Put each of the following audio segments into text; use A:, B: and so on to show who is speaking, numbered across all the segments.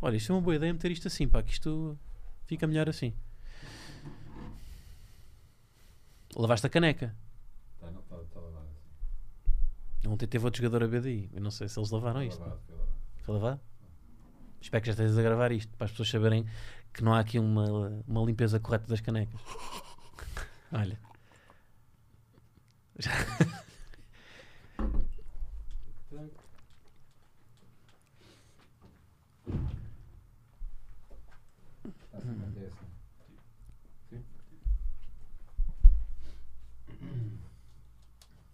A: Olha, isto é uma boa ideia meter isto assim, pá, que isto fica melhor assim. Lavaste a caneca.
B: Está Tá, não, está está lavado. assim.
A: Ontem teve outro jogador a BDI. Eu não sei se eles lavaram
B: Está
A: isto.
B: Tá lavado, está lavado.
A: Foi lavado? Espero que já estejas a gravar isto para as pessoas saberem que não há aqui uma, uma limpeza correta das canecas. Olha. Já-
B: Está sem manter assim.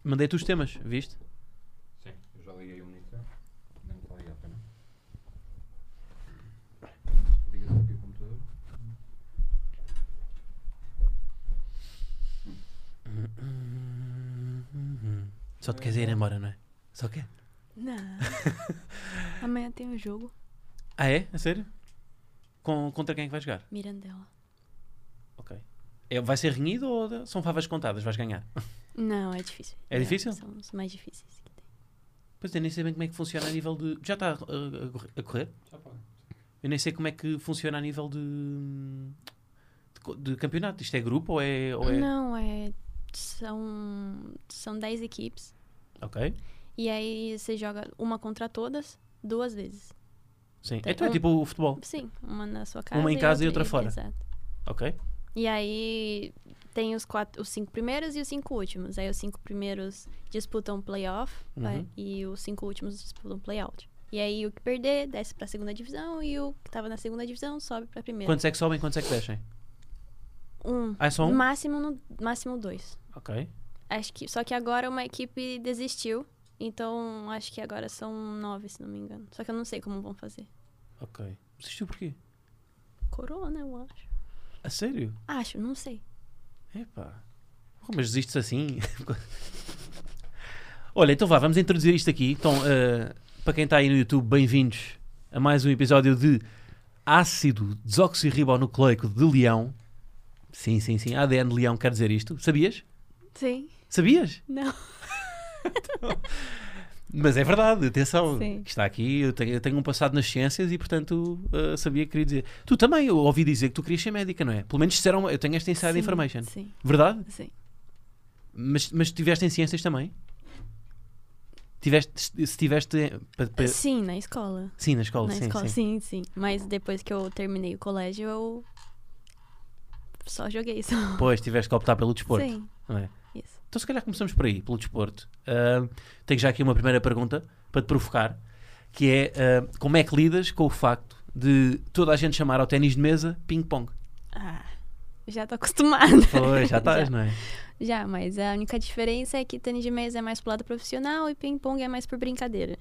A: Mandei-te os temas, viste?
B: Sim, eu já liguei o monitor. Não está ligado para mim. Ligas aqui o computador.
A: Só te queres ir embora, não é? Só quer?
C: Não. Amanhã tem um jogo.
A: Ah, é? A sério? Com, contra quem é que vai jogar?
C: Mirandela.
A: Ok. É, vai ser renhido ou são favas contadas? Vais ganhar?
C: Não, é difícil.
A: É difícil?
C: São os mais difíceis que tem.
A: Pois eu nem sei bem como é que funciona a nível de. Já está a, a- a correr?
B: Já pode.
A: Eu nem sei como é que funciona a nível de. de, co- de campeonato. Isto é grupo ou é. Ou é...
C: Não, é. São. São 10 equipes.
A: Ok.
C: E aí você joga uma contra todas duas vezes.
A: Sim.
C: Tem
A: então é
C: um-
A: tipo o futebol.
C: Sim, uma na sua casa.
A: em casa e outra
C: em-
A: fora.
C: Exato.
A: Ok.
C: E aí tem os, quatro, os cinco primeiros e os cinco últimos. Aí os cinco primeiros disputam playoff
A: Uhum.
C: vai, e os cinco últimos disputam playout. E aí o que perder desce pra segunda divisão e o que tava na segunda divisão sobe pra primeira.
A: Quantos é que sobem quantos é que descem?
C: Um.
A: Ah, é só um?
C: Máximo, no, máximo dois.
A: Ok.
C: Acho que, só que agora uma equipe desistiu. Então acho que agora são nove, se não me engano. Só que eu não sei como vão fazer.
A: Ok. Desistiu porquê?
C: Corona, né, eu acho.
A: A sério?
C: Acho, não sei.
A: Epá. Oh, mas desistes assim? Olha, então vá, vamos introduzir isto aqui. Então, eh, para quem está aí no YouTube, bem-vindos a mais um episódio de Ácido Desoxirribonucleico de Leão. Sim, sim, sim. ADN de Leão quer dizer isto. Sabias?
C: Sim.
A: Sabias?
C: Não.
A: Mas é verdade, atenção.
C: Sim.
A: que Está aqui, eu tenho, eu tenho um passado nas ciências e, portanto, eh, sabia que queria dizer. Tu também, eu ouvi dizer que tu querias ser médica, não é? Pelo menos disseram, eu tenho esta inside
C: Sim,
A: information.
C: Sim,
A: Verdade?
C: sim.
A: Mas, mas tiveste em ciências também? Tiveste, se tiveste. em- pa- pa-
C: Sim, na escola.
A: sim, na escola,
C: Na
A: Oh, sim,
C: escola,
A: sim.
C: sim. sim, Mas depois que eu terminei o colégio, eu só joguei isso.
A: Pois, tiveste que optar pelo desporto.
C: Sim,
A: Não é?
C: isso.
A: Então, se calhar, começamos por aí, pelo desporto. Ah, tenho já aqui uma primeira pergunta para te provocar: que é ah, como é que lidas com o facto de toda a gente chamar ao ténis de mesa ping-pong?
C: Ah, já tô acostumada.
A: Pois, já estás,
C: já,
A: não é?
C: já, mas a única diferença é que tênis de mesa é mais pro lado profissional e ping-pong é mais por brincadeira.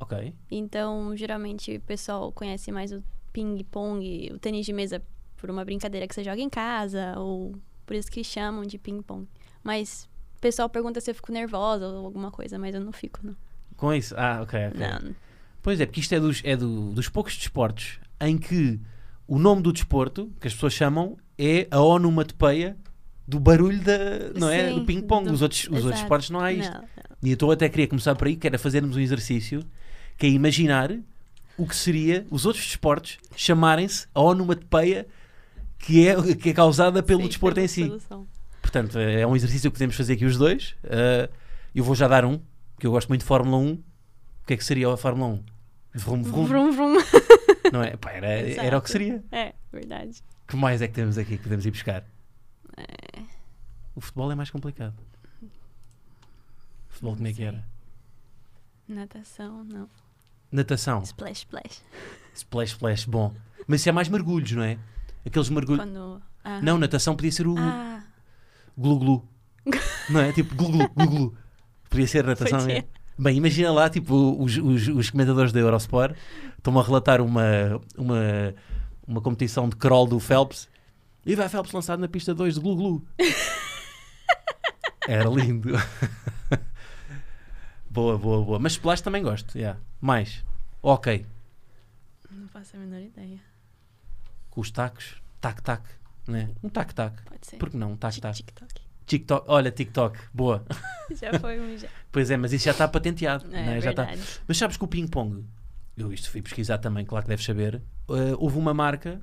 A: Ok.
C: Então, geralmente, o pessoal conhece mais o ping-pong, o tênis de mesa, por uma brincadeira que você joga em casa, ou por isso que chamam de ping-pong. Mas o pessoal pergunta se eu fico nervosa ou alguma coisa, mas eu não fico, não.
A: Com isso. Ah, ok, ok.
C: Não,
A: Pois é, porque isto é, dos, é do- dos poucos desportos em que o nome do desporto, que as pessoas chamam, é a onomatopeia do barulho da, não é?
C: Sim,
A: do ping-pong.
C: do-
A: Nos outros, os outros
C: exato.
A: esportes não há isto.
C: não, não.
A: E então eu até queria começar por aí, que era fazermos um exercício que é imaginar o que seria os outros desportos chamarem-se a onomatopeia que é, que é causada pelo assim,
C: Sim,
A: desporto
C: pela
A: em si.
C: solução.
A: Portanto, é um exercício que podemos fazer aqui os dois. Ah, eu vou já dar um, que eu gosto muito de Fórmula 1. O que é que seria a Fórmula 1? Vrum, vrum,
C: Vrum, vrum.
A: não é? Pá, era,
C: Exato.
A: era o que seria.
C: É, verdade.
A: que mais é que temos aqui que podemos ir buscar? O futebol é mais complicado. O futebol como é que
C: sei.
A: era?
C: Natação, não.
A: Natação,
C: Splash, splash.
A: splash, splash, bom. Mas isso é mais mergulhos, não é? Aqueles mergulhos.
C: Quando. Ah,
A: Não, natação podia ser o
C: Ah,
A: glu-glu. Não é? Tipo glu-glu, glu-glu. Podia ser natação.
C: Podia.
A: é? Bem, imagina lá, tipo, os, os, os comentadores da Eurosport estão a relatar uma, uma, uma competição de crawl do Phelps e vai Phelps lançado na pista 2 de glu-glu. Era lindo. boa, boa, boa. Mas splash também gosto. Yeah. Mais. Ok.
C: não faço a menor ideia.
A: Com os tacos. Tac-tac. Né? Um tac-tac.
C: Pode ser.
A: Por que não? Um tac-tac.
C: TikTok.
A: TikTok. Olha, TikTok. Boa.
C: Já foi um já.
A: Pois é, mas isso já está patenteado.
C: É,
A: né? já está.
C: verdade.
A: Mas sabes que o ping-pong eu isto fui pesquisar também, claro que deves saber. eh, houve uma marca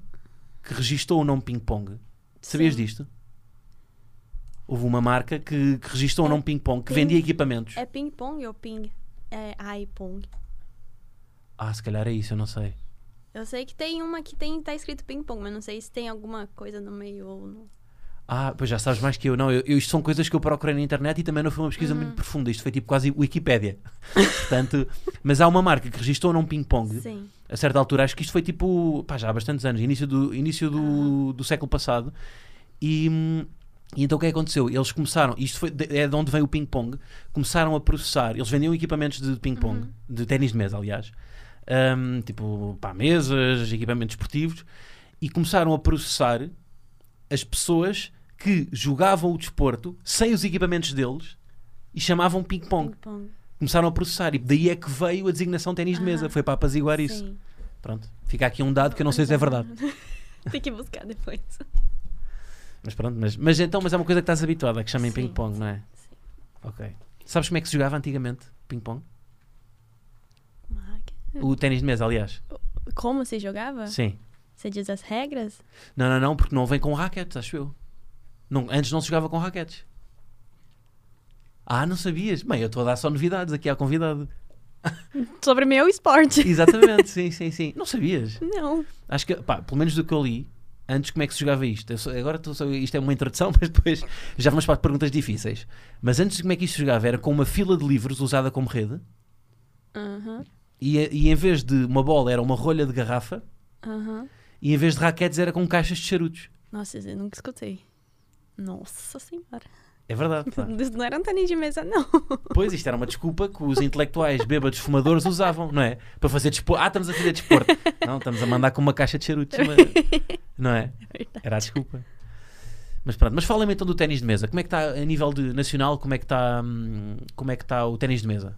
A: que registou o nome Ping Pong. Sabias
C: Sim.
A: disto? Houve uma marca que, que registou o
C: É
A: nome Ping Pong, que
C: ping-
A: vendia equipamentos.
C: É ping-pong ou ping? É ai, pong.
A: Ah, se calhar é isso, eu não sei.
C: Eu sei que tem uma que tem, tá escrito ping-pong, mas não sei se tem alguma coisa no meio ou no.
A: Ah, pois já sabes mais que eu. Não, eu, eu- isto são coisas que eu procurei na internet e também não foi uma
C: Uhum.
A: pesquisa muito profunda. Isto foi tipo quase Wikipédia. Portanto, mas há uma marca que registou o nome Ping Pong.
C: Sim.
A: a certa altura, acho que isto foi tipo, pá, já há bastantes anos, início do, início do, do século passado. E, hum, e então o que é que aconteceu? Eles começaram, isto foi, de- é de onde vem o ping-pong, começaram a processar, eles vendiam equipamentos de ping-pong, de ténis de mesa, aliás, hum, tipo, pá, mesas, equipamentos esportivos, e começaram a processar as pessoas que jogavam o desporto sem os equipamentos deles e chamavam ping-pong.
C: Ping-pong.
A: Começaram a processar e daí é que veio a designação ténis de mesa.
C: Ah,
A: Foi para apaziguar isso.
C: Sim.
A: Pronto, fica aqui um dado que eu não sei se é verdade.
C: tem que buscar depois.
A: Mas pronto, mas, mas então, mas é uma coisa que estás habituada, que chamem
C: Sim,
A: ping-pong, não é?
C: sim.
A: Ok. Sabes como é que se jogava antigamente ping-pong?
C: Uma hack.
A: O ténis de mesa, aliás.
C: Como se jogava?
A: Sim.
C: Você diz as regras?
A: Não, não, não, porque não vem com raquetes, acho eu. Não, antes não se jogava com raquetes. Ah, não sabias? Bem, eu estou a dar só novidades aqui à convidada.
C: Sobre meu esporte.
A: Exatamente, sim, sim, sim. Não sabias?
C: Não.
A: Acho que, pá, pelo menos do que eu li, antes como é que se jogava isto? Eu sou- agora estou só- isto é uma introdução, mas depois já vamos para as perguntas difíceis. Mas antes como é que isto se jogava? Era com uma fila de livros usada como rede
C: Aham.
A: e, e em vez de uma bola era uma rolha de garrafa
C: Aham.
A: e em vez de raquetes era com caixas de charutos.
C: Nossa, eu nunca escutei. Nossa senhora.
A: É verdade. pá.
C: Isso não era um tênis de mesa, não.
A: Pois isto era uma desculpa que os intelectuais bêbados fumadores usavam, não é? Para fazer desporto. Ah, estamos a fazer desporto. Não, estamos a mandar com uma caixa de charutos. uma- Não é? Era a desculpa. Mas pronto, mas fala-me então do ténis de mesa. Como é que está a nível de nacional? Como é que está, hum, como é que está o ténis de mesa?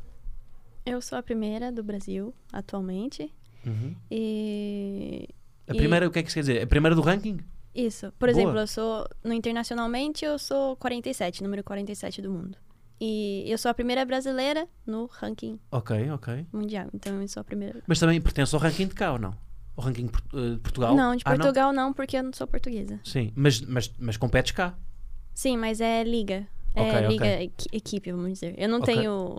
C: Eu sou a primeira do Brasil atualmente.
A: Uhum.
C: E.
A: A
C: E-
A: primeira, o que é que isso quer dizer? A primeira do ranking?
C: Isso.
A: Boa.
C: Por exemplo, eu sou. No internacionalmente, eu sou 47, número 47 do mundo. E eu sou a primeira brasileira no ranking
A: Ok, ok.
C: mundial. Então eu sou a primeira.
A: Mas também pertence ao ranking de cá ou não? Ao ranking de Port- eh, de Portugal?
C: Não, de
A: Ah,
C: Portugal não, porque eu não sou portuguesa.
A: Sim, mas, mas, mas competes cá.
C: Sim, mas é liga. É
A: Ok,
C: liga
A: ok.
C: equi- equipe, vamos dizer. Eu não
A: Ok.
C: tenho.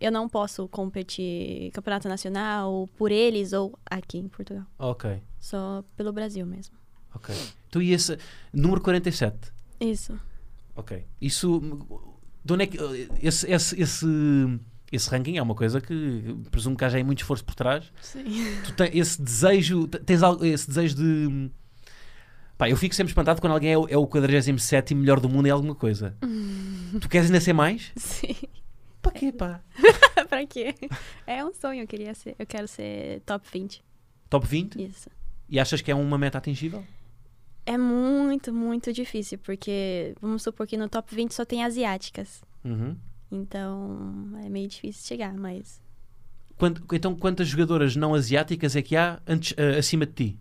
C: Eu não posso competir campeonato nacional por eles ou aqui em Portugal.
A: Ok,
C: Só pelo Brasil mesmo.
A: ok. Tu Então, e esse número 47.
C: Isso.
A: Ok. Isso. De onde é que. Esse, esse, esse, esse ranking é uma coisa que presumo que haja aí muito esforço por trás.
C: Sim.
A: Tu tens esse desejo. te- Tens algo- esse desejo de. Pá, eu fico sempre espantado quando alguém é o, é o 47 melhor do mundo em alguma coisa. tu queres ainda ser mais?
C: Sim.
A: Para quê, pá?
C: Tá, pra quê? É um sonho, eu queria ser. Eu quero ser top 20.
A: Top 20?
C: Isso.
A: E achas que é uma meta atingível?
C: É muito, muito difícil, porque vamos supor que no top 20 só tem asiáticas.
A: Uhum.
C: Então é meio difícil chegar, mas.
A: Quant- então, quantas jogadoras não asiáticas é que há antes, eh, acima de ti?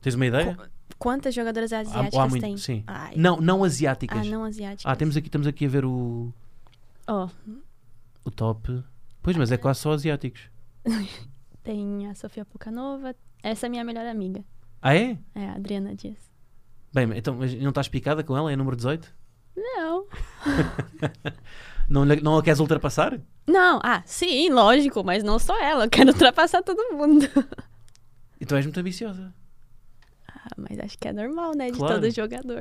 A: Tens uma ideia?
C: Quantas jogadoras asiáticas
A: há Ah, muito-
C: tem?
A: sim.
C: Ai.
A: Não, não asiáticas.
C: Ah, não asiáticas.
A: Ah, temos aqui, estamos aqui a ver o,
C: Ó,
A: o top. Pois, mas é quase só asiáticos.
C: tem a Sofia Pucanova. Essa é minha melhor amiga.
A: Ah, é?
C: É a Adriana Dias.
A: Bem, então, mas não estás picada com ela? É número 18?
C: Não.
A: Não, lhe- não a queres ultrapassar?
C: Não, ah, sim, lógico, mas não só ela. Eu quero ultrapassar todo mundo.
A: Então és muito ambiciosa.
C: Ah, mas acho que é normal, né? De
A: Claro.
C: todo jogador.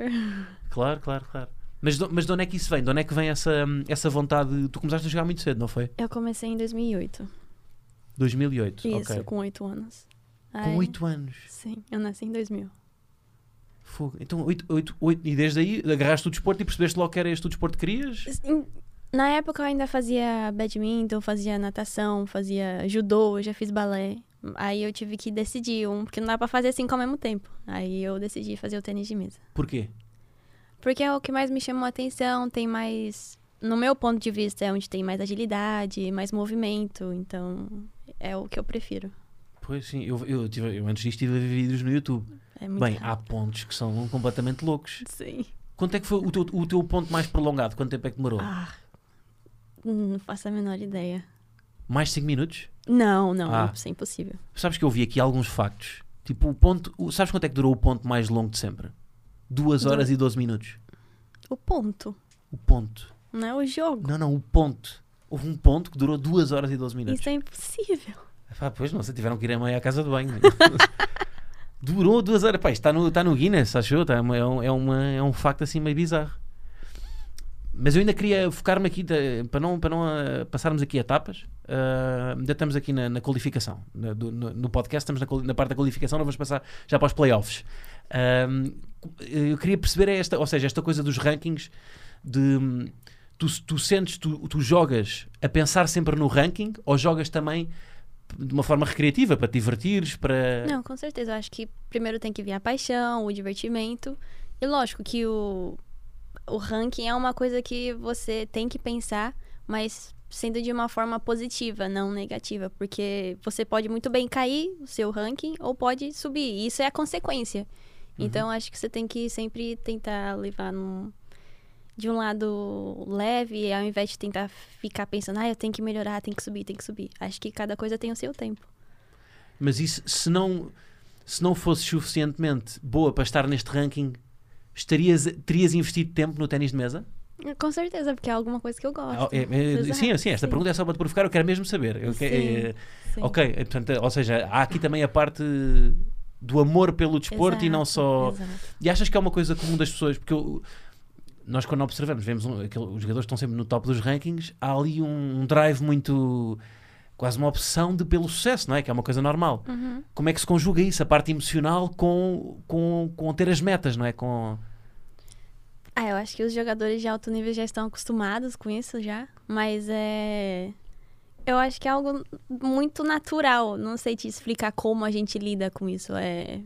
A: Claro, claro, claro. Mas, do- mas de onde é que isso vem? De onde é que vem essa, hum, essa vontade? Tu começaste a jogar muito cedo, não foi?
C: Eu comecei em 2008.
A: 2008.
C: Isso, Ah, é.
A: ok.
C: com 8 anos.
A: Com 8 anos.
C: Sim, eu nasci em 2000.
A: Fogo. Então, 8, 8, 8, e desde aí agarraste o desporto e percebeste logo que era este o desporto que querias?
C: Em- Assim, Na época eu ainda fazia badminton, fazia natação, fazia judô, eu já fiz balé. Aí eu tive que decidir um, porque não dá pra fazer cinco ao mesmo tempo. Aí eu decidi fazer o tênis de mesa.
A: Porquê?
C: Porque é o que mais me chamou a atenção, tem mais. No meu ponto de vista, é onde tem mais agilidade, mais movimento, então é o que eu prefiro.
A: Pois sim, eu, eu, tive, eu antes disto tive a ver vídeos no YouTube.
C: É muito
A: Bem,
C: rápido.
A: há pontos que são completamente loucos.
C: Sim.
A: Quanto é que foi o teu, o teu ponto mais prolongado? Quanto tempo é que demorou?
C: Ah, não faço a menor ideia.
A: Mais 5 minutos?
C: Não, não,
A: Ah.
C: isso é impossível.
A: Sabes que eu vi aqui alguns factos. Tipo, o ponto. o- sabes quanto é que durou o ponto mais longo de sempre? 2 horas e 12 minutos.
C: O ponto,
A: O ponto.
C: não é o jogo.
A: Não, não, o ponto. Houve um ponto que durou 2 horas e 12 minutos.
C: Isso é impossível.
A: Pá, pois não, se tiveram que ir amanhã à casa de banho. né? Durou duas horas. Pá, isto está no, está no Guinness, achou? Tá, é, uma- é um- é, uma, é um facto assim meio bizarro. Mas eu ainda queria focar-me aqui, de- para não, para não ah, passarmos aqui etapas, ah, ainda estamos aqui na, na qualificação. Na- do- no, no podcast estamos na, quali- na parte da qualificação, não vamos passar já para os playoffs. Ahm, eu queria perceber é esta, ou seja, esta coisa dos rankings de... hum, Tu, tu sentes, tu, tu jogas a pensar sempre no ranking ou jogas também de uma forma recreativa, para te divertires, para...
C: Não, com certeza. Eu acho que primeiro tem que vir a paixão, o divertimento. E lógico que o, o ranking é uma coisa que você tem que pensar, mas sendo de uma forma positiva, não negativa. Porque você pode muito bem cair o seu ranking ou pode subir. E isso é a consequência. Então acho que você tem que sempre tentar levar num- De um lado leve, ao invés de tentar ficar pensando, ah, eu tenho que melhorar, tenho que subir, tenho que subir. Acho que cada coisa tem o seu tempo.
A: Mas isso, se não, se não fosse suficientemente boa para estar neste ranking, estarias, terias investido tempo no ténis de mesa?
C: Com certeza, porque é alguma coisa que eu gosto.
A: É- é-
C: Exato,
A: sim, sim, esta pergunta é só para te provocar, eu quero mesmo saber. Eu que-
C: Sim,
A: é-
C: sim.
A: ok, é, portanto, ou seja, há aqui também a parte do amor pelo desporto e não
C: Exato,
A: só...
C: exato.
A: E achas que é uma coisa comum das pessoas? Porque eu- nós, quando observamos, vemos um- aquele- os jogadores estão sempre no top dos rankings, há ali um, um drive muito. quase uma obsessão de, pelo sucesso, não é? Que é uma coisa normal.
C: Uhum.
A: Como é que se conjuga isso, a parte emocional, com, com, com ter as metas, não é? Com...
C: Ah, eu acho que os jogadores de alto nível já estão acostumados com isso já. Mas é. Eu acho que é algo muito natural. Não sei te explicar como a gente lida com isso. É,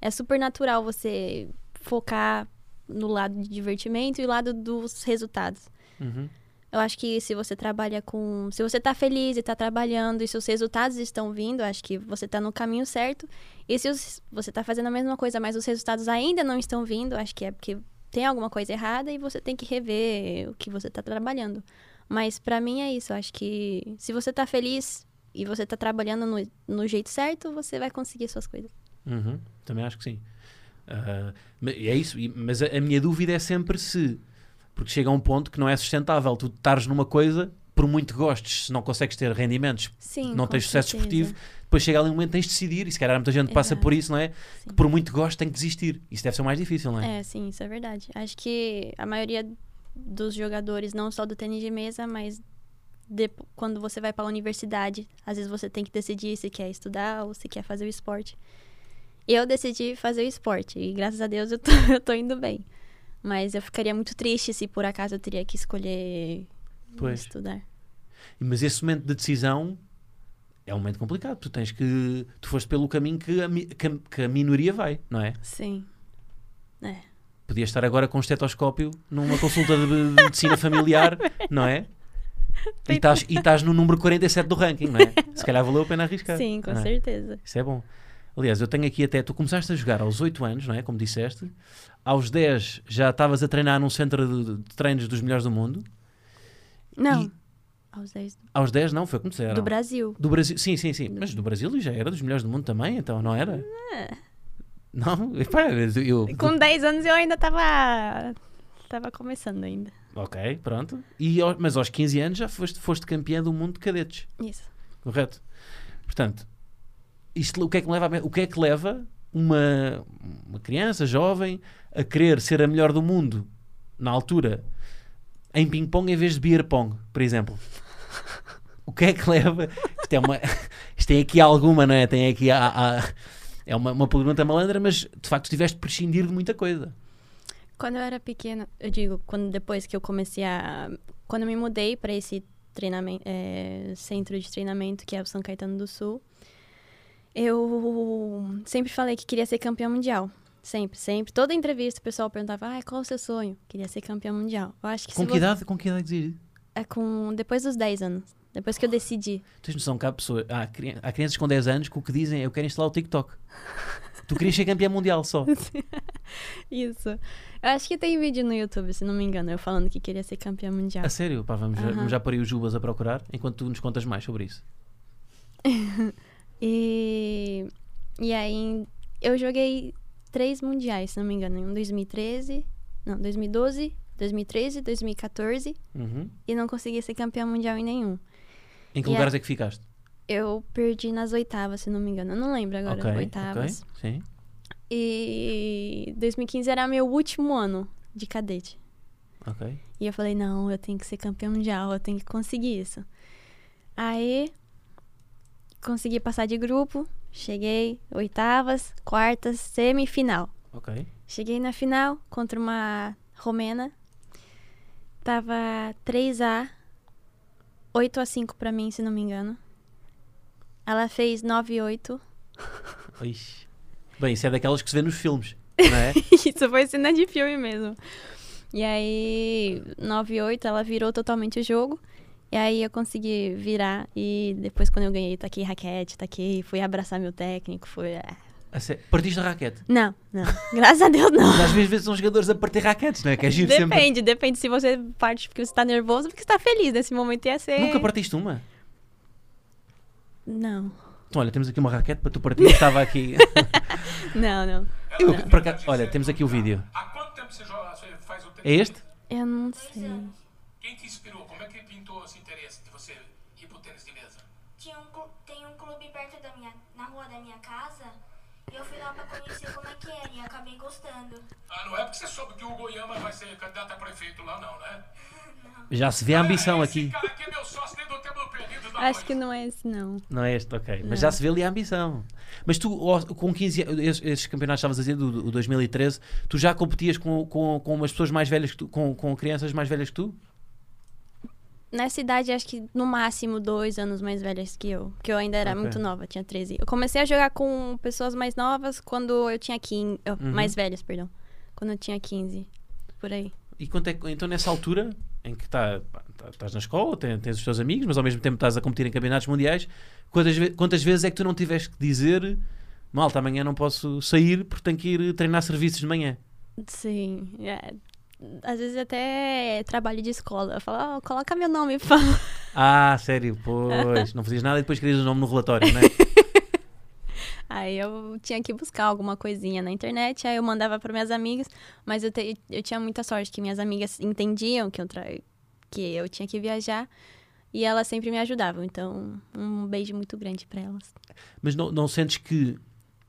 C: é super natural você focar no lado de divertimento e o lado dos resultados.
A: Uhum.
C: Eu acho que se você trabalha com. Se você tá feliz e tá trabalhando e seus resultados estão vindo, eu acho que você tá no caminho certo. E se os- você tá fazendo a mesma coisa, mas os resultados ainda não estão vindo, eu acho que é porque tem alguma coisa errada e você tem que rever o que você tá trabalhando. Mas pra mim é isso. Eu acho que se você tá feliz e você tá trabalhando no, no jeito certo, você vai conseguir suas coisas.
A: Uhum, Também acho que sim. Ah, ma- é isso, e- mas a, a minha dúvida é sempre se. Porque chega a um ponto que não é sustentável. Tu estares numa coisa, por muito que gostes, se não consegues ter rendimentos
C: Sim.
A: não
C: com
A: tens sucesso
C: certeza.
A: desportivo, depois chega ali um momento que tens de decidir, e se calhar muita gente passa
C: Exato.
A: por isso, não é? Que
C: Sim.
A: por muito que goste tem que desistir. Isso deve ser o mais difícil, não é?
C: É, sim, isso é verdade. Acho que a maioria dos jogadores, não só do tênis de mesa, mas depo- quando você vai para a universidade, às vezes você tem que decidir se quer estudar ou se quer fazer o esporte. Eu decidi fazer o esporte e graças a Deus eu tô, eu tô indo bem. Mas eu ficaria muito triste se por acaso eu teria que escolher
A: Pois.
C: estudar.
A: Mas esse momento de decisão é um momento complicado. Tu tens que. Tu foste pelo caminho que a, mi- que a- que a minoria vai, não é?
C: Sim.
A: Podias estar agora com um estetoscópio numa consulta de, de medicina familiar, não é? E estás, e estás no número 47 do ranking, não é? Se calhar valeu a pena arriscar.
C: Sim, com
A: não é?
C: certeza.
A: Isso é bom. Aliás, eu tenho aqui até. Tu começaste a jogar aos 8 anos, não é? Como disseste. Aos 10 já estavas a treinar num centro de, de treinos dos melhores do mundo.
C: Não.
A: E- um
C: Aos 10
A: Aos 10 não, foi como disseram.
C: do Brasil.
A: Do Brasil, sim, sim, sim. Mas do Brasil já era dos melhores do mundo também, então não era? Não? Epá, eu.
C: É. Com 10 anos eu ainda tava tava começando ainda.
A: Ok, pronto. E, ao- mas aos 15 anos já foste, foste campeã do mundo de cadetes,
C: Isso.
A: correto? Portanto, isto, o, que é que me leva a- o que é que leva uma, uma criança jovem a querer ser a melhor do mundo na altura em ping-pong em vez de beer pong, por exemplo? O que é que leva? Isto, é uma, isto tem aqui alguma, não é? Tem aqui a, a- é uma, uma pergunta malandra, mas de facto tiveste de prescindir de muita coisa.
C: Quando eu era pequena, eu digo, quando depois que eu comecei a, quando eu me mudei para esse treinamento, centro de treinamento que é o São Caetano do Sul, eu sempre falei que queria ser campeã mundial. Sempre, sempre. Toda entrevista o pessoal perguntava, ah, qual o seu sonho? Queria ser campeã mundial. Eu acho que
A: Com
C: se
A: que
C: vo-
A: idade, com que idade dizias?
C: É com depois dos 10 anos. Depois que eu decidi.
A: Tens noção que há pessoas, há, cri- há crianças com 10 anos que o que dizem é eu quero instalar o TikTok. tu querias ser campeã mundial só.
C: Isso. Eu acho que tem vídeo no YouTube, se não me engano, eu falando que queria ser campeã mundial.
A: A sério, pá, vamos, já-
C: É. Aham.
A: vamos já pôr aí os Jubas a procurar enquanto tu nos contas mais sobre isso.
C: E, e aí eu joguei três mundiais, se não me engano, em 2013, não, 2012, 2013, 2014
A: Uhum.
C: e não consegui ser campeã mundial em nenhum.
A: Em que
C: E a-
A: lugares é que ficaste?
C: Eu perdi nas oitavas, se não me engano, eu não lembro agora,
A: ok,
C: oitavas.
A: ok. Sim.
C: E 2015 era meu último ano de cadete.
A: Ok.
C: E eu falei, não, eu tenho que ser campeã mundial, eu tenho que conseguir isso. Aí, consegui passar de grupo, cheguei oitavas, quartas, semifinal.
A: Ok.
C: Cheguei na final contra uma romena. Tava 3A, 8 a 5 pra mim, se não me engano. Ela fez 9 8.
A: Ixi. Bem, isso é daquelas que se vê nos filmes, não é?
C: Isso foi cena de filme mesmo. E aí, 9-8, ela virou totalmente o jogo. E aí eu consegui virar. E depois, quando eu ganhei, taquei raquete, taquei, fui abraçar meu técnico, fui. ah.
A: A sé- Partiste a raquete.
C: Não, não. Graças a Deus, não.
A: Mas às vezes, vezes são jogadores a partir raquetes, não é? Que é giro sempre.
C: Depende, depende se você parte porque você tá nervoso ou porque você tá feliz. Nesse momento ia ser.
A: Nunca partiste uma?
C: Não,
A: Então, olha, temos aqui uma raquete para tu partir. Estava aqui.
C: não, não.
A: Eu, por acaso- olha, temos aqui o vídeo.
D: Há quanto tempo você joga, você faz o tênis?
A: É este?
C: Eu não sei.
D: Quem te inspirou? Como é que pintou esse interesse de você ir pro tênis de mesa?
E: Tinha um, clu- tem um clube perto da minha, na rua da minha casa. E eu fui lá pra conhecer como é que era e acabei gostando.
D: Ah, não é porque você soube que o Goiama vai ser candidato a prefeito lá, não, né?
A: Já se vê a ambição
D: Ah, Esse
A: aqui.
D: cara aqui é meu sócio desde o tempo do perdido da
C: Acho que
D: noite.
C: não é esse, não.
A: Não é este, ok. Mas já se vê ali a ambição. Mas tu, ó, com 15 anos, esses, esses campeonatos que estavas a dizer, do, do 2013, tu já competias com, com, com umas pessoas mais velhas que tu, com, com crianças mais velhas que tu?
C: Nessa idade, acho que no máximo dois anos mais velhas que eu. Porque eu ainda era
A: Ok.
C: muito nova, tinha 13. Eu comecei a jogar com pessoas mais novas quando eu tinha 15. oh,
A: Uhum.
C: Mais velhas, perdão. Quando eu tinha 15. Por aí.
A: E quanto é que- então nessa altura em que tá- tá- estás na escola, ten- tens, os teus amigos, mas ao mesmo tempo estás a competir em campeonatos mundiais, quantas, ve- quantas vezes é que tu não tiveste que dizer malta, amanhã não posso sair porque tenho que ir treinar serviços de manhã?
C: Sim. é. Às vezes até é trabalho de escola. Eu falo, "Ah, coloca meu nome, por favor.
A: Ah, sério, pois, não fazias nada e depois querias o nome no relatório, não é?
C: Aí eu tinha que buscar alguma coisinha na internet, aí eu mandava para minhas amigas, mas eu, te- eu tinha muita sorte que minhas amigas entendiam que eu, tra- que eu tinha que viajar e elas sempre me ajudavam. Então, um beijo muito grande para elas.
A: Mas não, não sentes que.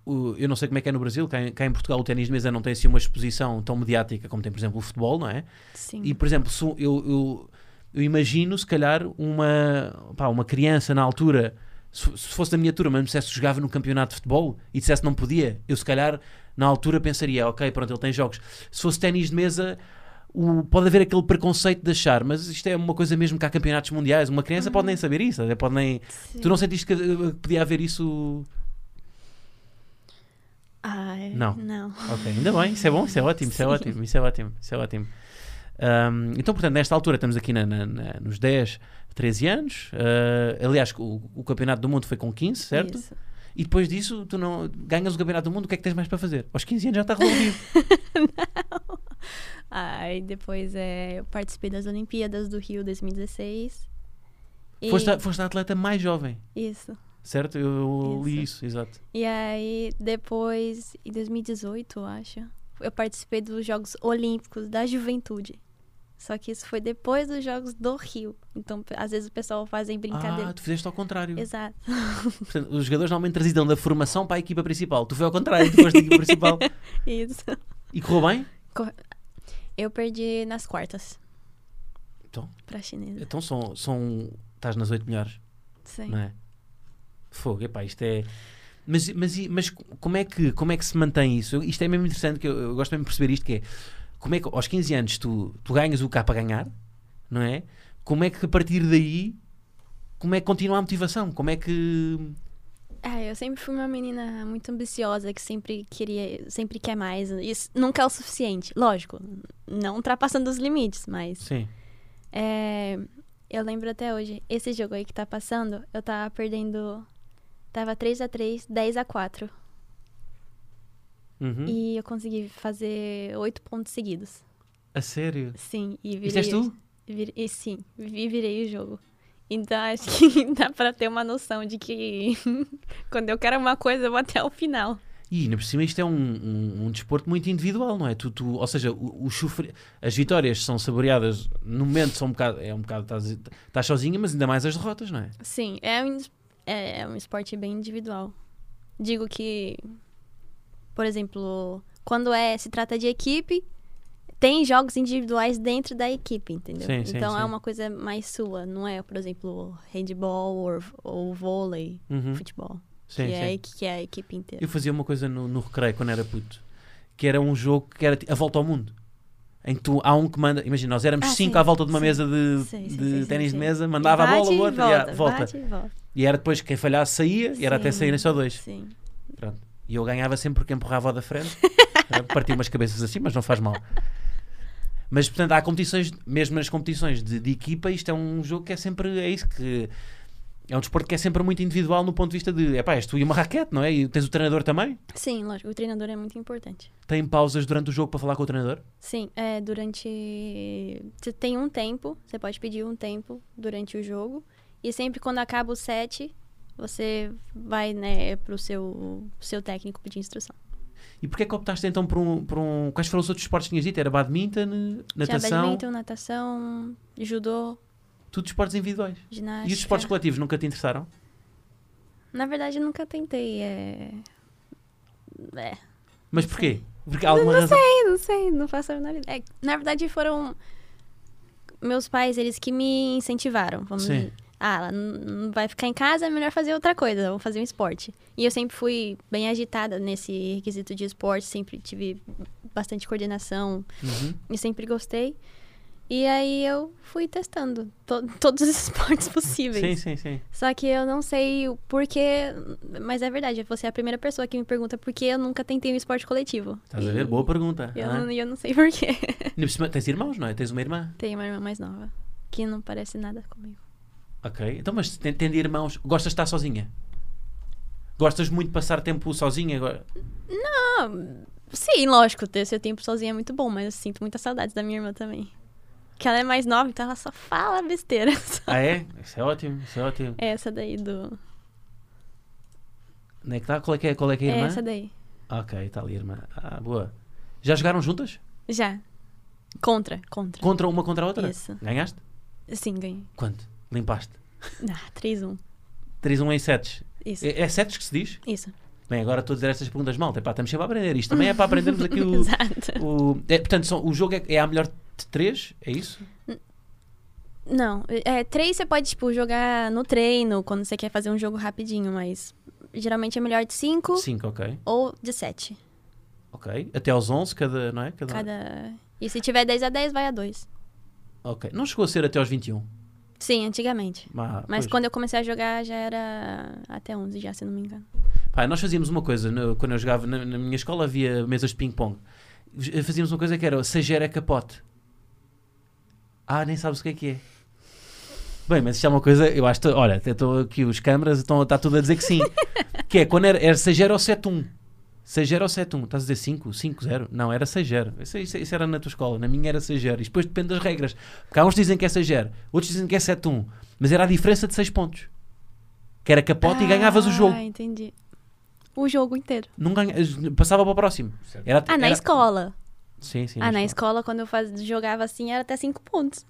A: o- eu não sei como é que é no Brasil, cá em, cá em Portugal o ténis de mesa não tem assim uma exposição tão mediática como tem, por exemplo, o futebol, não é?
C: Sim.
A: E, por exemplo, se um, eu, eu, eu imagino, se calhar, uma, pá, uma criança na altura, se, se fosse da minha turma, mas me dissesse que jogava no campeonato de futebol e dissesse que não podia, eu, se calhar, na altura pensaria, ok, pronto, ele tem jogos. Se fosse ténis de mesa. o- pode haver aquele preconceito de achar, mas isto é uma coisa mesmo que há campeonatos mundiais. Uma criança pode nem saber isso, até pode nem. Tu não sentiste que eh, podia haver isso
C: Ai,
A: Não.
C: Não.
A: Ok, ainda bem, isso é bom, isso é ótimo, isso é ótimo, isso é ótimo, isso é ótimo. Ahm, então, portanto, nesta altura estamos aqui na- na- na- nos 10, 13 anos. Ah, aliás, o, o Campeonato do Mundo foi com 15, certo?
C: Isso.
A: E depois disso, tu não ganhas o Campeonato do Mundo, o que é que tens mais para fazer? Aos 15 anos já está resolvido.
C: Aí depois é, eu participei das Olimpíadas do Rio 2016. E-
A: foste, a, foste a atleta mais jovem,
C: Isso.
A: certo? Eu li
C: Isso.
A: isso, exato.
C: E aí, depois, em 2018, eu acho, eu participei dos Jogos Olímpicos da Juventude. Só que isso foi depois dos Jogos do Rio. Então, p- às vezes o pessoal fazem brincadeira.
A: Ah, tu fizeste ao contrário.
C: Exato.
A: Portanto, os jogadores normalmente transitam da formação para a equipa principal. Tu foi ao contrário, tu foste da equipa principal.
C: Isso.
A: E correu bem?
C: Eu perdi nas quartas.
A: Então.
C: Pra chinesa.
A: Então são, são estás nas 8 melhores.
C: Sim.
A: não é? Fogo, epá, isto é. Mas, mas, e- mas como, é que, como é que se mantém isso? Eu- Isto é mesmo interessante, que eu, eu gosto mesmo de perceber isto, que é como é que aos 15 anos tu, tu ganhas o K para ganhar, não é? Como é que a partir daí como é que continua a motivação? Como é que.
C: Ah, eu sempre fui uma menina muito ambiciosa, que sempre queria, sempre quer mais. Isso nunca é o suficiente. Lógico, não ultrapassando os limites, mas
A: Sim.
C: É, eu lembro até hoje, esse jogo aí que tá passando, eu tava perdendo. Tava 3x3, 10x4.
A: Uhum.
C: E eu consegui fazer 8 pontos seguidos.
A: A sério.
C: Sim, e virei.
A: Isto és tu?
C: vir- e sim, vi- virei o jogo. Então acho que dá pra ter uma noção de que quando eu quero uma coisa eu vou até o final.
A: E ainda por cima isto é um, um, um desporto muito individual, não é? Tu, tu, ou seja, o, o sofrer- as vitórias são saboreadas no momento, são um bocado, é um bocado, estás, estás sozinha, mas ainda mais as derrotas, não é?
C: Sim, é um, es- é, é um esporte bem individual. Digo que, por exemplo, quando é se trata de equipe, tem jogos individuais dentro da equipe, entendeu?
A: Sim, sim,
C: então é
A: sim.
C: uma coisa mais sua, não é, por exemplo, handball ou, ou vôlei,
A: Uhum.
C: futebol,
A: Sim,
C: que,
A: sim.
C: É, a equi- que é a equipe inteira.
A: Eu fazia uma coisa no, no recreio quando era puto, que era um jogo que era ti- a volta ao mundo. Em que tu, há um que manda, imagina, nós éramos
C: Ah,
A: cinco
C: sim,
A: à volta de uma
C: sim.
A: mesa de,
C: Sim,
A: de
C: sim, sim, sim,
A: ténis de
C: sim.
A: mesa, mandava a
C: Bate
A: bola, o
C: e
A: outro,
C: volta,
A: e, ah, volta.
C: bate e volta.
A: E era depois quem falhasse saía, e era até
C: Sim,
A: saírem só dois.
C: Sim.
A: Pronto. E eu ganhava sempre porque empurrava o da frente. Eh, Partia umas cabeças assim, mas não faz mal. Mas, portanto, há competições, mesmo nas competições de, de equipa, isto é um jogo que é sempre. É isso que. É um desporto que é sempre muito individual no ponto de vista de. É pá, és tu e uma raquete, não é? E tens o treinador também?
C: Sim, lógico. O treinador é muito importante.
A: Tem pausas durante o jogo para falar com o treinador?
C: Sim, é durante. Você tem um tempo, você pode pedir um tempo durante o jogo. E sempre quando acaba o set, você vai, né, pro seu, seu técnico pedir instrução.
A: E porquê é que optaste então por um, por um. Quais foram os outros esportes que tinhas dito? Era badminton, eh,
C: Tinha
A: natação?
C: badminton, natação, judô,
A: Tudo esportes individuais.
C: ginástica.
A: E os esportes coletivos nunca te interessaram?
C: Na verdade, eu nunca tentei. É... é.
A: Mas porquê? Porque há alguma
C: não
A: razão.
C: sei, não sei, não faço a menor ideia. É, na verdade, foram meus pais, eles que me incentivaram. Vamos
A: Sim.
C: dizer. Ah, ela n- não vai ficar em casa, é melhor fazer outra coisa, vou fazer um esporte. E eu sempre fui bem agitada nesse requisito de esporte, sempre tive bastante coordenação
A: Uhum.
C: e sempre gostei. E aí eu fui testando to- todos os esportes possíveis.
A: Sim, sim, sim.
C: Só que eu não sei o porquê, mas é verdade, você é a primeira pessoa que me pergunta por que eu nunca tentei um esporte coletivo.
A: Estás a
C: E-
A: ver? Boa pergunta.
C: eu,
A: Ah.
C: não, eu não sei porquê.
A: Ainda por cima, Tens irmãos, não é? Tens uma irmã.
C: Tem uma irmã mais nova que não parece nada comigo.
A: Ok. Então, mas ten- tendo irmãos, gostas de estar sozinha? Gostas muito de passar tempo sozinha? Agora?
C: Ah, sim, lógico, ter seu tempo sozinha é muito bom, mas eu sinto muita saudade da minha irmã também. Que ela é mais nova, então ela só fala besteira. só.
A: Ah, é? Isso é ótimo, isso é ótimo.
C: É Essa daí do.
A: Onde é que está? Qual é que é, qual é, que é a
C: É
A: irmã?
C: essa daí.
A: Ok, está ali a irmã. Ah, boa. Já jogaram juntas?
C: Já. Contra, contra.
A: Contra uma contra a outra?
C: Isso.
A: Ganhaste?
C: Sim, ganhei.
A: Quanto? Limpaste?
C: Ah, 3-1.
A: 3-1 em sets.
C: Isso.
A: É, é sets que se diz?
C: Isso.
A: Bem, agora estou a dizer estas perguntas mal. Epá, estamos sempre a aprender isto. Também é para aprendermos aqui o...
C: Exato.
A: o é, portanto, são- o jogo é, é a melhor de três? É isso?
C: Não, é, três você pode, tipo, jogar no treino, quando você quer fazer um jogo rapidinho, mas geralmente é melhor de cinco
A: Cinco, ok.
C: ou de sete.
A: Ok. Até aos 11 cada, não é? Cada...
C: Cada. E se tiver 10 a 10, vai a dois.
A: Ok. Não chegou a ser até aos 21.
C: Sim, antigamente.
A: Ah,
C: Mas
A: pois.
C: quando eu comecei a jogar já era até 11 já, se não me engano.
A: Pá, nós fazíamos uma coisa, no- quando eu jogava na, na minha escola havia mesas de ping-pong. V- Fazíamos uma coisa que era seja capote. Ah, nem sabes o que é que é. Bem, mas isto é uma coisa, eu acho que, olha, até estou aqui, os câmaras estão está tudo a dizer que sim. que é, quando era, era 6-0 ou 7-1. 6-0 ou 7-1, estás a dizer 5, 5-0? Não, era 6-0. Isso, isso- isso era na tua escola, na minha era 6-0. Isto depois depende das regras. Porque há uns dizem que é 6-0, outros dizem que é 7-1. Mas era a diferença de 6 pontos. Que era capote e ganhavas o jogo.
C: Ah, entendi. O jogo inteiro.
A: Não ganha, eh, passava para o próximo.
B: Certo.
A: Era,
C: Ah, na
A: era-
C: escola.
A: Sim, sim.
C: Ah, na escola, quando eu faz... jogava assim, era até 5 pontos.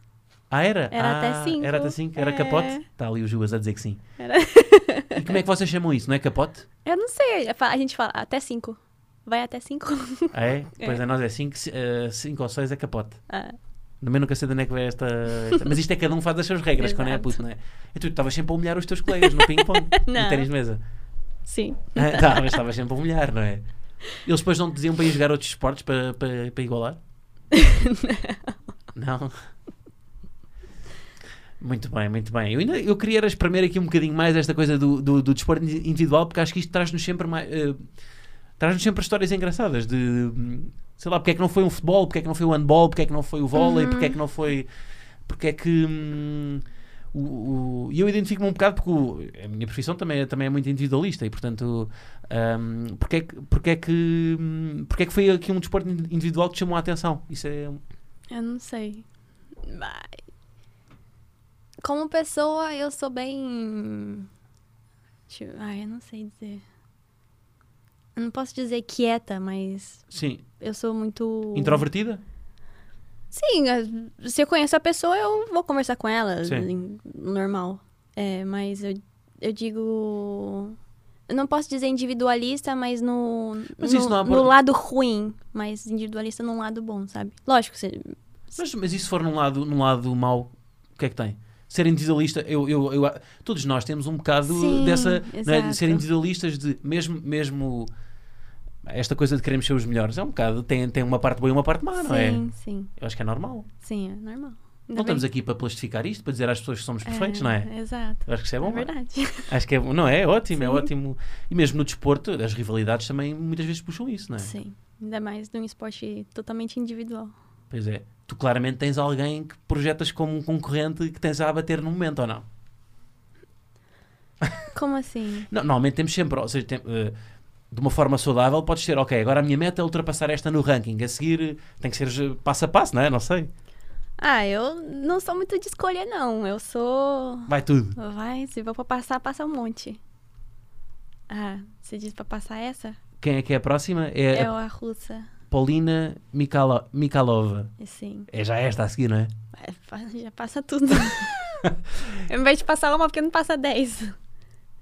A: Ah, era?
C: Era até
A: Ah,
C: cinco.
A: Era até 5, era
C: É.
A: capote. Está ali o Juas a dizer que sim.
C: Era-
A: E como é que vocês chamam isso? Não é capote?
C: Eu não sei, eu fa- a gente fala "Ah, até 5. Vai até 5.
A: Ah, é? Pois a nós é 5 ou 6 é capote.
C: ah,
A: Também nunca sei de onde é que vai esta, esta- Mas isto é cada um faz as suas regras quando é
C: Exato.
A: puto, não é? E tu estavas sempre a humilhar os teus colegas no ping-pong, no
C: Não.
A: ténis de mesa.
C: sim.
A: Ah, tá, mas estavas sempre a humilhar, não é? Eles depois não te diziam para ir jogar outros esportes para, para, para igualar? Não. Muito bem, muito bem. Eu, ainda, eu queria era espremer aqui um bocadinho mais esta coisa do, do, do desporto indi- individual, porque acho que isto traz-nos sempre mais. eh, traz-nos sempre histórias engraçadas de. hum, sei lá, porque é que não foi um futebol, porque é que não foi o handball, porque é que não foi o vôlei, porque é que não foi. porque é que. hum, o- o- e eu identifico-me um bocado porque o- a minha profissão também, é- também é muito individualista e portanto hum, porque, é que, porque, é que, hum, porque é que foi aqui um desporto in- individual que te chamou a atenção isso é
C: Eu não sei. Mas... Como pessoa, eu sou bem. Deixa eu- Tipo, Ai, eu não sei dizer. Eu não posso dizer quieta, mas
A: Sim.
C: eu sou muito.
A: Introvertida?
C: Sim, a- se eu conheço a pessoa, eu vou conversar com ela,
A: Sim.
C: em- normal. É, mas eu, eu digo. Eu não posso dizer individualista, mas no,
A: Mas
C: no,
A: isso não é
C: no
A: por-
C: lado ruim. Mas individualista num lado bom, sabe? Lógico, você,
A: Mas, mas e se for num lado, num lado mau, o que é que tem? Ser individualista, eu, eu, eu- todos nós temos um bocado
C: Sim,
A: dessa. não é? De ser
C: exato.
A: individualistas, de mesmo, mesmo. Esta coisa de queremos ser os melhores é um bocado. Tem, tem uma parte boa e uma parte má, não é?
C: sim, sim,
A: Eu acho que é normal.
C: sim, é normal. Ainda
A: não estamos
C: bem.
A: aqui para plastificar isto, para dizer às pessoas que somos perfeitos, não é?
C: Exato.
A: Eu acho que isso é
C: É,
A: bom. não é?
C: verdade.
A: Acho que é bom, não é? É ótimo, é
C: Sim.
A: ótimo. E mesmo no desporto, as rivalidades também muitas vezes puxam isso, não é?
C: Sim. Ainda mais num esporte totalmente individual.
A: Pois é. Tu claramente tens alguém que projetas como um concorrente que tens a abater no momento, ou não?
C: Como assim?
A: Não, normalmente temos sempre, ou seja, tem- eh, de uma forma saudável, podes ser, ok, agora a minha meta é ultrapassar esta no ranking, a seguir eh, tem que ser eh, passo a passo, não é? Não sei.
C: Ah, eu não sou muito de escolha, não. Eu sou.
A: Vai tudo.
C: Vai, se for pra passar, passa um monte. Ah, você diz pra passar essa?
A: Quem é que é a próxima? É
C: É
A: a
C: a russa,
A: Paulina Mikalo- Mikalova.
C: e sim.
A: É já esta a seguir, não é?
C: É, fa- Já passa tudo. Ao invés de passar uma, porque não passa dez.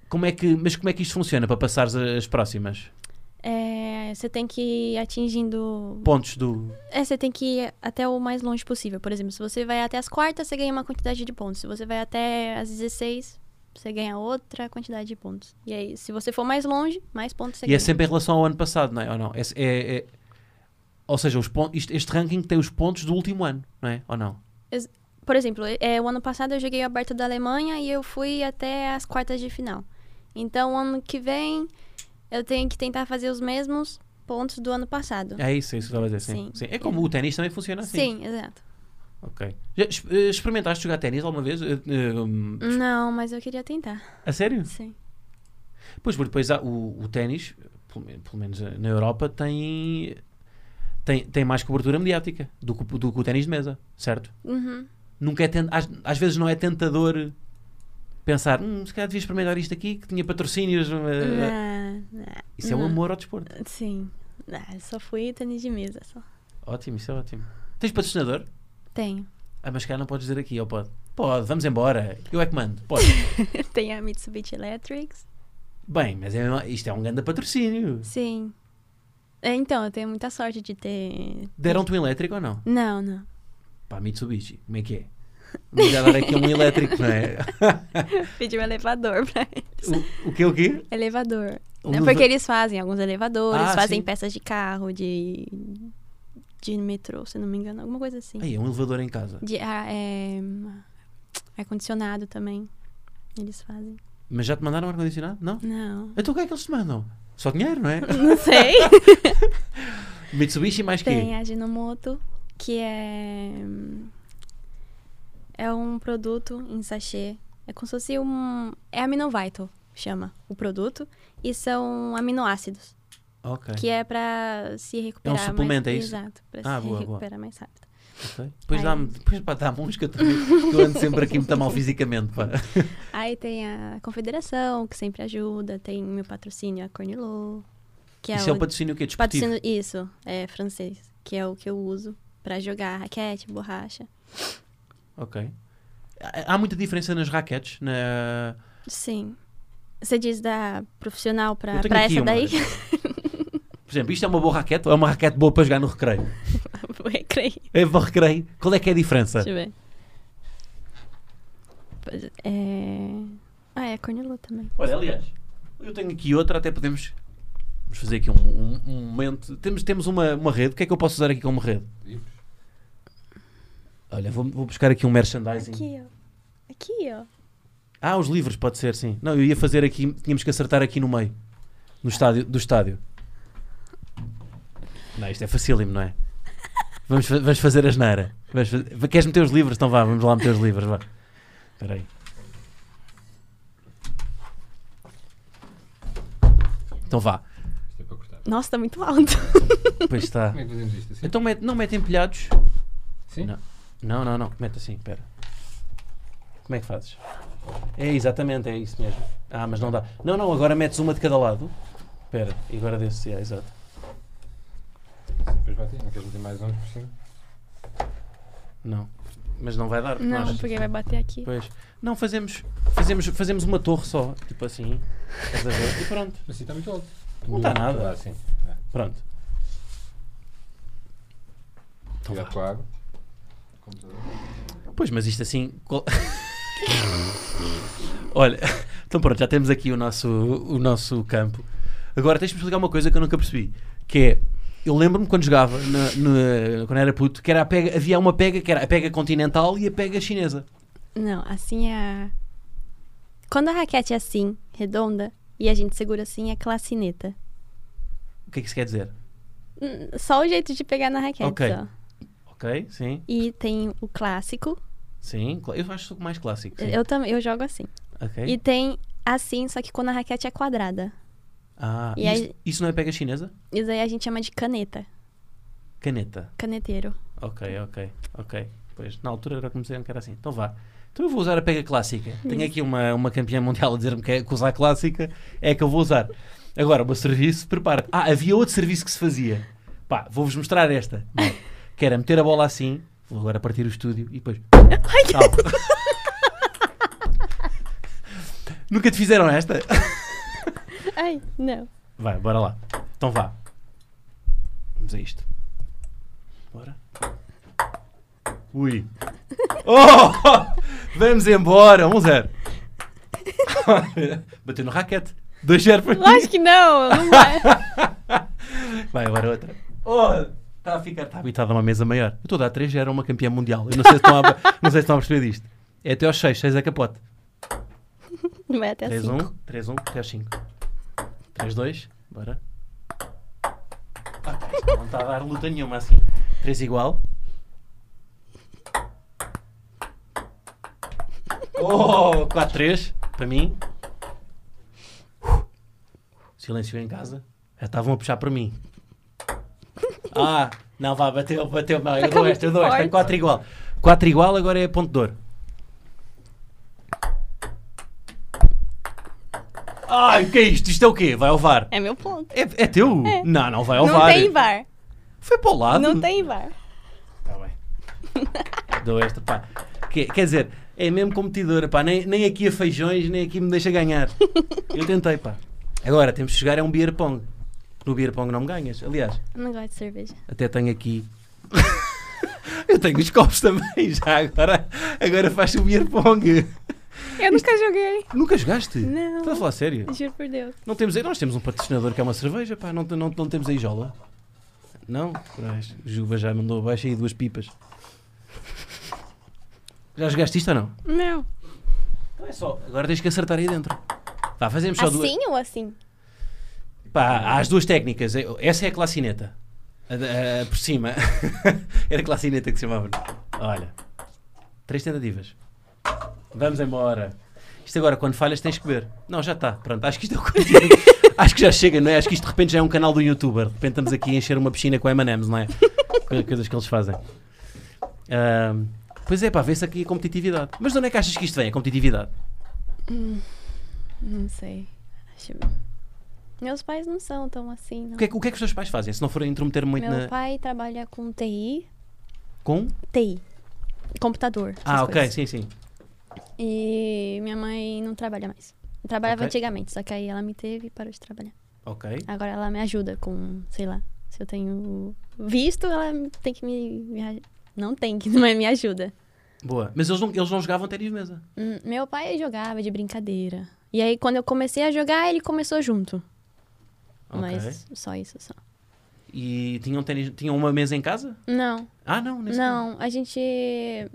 A: Como é que, mas como é que isto funciona para passares as próximas?
C: É, você tem que ir atingindo.
A: Pontos do.
C: É, você tem que ir até o mais longe possível. Por exemplo, se você vai até as quartas, você ganha uma quantidade de pontos. Se você vai até as 16, você ganha outra quantidade de pontos. E aí, se você for mais longe, mais pontos você
A: E é
C: ganha.
A: sempre em relação ao ano passado, não é? Ou não? É, é- é- Ou seja, os pon- isto- este ranking tem os pontos do último ano, não é? Ou não?
C: Por exemplo, é, o ano passado eu joguei o aberto da Alemanha e eu fui até as quartas de final. Então, ano que vem, eu tenho que tentar fazer os mesmos pontos do ano passado.
A: É isso, é isso que eu estava a dizer. Sim. Sim.
C: Sim.
A: É como o ténis também funciona assim.
C: Sim, exato.
A: Ok. Já es- eh, experimentaste jogar ténis alguma vez? Eh, eh, hum,
C: Não, mas eu queria tentar,
A: a sério?
C: sim.
A: Pois, porque depois há o, o ténis, pelo, men- pelo menos eh, na Europa, tem, tem, tem mais cobertura mediática do que, o- do que o ténis de mesa, certo?
C: Uhum.
A: Nunca é ten- às, às vezes não é tentador pensar, hum, se calhar devia experimentar isto aqui, que tinha patrocínios. eh,
C: Uhum. Não, não,
A: Isso é o
C: Não.
A: amor ao desporto.
C: Ah, sim. Não, eu só fui tênis de mesa, só.
A: Ótimo, isso é ótimo. Tens patrocinador?
C: Tenho.
A: Ah, mas cá não podes dizer aqui, ou pode? Pode, vamos embora. Eu é que mando. Pode.
C: Tenho a Mitsubishi Electrics.
A: Bem, mas é, isto é um grande patrocínio.
C: Sim. É, então, eu tenho muita sorte de ter...
A: Deram-te um elétrico ou não?
C: Não, não.
A: Pá, Mitsubishi, como é que é? Vamos já dar aqui um elétrico, não é?
C: Pedi um elevador pra
A: O, o quê, o quê?
C: Elevador.
A: Um
C: É
A: eleva-
C: porque eles fazem alguns elevadores,
A: Ah,
C: fazem
A: sim.
C: peças de carro, de. de metrô, se não me engano, alguma coisa assim.
A: Ai, é um elevador em casa.
C: De ar- é, ar-condicionado também. Eles fazem.
A: Mas já te mandaram ar-condicionado? Não?
C: Não.
A: Então o que é que eles te mandam? Só dinheiro, não é?
C: Não sei.
A: Mitsubishi mais
C: Tem
A: quê?
C: a Ginomoto, que é. hum, É um produto em sachê. É como se fosse um. É aminovaito, chama o produto. E são aminoácidos.
A: Ok.
C: Que é pra se recuperar mais-
A: um suplemento, é isso?
C: Exato, pra
A: Ah, boa,
C: se
A: boa.
C: recuperar mais rápido.
A: ok. Depois
C: Ai.
A: dá-me, depois pá, dá-me uns que eu, também, que eu ando sempre aqui muito mal fisicamente, pá.
C: Aí tem a Confederação, que sempre ajuda, tem meu patrocínio, a Cornilô, que é
A: Isso é
C: o
A: um patrocínio o quê? Desportivo?
C: patrocínio, isso, é francês, que é o que eu uso pra jogar raquete, borracha.
A: Ok. Há- Há muita diferença nas raquetes? Na...
C: Sim. Você diz da profissional pra,
A: Eu tenho
C: pra
A: aqui né?
C: essa
A: uma.
C: daí?
A: Por exemplo, isto é uma boa raquete ou é uma raquete boa para jogar no recreio?
C: Vou recreio.
A: É para o recreio. Qual é que é a diferença?
C: Deixa eu ver. É... Ah, é a Cornilô também.
A: Olha, aliás, eu tenho aqui outra, até podemos... Vamos fazer aqui um, um- um momento. Temos, temos uma, uma rede. O que é que eu posso usar aqui como rede?
B: Livros?
A: Olha, vou, vou buscar aqui um merchandising.
C: Aqui, ó. Aqui, ó.
A: Ah, os livros, pode ser, sim. Não, eu ia fazer aqui... Tínhamos que acertar aqui no meio. No estádio, do estádio. Não, isto é facílimo, não é? Vamos, fa- vamos fazer a geneira. Vamos fa- Queres meter os livros? Então vá, vamos lá meter os livros, vá. Espera aí. Então vá.
B: Isto é para cortar.
C: Nossa, tá muito alto.
A: Pois está.
B: Como é que fazemos isto assim?
A: Então mete, Então- não mete empilhados.
B: Sim?
A: Não, não, não. não. Mete assim, espera. Como é que fazes? É exatamente, é isso mesmo. Ah, mas não dá. Não, não, agora metes uma de cada lado. Espera, e agora desse, é, exato.
B: Depois bati, não queres meter mais uns por cima?
A: Não. Mas não vai dar, porque
C: Não,
A: nós.
C: porque vai bater aqui.
A: Pois. Não, fazemos, fazemos, fazemos uma torre só, tipo assim. Estás a ver? E pronto,
B: Mas assim está muito alto.
A: Não está nada.
B: Está assim.
A: pronto. Então
B: Cuidado
A: vá.
B: com a água. Computador.
A: Pois, mas isto assim. qual- Olha, então pronto, já temos aqui o nosso, o nosso campo. Agora tens-me explicar uma coisa que eu nunca percebi: que é. Eu lembro-me quando jogava, na- na- quando era puto, que era a pega, havia uma pega que era a pega continental e a pega chinesa.
C: Não, assim é a. Quando a raquete é assim, redonda, e a gente segura assim, é clacineta.
A: O que é que isso quer dizer?
C: Hum, Só o jeito de pegar na raquete,
A: Ok.
C: ó.
A: Ok, sim,
C: E tem o clássico.
A: sim. cla- Eu acho que sou mais clássico. Sim.
C: Eu também, eu jogo assim.
A: Ok.
C: E tem assim, só que quando a raquete é quadrada.
A: Ah,
C: E aí-
A: isso, isso não é pega chinesa?
C: Isso aí a gente chama de caneta.
A: Caneta.
C: Caneteiro.
A: Ok, ok, ok. Pois, na altura era como que era assim. Então vá. Então eu vou usar a pega clássica. Tenho aqui uma, uma campeã mundial a dizer-me que, é, que usar a clássica é que eu vou usar. Agora, o meu serviço, prepara-te. Ah, havia outro serviço que se fazia. Pá, vou-vos mostrar esta. Que era meter a bola assim, vou agora partir o estúdio e depois... Tal. Nunca te fizeram esta?
C: Ai, não.
A: Vai, bora lá. Então vá. Vamos a isto. Bora. Ui. Oh! Vamos embora. 1-0. Bateu no raquete. 2-0 para ti.
C: Lógico que não, não vai.
A: Vai, agora outra. Oh! Está a ficar. Está habitada uma mesa maior. Eu estou a dar 3-0 a uma campeã mundial. Eu não sei se estão a, não sei se estão a perceber disto. É até aos 6. 6 é capote.
C: Vai até assim.
A: 3-1, 3-1, até aos 5. 3-2, bora. Ah, pá, isto não está a dar luta nenhuma assim. 3 igual. Oh, 4-3, para mim. Silêncio em casa. Já estavam a puxar para mim. Ah, não, vá, bateu, bateu. Não, eu dou
C: Acabou
A: esta, eu dou esta.
C: forte.
A: 4 igual. 4 igual, agora é ponto de dor. Ai, o que é isto? Isto é o quê? Vai ao VAR.
C: É meu ponto.
A: É, é teu?
C: É.
A: Não, não vai ao
C: não
A: VAR.
C: tem VAR.
A: Foi para o lado.
C: Não tem VAR.
A: Tá bem. Dou esta, pá. Que- quer dizer, é mesmo competidora, pá. Nem, nem aqui a feijões, nem aqui me deixa ganhar. Eu tentei, pá. Agora, temos que chegar a um beer pong. No beer pong não me ganhas. Aliás,
C: Eu não gosto de cerveja.
A: até tenho aqui... Eu tenho os copos também, já agora, agora faz o beer pong.
C: Eu nunca joguei.
A: Nunca jogaste?
C: Não.
A: Estás a falar sério?
C: Juro por Deus.
A: Não temos aí, nós temos um patrocinador que é uma cerveja, pá, não, te- não, não temos aí jola. Não? Pois, Juba já mandou abaixo aí duas pipas. Já jogaste isto ou não?
C: Não.
A: Então é só, agora tens que acertar aí dentro. Vá, fazemos só duas.
C: Assim ou assim?
A: Pá, há as duas técnicas. É- Essa é a clacineta. A da- a- a por cima. Era a clacineta que se chamava. Olha. Três tentativas. Vamos embora. Isto agora, quando falhas, tens que beber. Não, já está. Pronto, acho que isto é o conteúdo. Acho que já chega, não é? Acho que isto de repente já é um canal do youtuber. De repente estamos aqui a encher uma piscina com M&M's, não é? Co- Coisas que eles fazem. Ahm, pois é, pá, vê-se aqui a competitividade. Mas de onde é que achas que isto vem, a competitividade?
C: Não sei. Acho- Meus pais não são tão assim, não.
A: O que é que, o que, é que os teus pais fazem? Se não forem intrometer muito né?
C: Meu
A: na...
C: pai trabalha com TI.
A: Com?
C: TI. Computador. essas
A: Ah, ok,
C: coisas.
A: sim, sim.
C: E minha mãe não trabalha mais. Trabalhava
A: Ok.
C: antigamente, só que aí ela me teve e parou de trabalhar.
A: Ok.
C: Agora ela me ajuda com, sei lá, se eu tenho visto, ela tem que me. me aj- não tem que, mas me ajuda.
A: Boa. Mas eles não, eles não jogavam ténis de mesa.
C: Hum, Meu pai jogava de brincadeira. E aí, quando eu comecei a jogar, ele começou junto. Mas só é isso, só.
A: E tinham, ténis, tinham uma mesa em casa?
C: Não,
A: Ah, não. nesse
C: não. A gente.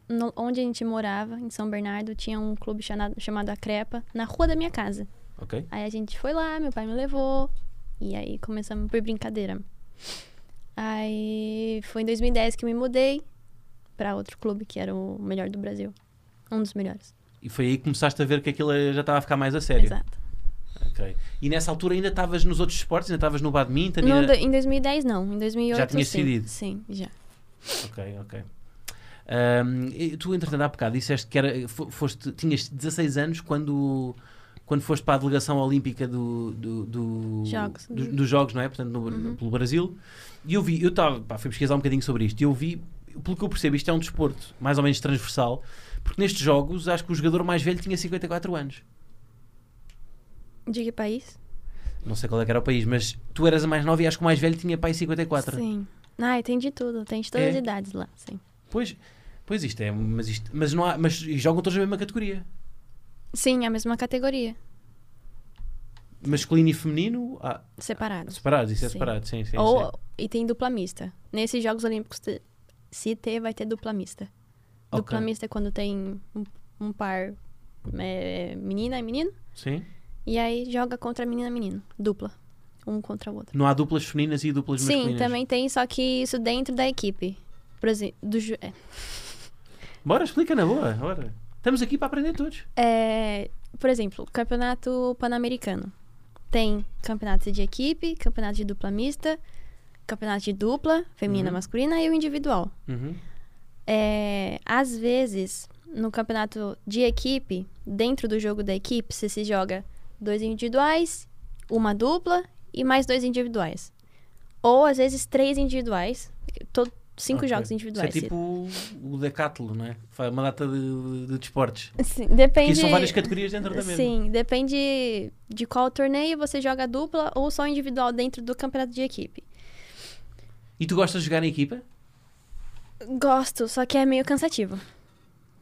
C: no- onde a gente morava, em São Bernardo, tinha um clube chamado, chamado A Crepa, na rua da minha casa.
A: caso. Ok.
C: Aí a gente foi lá, meu pai me levou. E aí começamos por brincadeira. Aí foi em 2010 que eu me mudei pra outro clube que era o melhor do Brasil. Um dos melhores.
A: E foi aí que começaste a ver que aquilo já estava a ficar mais a sério.
C: Exato.
A: Ok. E nessa altura ainda estavas nos outros esportes? Ainda estavas no badminton?
C: Não,
A: ainda...
C: do- em 2010 não, em 2008
A: Já tinha
C: sim.
A: decidido?
C: Sim, já.
A: Ok, ok. Ahm, e tu, entretanto, há bocado disseste que era, fo- foste, tinhas 16 anos quando, quando foste para a delegação olímpica do, do, do-
C: Jogos. uhum.
A: do- dos Jogos, não é? Portanto, no- no- pelo Brasil. E eu vi, eu estava, pá, fui pesquisar um bocadinho sobre isto, e eu vi, pelo que eu percebo, isto é um desporto mais ou menos transversal, porque nestes Jogos acho que o jogador mais velho tinha 54 anos.
C: De que país?
A: Não sei qual é que era o país, mas tu eras a mais nova e acho que o mais velho tinha pai 54.
C: Sim. Ah, e tem de tudo, tem de todas
A: É?
C: as idades lá, sim.
A: Pois, pois isto é, mas, isto, mas, não há, mas jogam todos na mesma categoria.
C: Sim, é a mesma categoria,
A: Masculino e feminino, há-
C: separados.
A: separados, isso é
C: Sim.
A: separado, sim, sim.
C: Ou,
A: sim.
C: e tem dupla mista. Nesses Jogos Olímpicos, te- se ter, vai ter dupla mista.
A: Ok.
C: Dupla mista é quando tem um, um par é, menina e menino,
A: Sim.
C: e aí joga contra menina e menino, dupla, um contra o outro.
A: Não há duplas femininas e duplas
C: Sim,
A: masculinas.
C: também tem, só que isso dentro da equipe. Por exemplo, do, ju- é,
A: Bora, explica na boa, bora. Estamos aqui para aprender todos.
C: É, por exemplo, o campeonato pan-americano. Tem campeonato de equipe, campeonato de dupla mista, campeonato de dupla, feminina
A: Uhum.
C: masculina e o individual.
A: Uhum.
C: É, às vezes, no campeonato de equipe, dentro do jogo da equipe, você se joga dois individuais, uma dupla e mais dois individuais. Ou às vezes três individuais, to- cinco
A: Ok.
C: jogos individuais.
A: Isso é tipo o decátulo, não é? Faz Uma data de, de desportos.
C: Sim,
A: Porque
C: depende.
A: são várias categorias dentro da mesma.
C: Sim, depende de qual torneio você joga dupla ou só individual dentro do campeonato de equipe.
A: E tu gostas de jogar em equipa?
C: Gosto, só que é meio cansativo.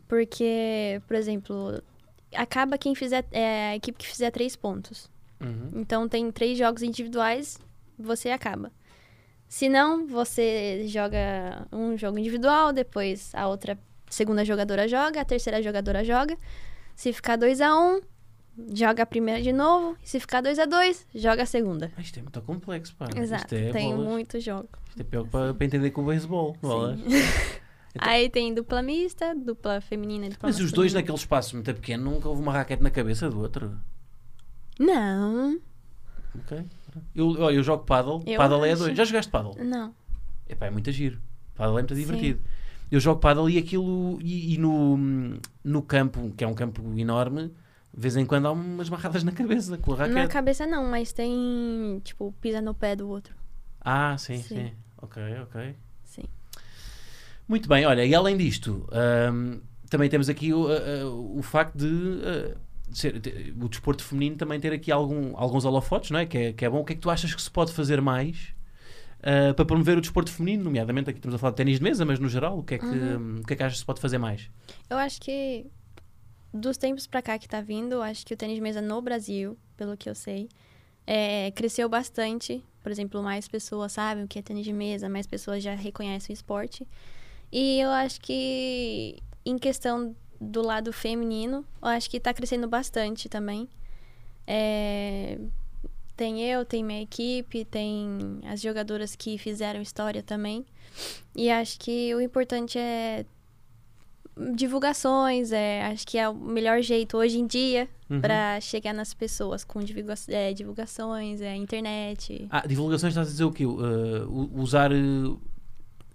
C: Porque, por exemplo, acaba quem fizer. É a equipe que fizer três pontos.
A: Uhum.
C: Então tem três jogos individuais, você acaba. Se não, você joga um jogo individual, depois a outra segunda jogadora joga, a terceira jogadora joga. Se ficar 2 a 1 um, joga a primeira de novo. E se ficar 2 a 2 joga a segunda.
A: Ah, isto é muito complexo, pá. Isto
C: Exato,
A: é
C: tem
A: bolas.
C: muito jogo.
A: Isto é pior para, para entender com o beisebol. bolas. Então-
C: Aí tem dupla mista, dupla feminina e dupla
A: Mas os dois
C: masculina.
A: naquele espaço muito pequeno nunca houve uma raquete na cabeça do outro.
C: Não,
A: Ok? Eu, ó, eu jogo paddle.
C: Eu
A: paddle é a
C: acho.
A: dois. Já jogaste paddle?
C: não.
A: Epá, é muito giro. Paddle é muito
C: Sim.
A: divertido. Eu jogo paddle e aquilo. E, e no, no campo, que é um campo enorme, de vez em quando há umas marradas na cabeça com a
C: Na
A: raquete.
C: cabeça não, mas tem, tipo, pisa no pé do outro.
A: Ah, sim, sim,
C: Sim.
A: Ok, ok.
C: Sim.
A: Muito bem, olha, e além disto, hum, também temos aqui o, a- a- o facto de. uh, ser- te- o desporto feminino também ter aqui algum, alguns holofotes, não é? Que, é? que é bom. O que é que tu achas que se pode fazer mais uh, para promover o desporto feminino? Nomeadamente, aqui estamos a falar de ténis de mesa, mas no geral, o que é que,
C: Uhum.
A: hum, o que, é que achas que se pode fazer mais?
C: Eu acho que dos tempos pra cá que tá vindo, eu acho que o tênis de mesa no Brasil, pelo que eu sei, é, cresceu bastante. Por exemplo, mais pessoas sabem o que é tênis de mesa, mais pessoas já reconhecem o esporte. E eu acho que em questão do lado feminino, eu acho que tá crescendo bastante também. É, tem eu, tem minha equipe, tem as jogadoras que fizeram história também. E acho que o importante é divulgações, é, acho que é o melhor jeito hoje em dia
A: Uhum.
C: pra chegar nas pessoas com divulga é, divulgações, é, internet.
A: Ah, divulgações, estás a dizer o quê? Uh, u- usar. uh,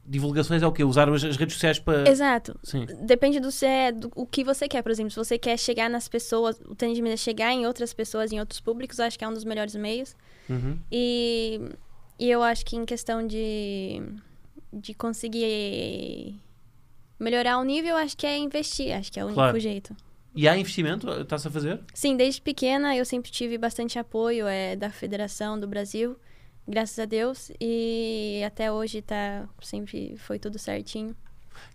A: divulgações é o quê? Usar as, as redes sociais para.
C: Exato.
A: Ah. Sim.
C: Depende do, se é, do o que você quer, por exemplo, se você quer chegar nas pessoas, o tênis de mesa chegar em outras pessoas, em outros públicos, eu acho que é um dos melhores meios.
A: Uhum.
C: E, e eu acho que em questão de, de conseguir melhorar o nível, eu acho que é investir, acho que é o único
A: Claro.
C: jeito.
A: E há investimento? ah, Estás a fazer?
C: Sim, desde pequena eu sempre tive bastante apoio é, da Federação do Brasil, graças a Deus, e até hoje tá sempre foi tudo certinho.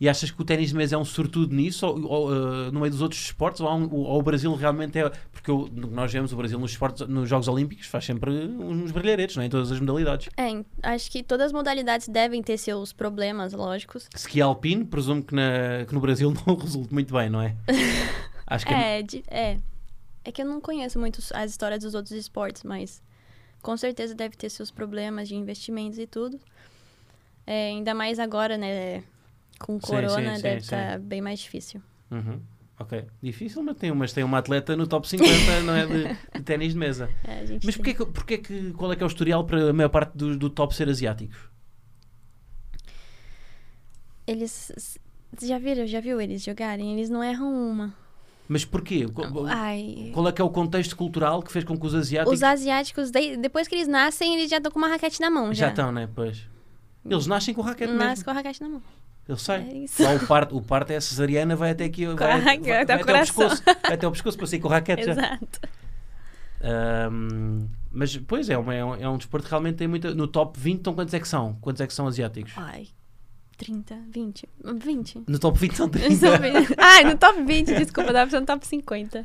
A: E achas que o ténis de mesa é um sortudo nisso, ou, ou, eh, no meio dos outros esportes, ou, há um- ou o Brasil realmente é. Porque eu- no que nós vemos o Brasil nos, esportes, nos Jogos Olímpicos faz sempre uns brilharetes, não é? em todas as modalidades.
C: É, em- acho que todas as modalidades devem ter seus problemas lógicos.
A: Ski alpino, presumo que, na- que no Brasil não resulte muito bem, não é? Acho que é.
C: É, de- é. É que eu não conheço muito os- as histórias dos outros esportes, mas com certeza deve ter seus problemas de investimentos e tudo. É, ainda mais agora, né? Com
A: sim,
C: corona
A: sim,
C: deve
A: sim.
C: estar bem mais difícil.
A: Uhum. Ok. Difícil, mas tem, um, mas tem uma atleta no top 50, não é? De, de ténis de mesa.
C: É, a gente
A: Mas
C: tem-
A: porquê que, porquê que. Qual é que é o historial para a maior parte do, do top ser asiáticos?
C: eles s- Vocês já viram? Já viu eles jogarem? Eles não erram uma.
A: Mas porquê? Co-
C: Ai.
A: Qual é que é o contexto cultural que fez com que os asiáticos
C: Os asiáticos, de- depois que eles nascem, eles já estão com uma raquete na mão.
A: já
C: Já,
A: estão, né? Pois. Eles nascem com o raquete
C: Nasce
A: mesmo.
C: com a raquete na mão.
A: Eu
C: É
A: sei.
C: isso.
A: Lá o parto, o parto é a cesariana, vai até aqui, vai, vai,
C: raquete,
A: vai
C: até o
A: até o
C: coração.
A: pescoço. Vai até o pescoço, passei com o raquete já.
C: Exato.
A: Ahm, mas, pois, é, uma- é um, é um desporto que realmente tem muita... No top 20, então quantos é que são? Quantos é que são asiáticos?
C: Ai. 30, 20. 20.
A: No top 20 são
C: Eles são
A: 30.
C: bem- Ai, no top 20, desculpa, dá pra no top 50.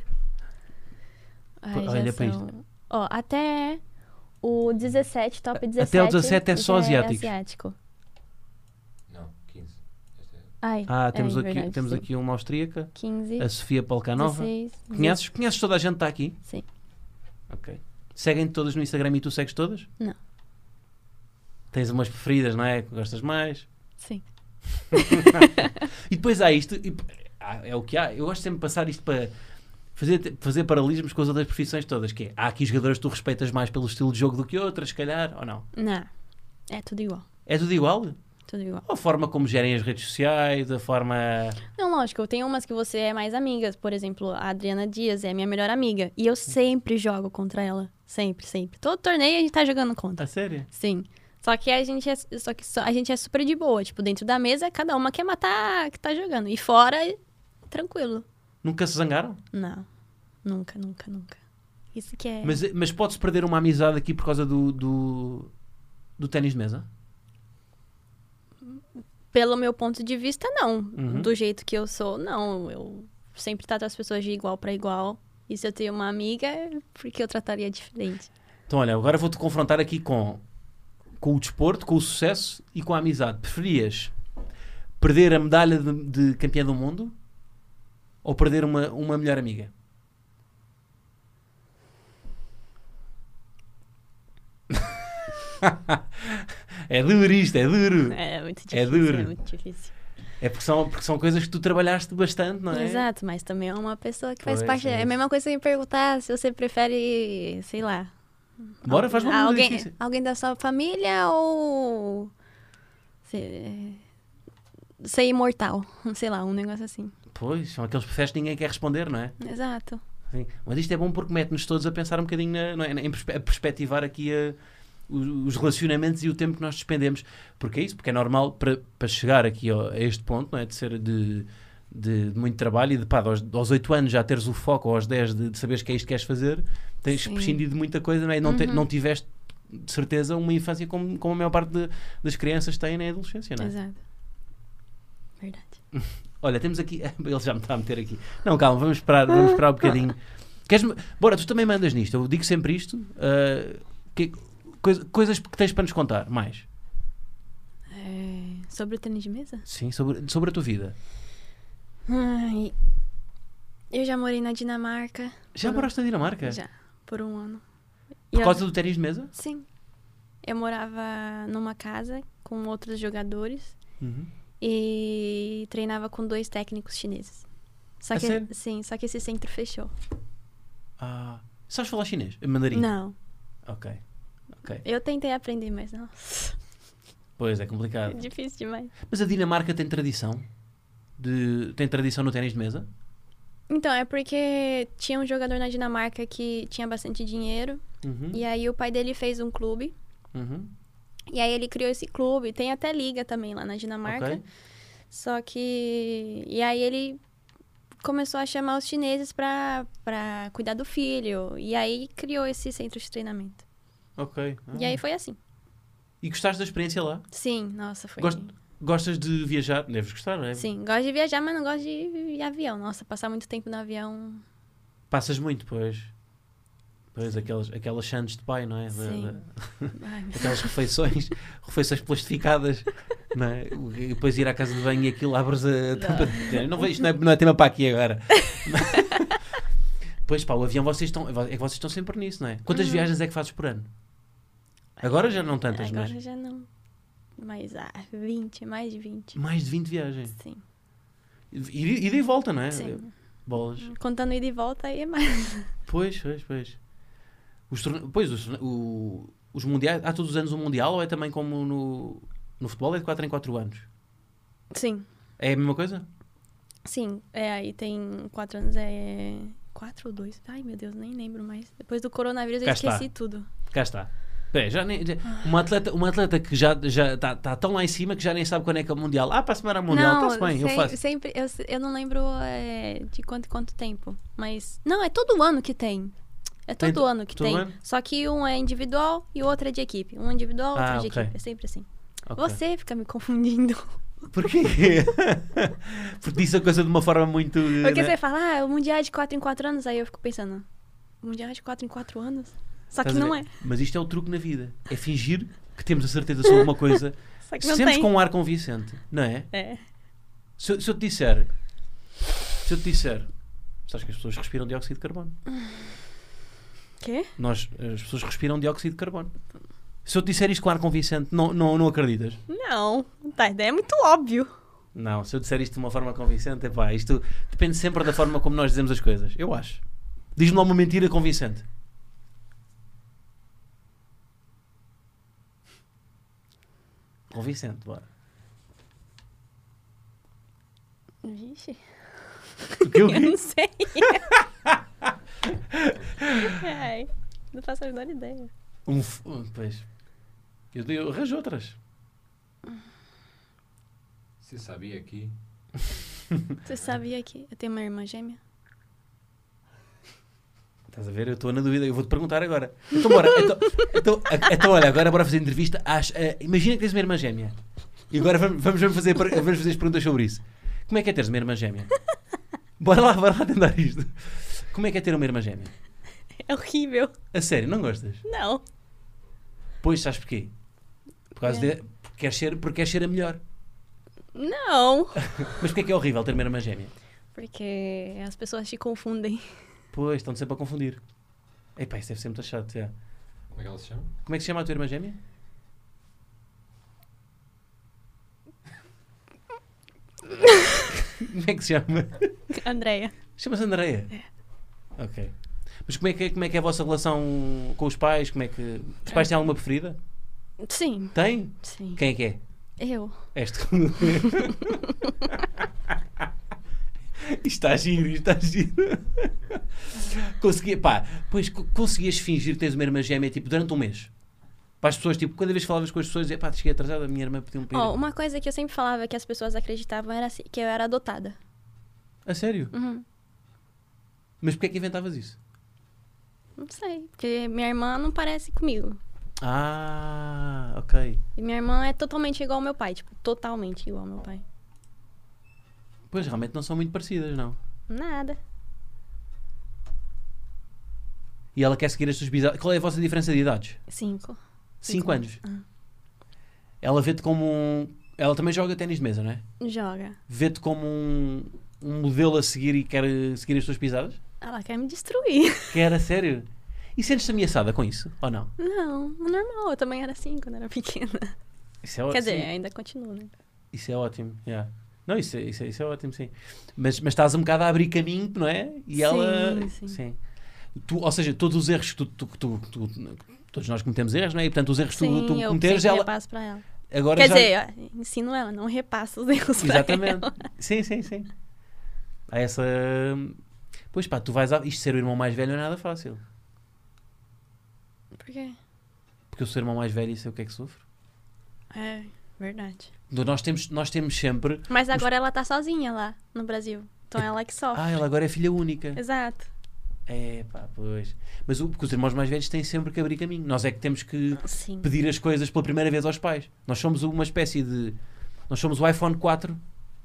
A: Pô,
C: Ai,
A: olha
C: já
A: pra
C: são... Ó, até o 17, top 17.
A: até o 17 é só
C: já
A: asiáticos.
C: asiático.
B: Não, 15. Esta é-
C: Ai,
A: Ah, temos,
C: é
A: aqui,
C: verdade,
A: temos
C: sim.
A: aqui É uma austríaca,
C: 15,
A: a Sofia Palcanova.
C: 16,
A: Conheces? Conheces toda a gente que está aqui?
C: Sim.
A: Ok. Seguem todas no Instagram e tu segues todas?
C: Não.
A: Tens umas preferidas, não é? Que gostas mais.
C: Sim.
A: E depois há isto. e- há- é o que há. Eu gosto sempre de passar isto para fazer, fazer paralelismos com as outras profissões todas. Que é, há aqui jogadores que tu respeitas mais pelo estilo de jogo do que outras, se calhar, ou não?
C: Não, é tudo igual.
A: É tudo igual?
C: Tudo igual.
A: Ou a forma como gerem as redes sociais, a forma.
C: Não, lógico, tem umas que você é mais amigas. Por exemplo, a Adriana Dias é minha melhor amiga. E eu sempre jogo contra ela. Sempre, sempre. Todo torneio a gente tá jogando contra.
A: A sério?
C: Sim. Só que a gente é, só que só- a gente é super de boa. Tipo, dentro da mesa, cada uma quer matar a que tá jogando. E fora, tranquilo.
A: Nunca se zangaram?
C: Não. Nunca, nunca, nunca. Isso que é.
A: Mas, mas pode-se perder uma amizade aqui por causa do. do, do ténis de mesa?
C: Pelo meu ponto de vista, não.
A: Uhum.
C: Do jeito que eu sou, não. Eu sempre trato as pessoas de igual pra igual. E se eu tenho uma amiga, é porque eu trataria diferente.
A: Então, olha, agora vou-te confrontar aqui com, com o desporto, com o sucesso e com a amizade. Preferias perder a medalha de, de campeã do mundo ou perder uma, uma melhor amiga? é duro isto, é duro.
C: É muito difícil.
A: É duro.
C: É muito difícil.
A: É porque são, porque são coisas que tu trabalhaste bastante, não é?
C: Exato, mas também é uma pessoa que faz
A: Pois,
C: parte.
A: é
C: É a
A: isso.
C: mesma coisa que me perguntar se você prefere, sei lá,
A: Bora, faz uma
C: Ah,
A: pergunta
C: alguém,
A: difícil.
C: alguém da sua família ou. Ser, ser imortal. Sei lá, um negócio assim.
A: Pois, são aqueles processos que ninguém quer responder, não é?
C: Exato.
A: Sim, Mas isto é bom porque mete-nos todos a pensar um bocadinho na, não é, na- em perspe- a perspectivar aqui eh, o- os relacionamentos e o tempo que nós despendemos. Porque é isso, porque é normal para, para chegar aqui ao- a este ponto, não é? De ser de, de, de muito trabalho e de pá, aos, aos 8 anos já teres o foco, ou aos 10 de, de saberes que é isto que queres fazer, tens
C: Sim. Uhum.
A: prescindido de muita coisa, não é? E não, te- não tiveste de certeza uma infância como, como a maior parte de- das crianças têm na adolescência, não é?
C: Exato. Verdade.
A: Olha, temos aqui. Ele já me está a meter aqui. Não, calma, vamos esperar, vamos esperar um bocadinho. Queres-me- Bora, tu também mandas nisto. Eu digo sempre isto. ah, que- coisa- coisas que tens para nos contar mais.
C: É, sobre o tênis de mesa?
A: Sim, sobre, sobre a tua vida.
C: Ai, eu já morei na Dinamarca.
A: Já
C: Ora,
A: moraste na Dinamarca?
C: Já. Por um ano. E
A: É. Por
C: eu-
A: causa do ténis de mesa?
C: Sim. Eu morava numa casa com outros jogadores
A: Uhum.
C: e treinava com dois técnicos chineses. Só
A: É
C: que,
A: sério?
C: sim, só que esse centro fechou.
A: Ah, sabes falar chinês? Mandarim?
C: Não,
A: Ok. Ok.
C: eu tentei aprender, mas não.
A: Pois é
C: É
A: complicado.
C: difícil demais.
A: Mas a Dinamarca tem tradição? De, tem tradição no ténis de mesa?
C: Então, é porque tinha um jogador na Dinamarca que tinha bastante dinheiro.
A: Uhum.
C: E aí o pai dele fez um clube.
A: Uhum.
C: E aí ele criou esse clube. Tem até liga também lá na Dinamarca.
A: Ok.
C: Só que. E aí ele começou a chamar os chineses pra, pra cuidar do filho. E aí criou esse centro de treinamento.
A: Ok. Ah.
C: E aí foi assim.
A: E gostaste da experiência lá?
C: Sim, nossa, foi. assim.
A: Gosto- Gostas de viajar? Deves gostar, não é?
C: Sim, gosto de viajar, mas não gosto de avião. Nossa, passar muito tempo no avião.
A: Passas muito, pois. Pois, aquelas, aquelas chances de pai, não é? Da-
C: Sim.
A: da-
C: Ai, meu
A: aquelas refeições, refeições plastificadas, não é? O- E depois ir à casa de banho e aquilo abres a tampa. de- Não, vejo, isto não, é, não é tema para aqui agora. pois pá, o avião vocês estão, é que vocês estão sempre nisso, não é? Quantas
C: Hum.
A: viagens é que fazes por ano? Agora já não tantas,
C: Agora
A: mas
C: já não. Mas ah, 20, mais de 20.
A: mais de 20 viagens.
C: Sim,
A: E, e, e de volta, não é?
C: sim.
A: Bolas.
C: Contando ida e volta aí é mais.
A: Pois, pois, pois. Os torne... Pois, os, torne- o- os mundiais. Há todos os anos um mundial ou é também como no, no futebol? É de 4 em 4 anos.
C: Sim.
A: É a mesma coisa?
C: Sim, é, aí tem quatro anos, é. Quatro ou dois? Ai, meu Deus, nem lembro mais. Depois do coronavírus
A: Cá
C: eu
A: está.
C: esqueci tudo.
A: Cá está. Peraí, já nem, já- uma, atleta, uma atleta que já está já tá, tá tão lá em cima que já nem sabe quando é que é o Mundial. Ah, para a semana é o Mundial, está-se bem, eu
C: sem-
A: faço.
C: sempre. Eu, se- eu não lembro é, de quanto em quanto tempo. Mas. Não, é todo ano que tem. É todo
A: Tem to-
C: ano que
A: todo
C: tem.
A: ano?
C: Só que um é individual e o outro é de equipe. Um individual, outro
A: Ah,
C: de
A: ok.
C: equipe. É sempre assim.
A: Ok.
C: Você fica me confundindo.
A: Porquê? Porque disse a coisa de uma forma muito. eh,
C: Porque
A: né?
C: você fala, ah, o mundial é de 4 em 4 anos, aí eu fico pensando, mundial é de 4 em 4 anos? Só que
A: Estás a
C: não
A: ver?
C: é.
A: Mas isto é o truque na vida. É fingir que temos a certeza sobre uma coisa,
C: Só que não
A: sempre
C: tem.
A: com um ar convincente, não é?
C: É.
A: Se, eu- se eu te disser. Se eu te disser. Sabes que as pessoas respiram dióxido de carbono.
C: Quê?
A: Nós, as pessoas respiram dióxido de carbono. Se eu te disser isto com ar convincente, não, não, não acreditas?
C: Não, tá, é muito óbvio.
A: Não, se eu disser isto de uma forma convincente, epá, isto depende sempre da forma como nós dizemos as coisas. Eu acho. Diz-me lá uma mentira convincente. Convincente, bora.
C: Vixe,
A: O que, o
C: eu
A: quê?
C: não sei. Ai, não faço a menor ideia.
A: Um, f- um, pois. Eu, dei- eu arranjo outras.
B: Você sabia que.
C: Você sabia que eu tenho uma irmã gêmea?
A: Estás a ver? Eu estou na dúvida. Eu vou-te perguntar agora. Então, bora. Então, então, a- então, olha, agora bora fazer entrevista. Às, eh, imagina que tens uma irmã gêmea. E agora vamos, vamos, vamos fazer, per- vamos fazer as perguntas sobre isso. Como é que é teres uma irmã gêmea? Bora lá, bora lá tentar isto. Como é que é ter uma irmã gêmea?
C: É horrível.
A: A sério, não gostas?
C: Não.
A: Pois, sabes porquê? Por causa de... Porque queres ser, porque queres ser a melhor.
C: Não.
A: Mas porquê é que é horrível ter uma irmã gêmea?
C: Porque as pessoas te confundem.
A: Pois, estão sempre a confundir. Epá, isso deve ser muito chato, já.
B: Como é que ela se chama?
A: Como é que se chama a tua irmã gêmea? como é que se chama?
C: Andréia.
A: Chama-se Andreia. Ok. Mas como é, que, é- como é que é a vossa relação com os pais? Como é que. Os pais têm alguma preferida?
C: Sim,
A: Tem?
C: sim.
A: Quem é que é?
C: Eu.
A: És tu. Isto está giro, isto está giro. Consegui, pá, pois co- conseguias fingir que tens uma irmã gêmea tipo, durante um mês. Para as pessoas, tipo, cada vez que falavas com as pessoas, dizia, pá, cheguei atrasada, a minha irmã pediu um pedido.
C: Ó, uma coisa que eu sempre falava que as pessoas acreditavam era assim- que eu era adotada.
A: A sério?
C: Uhum.
A: Mas porquê é que inventavas isso?
C: Não sei, porque minha irmã não parece comigo.
A: Ah, ok.
C: E minha irmã é totalmente igual ao meu pai, tipo, totalmente igual ao meu pai.
A: Pois realmente não são muito parecidas, não.
C: Nada.
A: E ela quer seguir as suas bizarras. Qual é a vossa diferença de idades?
C: Cinco.
A: 5 anos. Ela vê-te como um. Ela também joga ténis de mesa, não é?
C: Joga.
A: vê-te como um, um modelo a seguir e quer eh, seguir as tuas pisadas?
C: Ela quer me destruir.
A: Que era sério? E sentes-te ameaçada com isso? Ou não?
C: Não, normal. Eu também era assim quando era pequena.
A: Isso é ótimo.
C: Quer dizer, ainda continuo, né?
A: Isso é ótimo. yeah. Não, isso, é- isso, é- isso é ótimo, sim. Mas, mas estás um bocado a abrir caminho, não é? E
C: Sim,
A: ela.
C: sim.
A: Tu, ou seja, todos os erros que tu. tu- que tu- que tu- todos nós cometemos erros, não é? E portanto, os erros que tu,
C: Sim,
A: tu
C: eu
A: cometeres,
C: sempre
A: ela.
C: repasso pra ela.
A: Agora
C: Quer
A: já-
C: dizer, eu ensino ela, não repasso os erros pra
A: Exatamente.
C: ela.
A: Sim, sim, sim. Há essa. Pois pá, tu vais. A... Isto ser o irmão mais velho não é nada fácil.
C: Por quê?
A: Porque eu sou o irmão mais velho e sei o que é que sofro.
C: É, verdade.
A: No- Nós temos, nós temos sempre.
C: Mas agora ela tá sozinha lá no Brasil. Então ela que sofre.
A: Ah, ela agora é filha única.
C: Exato.
A: É pá, pois. Mas o, porque os irmãos mais velhos têm sempre que abrir caminho. Nós é que temos que
C: Sim.
A: pedir as coisas pela primeira vez aos pais. Nós somos uma espécie de. Nós somos o iPhone 4,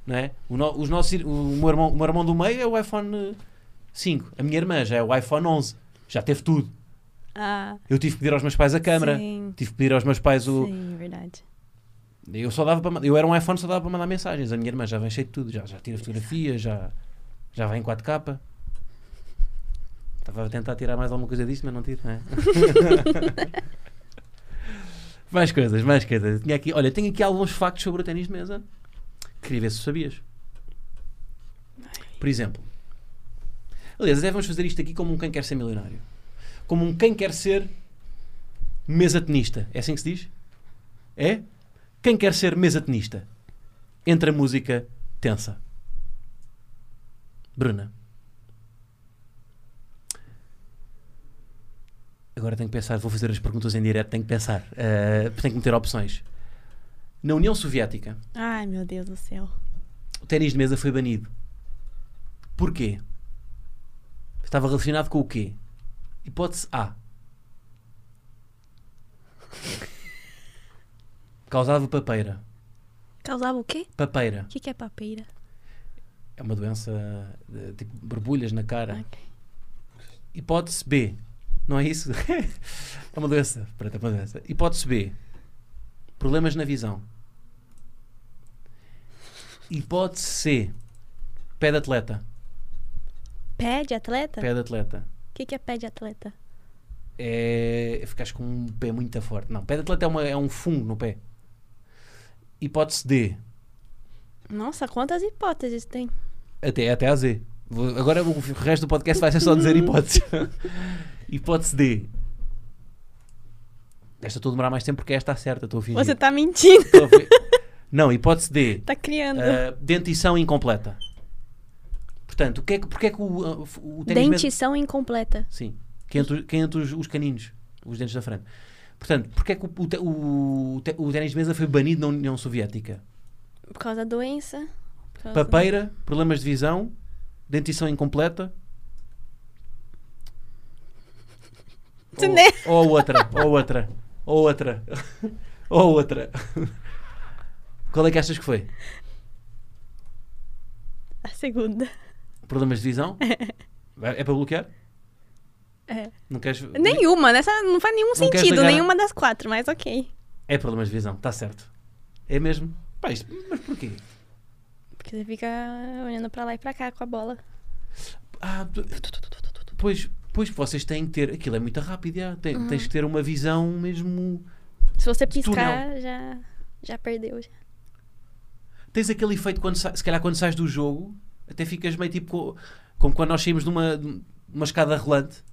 A: não é? O, no- os nossos, ir- o, meu irmão, o meu irmão do meio é o iPhone eh, 5. A minha irmã já é o iPhone 11. Já teve tudo.
C: Ah,
A: Eu tive que pedir aos meus pais a câmara.
C: Sim.
A: Tive que pedir aos meus pais o.
C: Sim, verdade.
A: Eu só dava para ma- eu era um iPhone só dava para mandar mensagens. A minha irmã já vem cheio de tudo, já, já tira fotografia, já já vai em 4K. Estava a tentar tirar mais alguma coisa disso, mas não tiro, não é? mais coisas, mais coisas. Tinha aqui, olha, tenho aqui alguns factos sobre o ténis de mesa. Queria ver se sabias. Por exemplo. Aliás, até vamos fazer isto aqui como um quem quer ser milionário. Como um quem quer ser mesa tenista. É assim que se diz? É? Quem quer ser mesa tenista? Entre a música tensa. Bruna. Agora tenho que pensar, vou fazer as perguntas em direto, tenho que pensar. eh, tenho que meter opções. Na União Soviética,
C: Ai, meu Deus do céu.
A: o ténis de mesa foi banido. Porquê? Estava relacionado com o quê? Hipótese A. Causava papeira.
C: Causava o quê?
A: Papeira.
C: O que, que é papeira?
A: É uma doença de, tipo borbulhas na cara.
C: Ok.
A: Hipótese B. Não é isso? é uma doença. Pronto, é uma doença. Hipótese B. Problemas na visão. Hipótese C. Pé de atleta.
C: Pé de atleta?
A: Pé de atleta.
C: O que, que é pé de atleta?
A: É ficares com um pé muito forte. Não, pé de atleta é, uma- é um fungo no pé. Hipótese D.
C: Nossa, quantas hipóteses tem?
A: Até, até a Z. Vou- Agora o resto do podcast vai ser só dizer hipótese. hipótese D. Esta estou a demorar mais tempo porque esta acerta, estou a fingir.
C: Você tá mentindo.
A: Estou a fi- Não, hipótese D.
C: Tá criando.
A: Ah, dentição incompleta. Portanto, o que é que, porque é que o, ah, o ténis mesa-
C: Dentição incompleta.
A: Sim. Quem entre, quem entre os, os caninos, os dentes da frente. Portanto, porque é que o, o, te- o, te- o ténis de mesa foi banido na União Soviética?
C: Por causa da doença. por causa-
A: Papeira, problemas de visão, dentição incompleta.
C: Tu nem-
A: Ou, ou outra, ou outra, ou outra, ou outra. Qual é que achas que foi?
C: A segunda.
A: Problemas de visão? É, é para bloquear?
C: É.
A: Não queres?
C: Nenhuma, nessa não faz
A: Não
C: nenhum
A: quer né?
C: sentido,
A: jogar-
C: nenhuma das quatro, mas ok.
A: É problemas de visão, está certo. É mesmo? Pá, isto- mas porquê?
C: Porque você fica olhando pra lá e pra cá com a bola.
A: Ah, tu- pois, pois vocês têm que ter. Aquilo é muito rápido, já. Tem- tens
C: Uhum.
A: que ter uma visão mesmo.
C: Se você
A: Túnel.
C: piscar, já, já perdeu. Já.
A: Tens aquele efeito quando sa- se calhar quando sais do jogo, até ficas meio tipo co- como quando nós saímos de uma, de uma escada rolante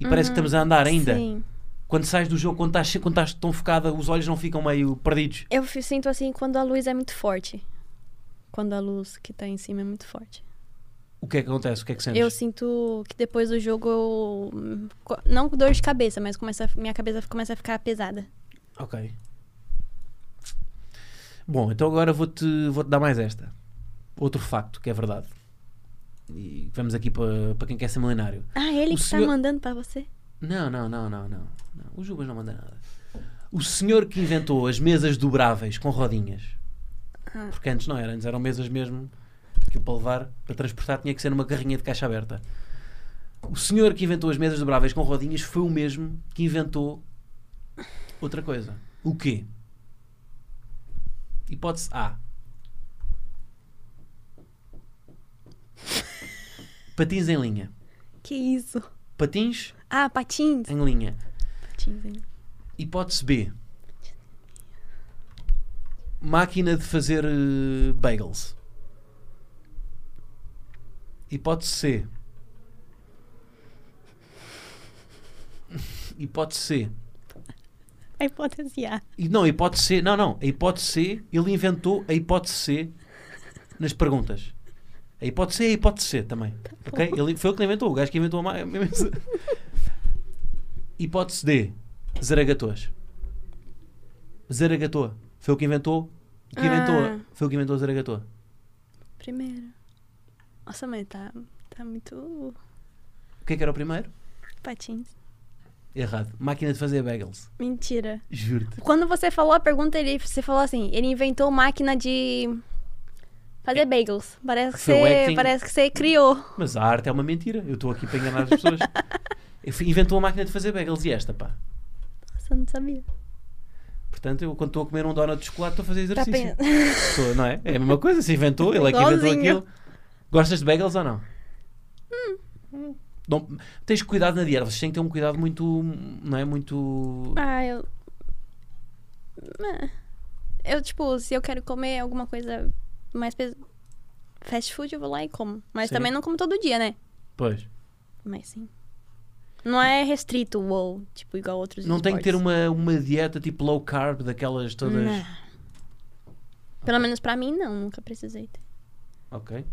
A: e parece que estamos a andar ainda.
C: Uhum. Sim.
A: Quando sais do jogo, quando estás, quando estás tão focada, os olhos não ficam meio perdidos.
C: Eu fi- sinto assim quando a luz é muito forte. Quando a luz que tá em cima é muito forte.
A: O que é que acontece? O que é que sentes?
C: Eu sinto que depois do jogo eu. hum, co- Não com dor de cabeça, mas começa, a- minha cabeça começa a ficar pesada.
A: Ok. Bom, então agora vou-te vou -te dar mais esta. Outro facto que é verdade. E vamos aqui para para quem quer ser milionário.
C: Ah, ele
A: O
C: que
A: senhor-
C: tá mandando pra você?
A: Não, não, não, não, não. não. O Jubas não manda nada. O senhor que inventou as mesas dobráveis com rodinhas.
C: Ah.
A: Porque antes não eram, antes eram mesas mesmo que para levar, para transportar, tinha que ser numa carrinha de caixa aberta. O senhor que inventou as mesas dobráveis com rodinhas foi o mesmo que inventou outra coisa. O quê? Hipótese A. Patins em linha.
C: Que isso?
A: Patins
C: Ah, patins.
A: em linha.
C: Patins, hein?
A: Hipótese B. Máquina de fazer eh, bagels. Hipótese C. Hipótese C.
C: A hipótese A.
A: E, não, a hipótese C. Não, não. A hipótese C. Ele inventou a hipótese C nas perguntas. A hipótese C é a hipótese C também. ok? Ele, foi ele que inventou. O gajo que inventou a ma- a mesma- Hipótese D. Zaragatoas. Zaragatoa. Foi o que inventou. Que inventou
C: Ah.
A: Foi o que inventou Zaragatoa.
C: Primeiro. Nossa, mãe, tá, tá muito.
A: O que é que era o primeiro?
C: Patins.
A: Errado. Máquina de fazer bagels.
C: Mentira.
A: Juro-te.
C: Quando você falou a pergunta, ele, você falou assim: ele inventou máquina de fazer bagels. Parece que,
A: Foi o
C: você,
A: acting.
C: parece que você criou.
A: Mas a arte é uma mentira. Eu estou aqui para enganar as pessoas. inventou a máquina de fazer bagels e esta, pá.
C: Nossa, eu não sabia.
A: Portanto, eu quando estou a comer um donut de chocolate estou a fazer
C: Tá
A: exercício.
C: pen-
A: Estou, não é? É a mesma coisa, se inventou, ele é que inventou
C: Igualzinho.
A: aquilo. Gostas de bagels ou não?
C: Hum.
A: Não- tens cuidado na dieta, vocês têm que ter um cuidado muito. Não é? Muito.
C: ah, eu. Ah. Eu, tipo, se eu quero comer alguma coisa mais pes... fast food, eu vou lá e como. Mas
A: Sim.
C: também não como todo dia, né?
A: Pois.
C: Mas sim. Não é restrito, ou tipo, igual outros
A: Não tem que ter
C: esportes.
A: uma, uma dieta tipo low carb, daquelas todas.
C: Não. Pelo menos pra mim, não. Nunca precisei ter.
A: Ok.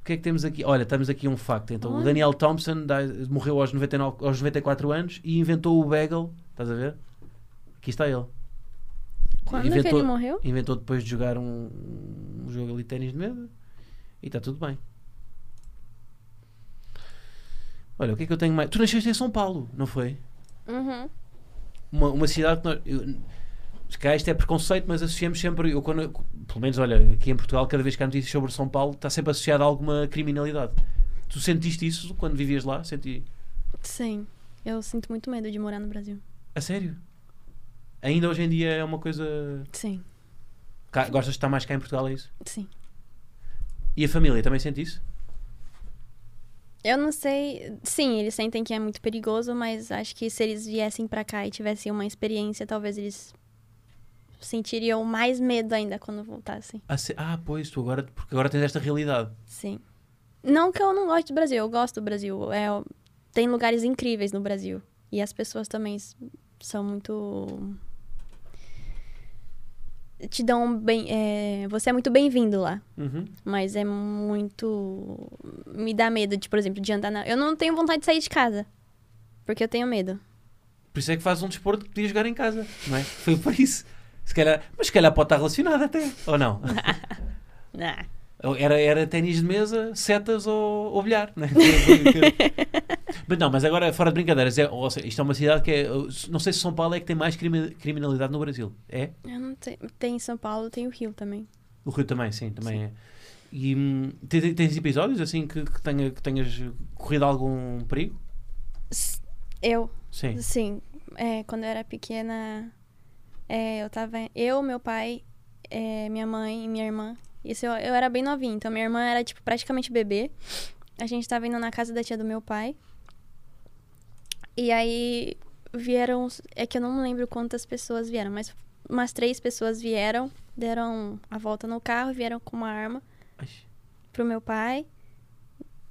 A: O que é que temos aqui? Olha, temos aqui um facto. Então, o
C: Olha.
A: Daniel Thompson dá- morreu aos, 99, aos 94 anos e inventou o bagel. Estás a ver? Aqui está ele.
C: Quando é que
A: Inventou-
C: ele morreu?
A: Inventou depois de jogar um, um jogo ali de ténis de mesa e está tudo bem. Olha, o que é que eu tenho mais? Tu nasceste em São Paulo, não foi?
C: Uhum.
A: Uma, uma cidade que nós. Eu, se calhar isto é preconceito, mas associamos sempre. Eu, quando, pelo menos, olha, aqui em Portugal, cada vez que há notícias sobre São Paulo, está sempre associado a alguma criminalidade. Tu sentiste isso quando vivias lá? Senti.
C: Sim. Eu sinto muito medo de morar no Brasil.
A: A sério? Ainda hoje em dia é uma coisa.
C: Sim,
A: Cá, gostas de estar mais cá em Portugal, é isso?
C: sim.
A: E a família também sente isso?
C: Eu não sei. Sim, eles sentem que é muito perigoso, mas acho que se eles viessem pra cá e tivessem uma experiência, talvez eles sentiriam mais medo ainda quando voltassem.
A: Ah, se- ah, pois, tu agora, porque agora tens esta realidade.
C: Sim. Não que eu não goste do Brasil, eu gosto do Brasil. É, tem lugares incríveis no Brasil. E as pessoas também s- são muito. Te dão bem. é, você é muito bem-vindo lá.
A: Uhum.
C: Mas é muito. Me dá medo, de, por exemplo, de andar na. Eu não tenho vontade de sair de casa. Porque eu tenho medo.
A: Por isso é que fazes um desporto que podias jogar em casa, não é? Foi por isso. Se calhar, mas se calhar pode estar relacionado até, ou não?
C: Ah,
A: Ou Era, era ténis de mesa, setas ou, ou bilhar, não é? mas não, mas agora, fora de brincadeiras, é, ou seja, isto é uma cidade que é. Não sei se São Paulo é que tem mais crimi- criminalidade no Brasil. É?
C: eu não tenho. Tem em São Paulo, tem o Rio também.
A: O Rio também, sim, também é. E hum, te- te- tens episódios assim que, que, tenha, que tenhas corrido algum perigo?
C: S- Eu,
A: Sim.
C: sim. é, quando eu era pequena, é, eu tava. Eu, meu pai, é, minha mãe e minha irmã. Isso eu, eu era bem novinha, então minha irmã era, tipo, praticamente bebê. A gente tava indo na casa da tia do meu pai. E aí vieram. os- É que eu não lembro quantas pessoas vieram, mas umas três pessoas vieram, deram a volta no carro, vieram com uma arma
A: Ai,
C: pro meu pai.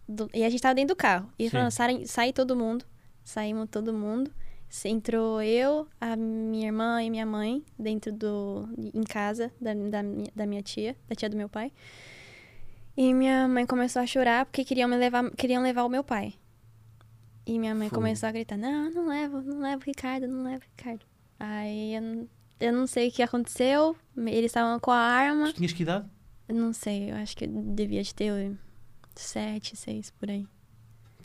C: do- e a gente tava dentro do carro. E
A: Sim.
C: falando, sai, sai todo mundo. Saímos todo mundo. Se- Entrou eu, a minha irmã e minha mãe dentro do. em casa da, da, minha- da minha tia, da tia do meu pai. E minha mãe começou a chorar porque queriam me levar, queriam levar o meu pai. E minha mãe
A: Fogo.
C: começou a gritar: Não, não levo, não levo o Ricardo, não levo o Ricardo. Aí eu, não- eu não sei o que aconteceu. Eles estavam com a arma.
A: tu tinhas que idade?
C: Eu Não sei, eu acho que eu devia de ter sete, seis por aí.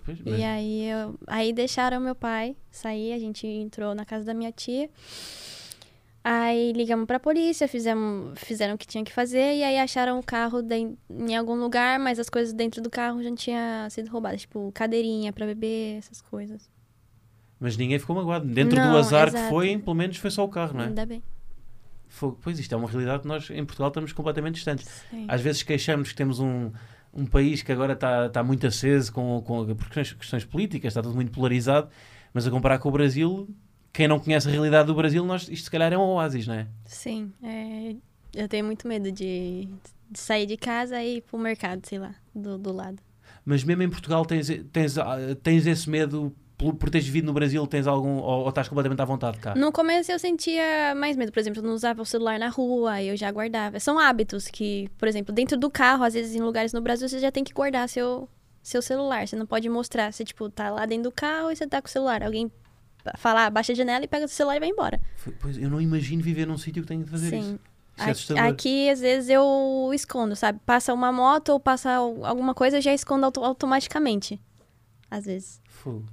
A: Pois,
C: E aí eu. Aí deixaram meu pai sair, a gente entrou na casa da minha tia. Aí ligamos pra polícia, fizemos, fizeram o que tinha que fazer, e aí acharam o carro den- em algum lugar, mas as coisas dentro do carro já tinham sido roubadas, tipo cadeirinha pra beber, essas coisas.
A: Mas ninguém ficou magoado. Dentro do
C: Não,
A: azar que
C: exato.
A: foi, pelo menos foi só o carro, não é?
C: Ainda bem.
A: Fogo. Pois isto é uma realidade que nós em Portugal estamos completamente distantes.
C: Sim.
A: Às vezes queixamos que temos um, um país que agora está, está muito aceso com, com por questões, questões políticas, está tudo muito polarizado, mas a comparar com o Brasil, quem não conhece a realidade do Brasil, nós, isto se calhar é um oásis, não é?
C: Sim, é, eu tenho muito medo de, de sair de casa e ir pro mercado, sei lá, do, do lado.
A: Mas mesmo em Portugal tens, tens, ah, tens esse medo pelo- por teres vivido no Brasil, tens algum, ou, ou estás completamente à vontade cá?
C: No começo eu sentia mais medo, por exemplo, eu não usava o celular na rua, eu já guardava. São hábitos que, por exemplo, dentro do carro, às vezes em lugares no Brasil, você já tem que guardar seu, seu celular. Você não pode mostrar, você, tipo, tá lá dentro do carro e você tá com o celular. Alguém fala, "Ah, baixa a janela e pega o celular e vai embora.
A: Foi- Pois eu não imagino viver num sítio que tenho de fazer isso.
C: Sim.
A: Isso é
C: A-
A: assustador.
C: Aqui, às vezes, eu escondo, sabe? Passa uma moto ou passa al- alguma coisa, eu já escondo auto- automaticamente. Às vezes.
A: Fogo.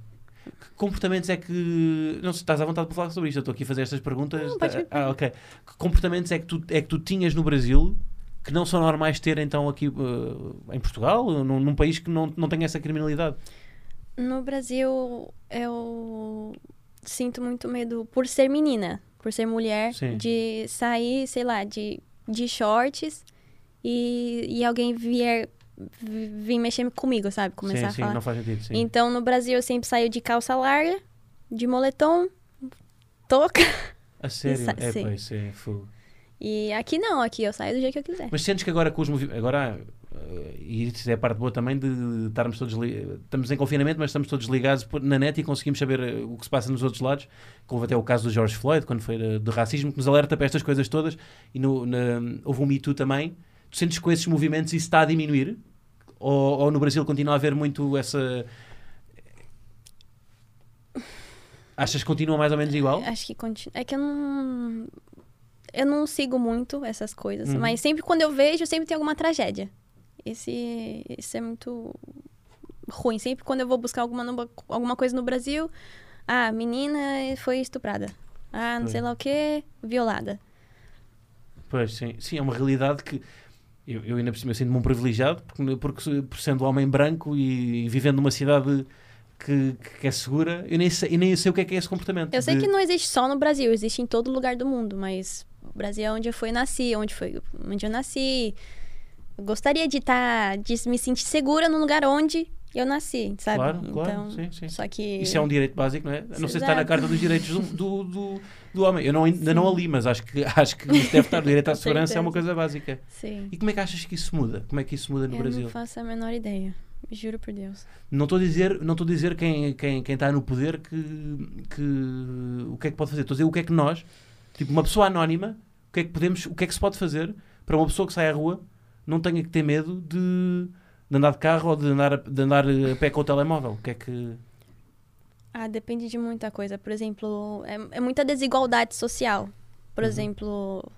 A: Que comportamentos é que. Não sei, estás à vontade para falar sobre isto. Eu estou aqui a fazer estas perguntas.
C: Não, pode me
A: ah, ok. Que comportamentos é que, tu, é que tu tinhas no Brasil que não são normais ter então aqui eh, em Portugal, num, num país que não, não tem essa criminalidade?
C: No Brasil, eu sinto muito medo por ser menina, por ser mulher,
A: Sim.
C: de sair, sei lá, de, de shorts e, e alguém vier vi- vir mexer comigo, sabe? Começar
A: sim,
C: a
A: sim,
C: falar.
A: não faz sentido. Sim.
C: Então, no Brasil, eu sempre saio de calça larga, de moletom, touca.
A: A sério?
C: Isso-
A: é,
C: sim.
A: pois, sim, fogo.
C: E aqui não, aqui eu saio do jeito que eu quiser.
A: Mas sentes que agora com os movimentos. Agora, eh, e isso é a parte boa também de estarmos todos. li- Estamos em confinamento, mas estamos todos ligados por- na net e conseguimos saber eh, o que se passa nos outros lados. que Houve até o caso do George Floyd, quando foi eh, de racismo, que nos alerta para estas coisas todas. E no, na- houve um Me Too também. Tu Tu sentes que com esses movimentos isso está a diminuir? Ou, ou no Brasil continua a haver muito essa. Achas que continua mais ou menos igual?
C: Acho que continua. É que eu não. Eu não sigo muito essas coisas,
A: Uhum.
C: mas sempre quando eu vejo, sempre tem alguma tragédia. Esse, isso é muito ruim. Sempre quando eu vou buscar alguma, numa- alguma coisa no Brasil, ah, menina foi estuprada. Ah, não sei
A: Pois.
C: lá o que, violada.
A: Pois, sim. Sim, é uma realidade que eu, eu ainda por cima eu sinto-me um privilegiado porque, porque se- por sendo um homem branco e, e vivendo numa cidade que, que é segura, eu nem sei, eu nem sei o que é que é esse comportamento.
C: Eu sei
A: de-
C: que não existe só no Brasil, existe em todo lugar do mundo, mas o Brasil é onde eu fui, nasci, onde foi, onde eu nasci. Eu gostaria de estar, de me sentir segura no lugar onde eu nasci, sabe?
A: Claro, claro,
C: então,
A: sim, sim.
C: só que
A: Isso é um direito básico, não é? Não sei se está na
C: Exato.
A: Carta dos Direitos do, do, do, do Homem. Eu não, ainda não a li, mas acho que, acho que deve estar. O direito à
C: Com
A: segurança é uma coisa
C: certeza.
A: básica.
C: sim.
A: E como é que achas que isso muda? Como é que isso muda no
C: Eu
A: Brasil?
C: não faço a menor ideia, juro por Deus.
A: Não estou a dizer, não estou a dizer quem, quem, quem está no poder que, que o que é que pode fazer. Estou a dizer o que é que nós, tipo uma pessoa anónima, o que é que podemos, o que é que se pode fazer para uma pessoa que sai à rua não tenha que ter medo de, de andar de carro ou de andar, a- de andar a pé com o telemóvel. O que é que
C: Ah, depende de muita coisa. Por exemplo, é, é muita desigualdade social. Por
A: Uhum.
C: exemplo,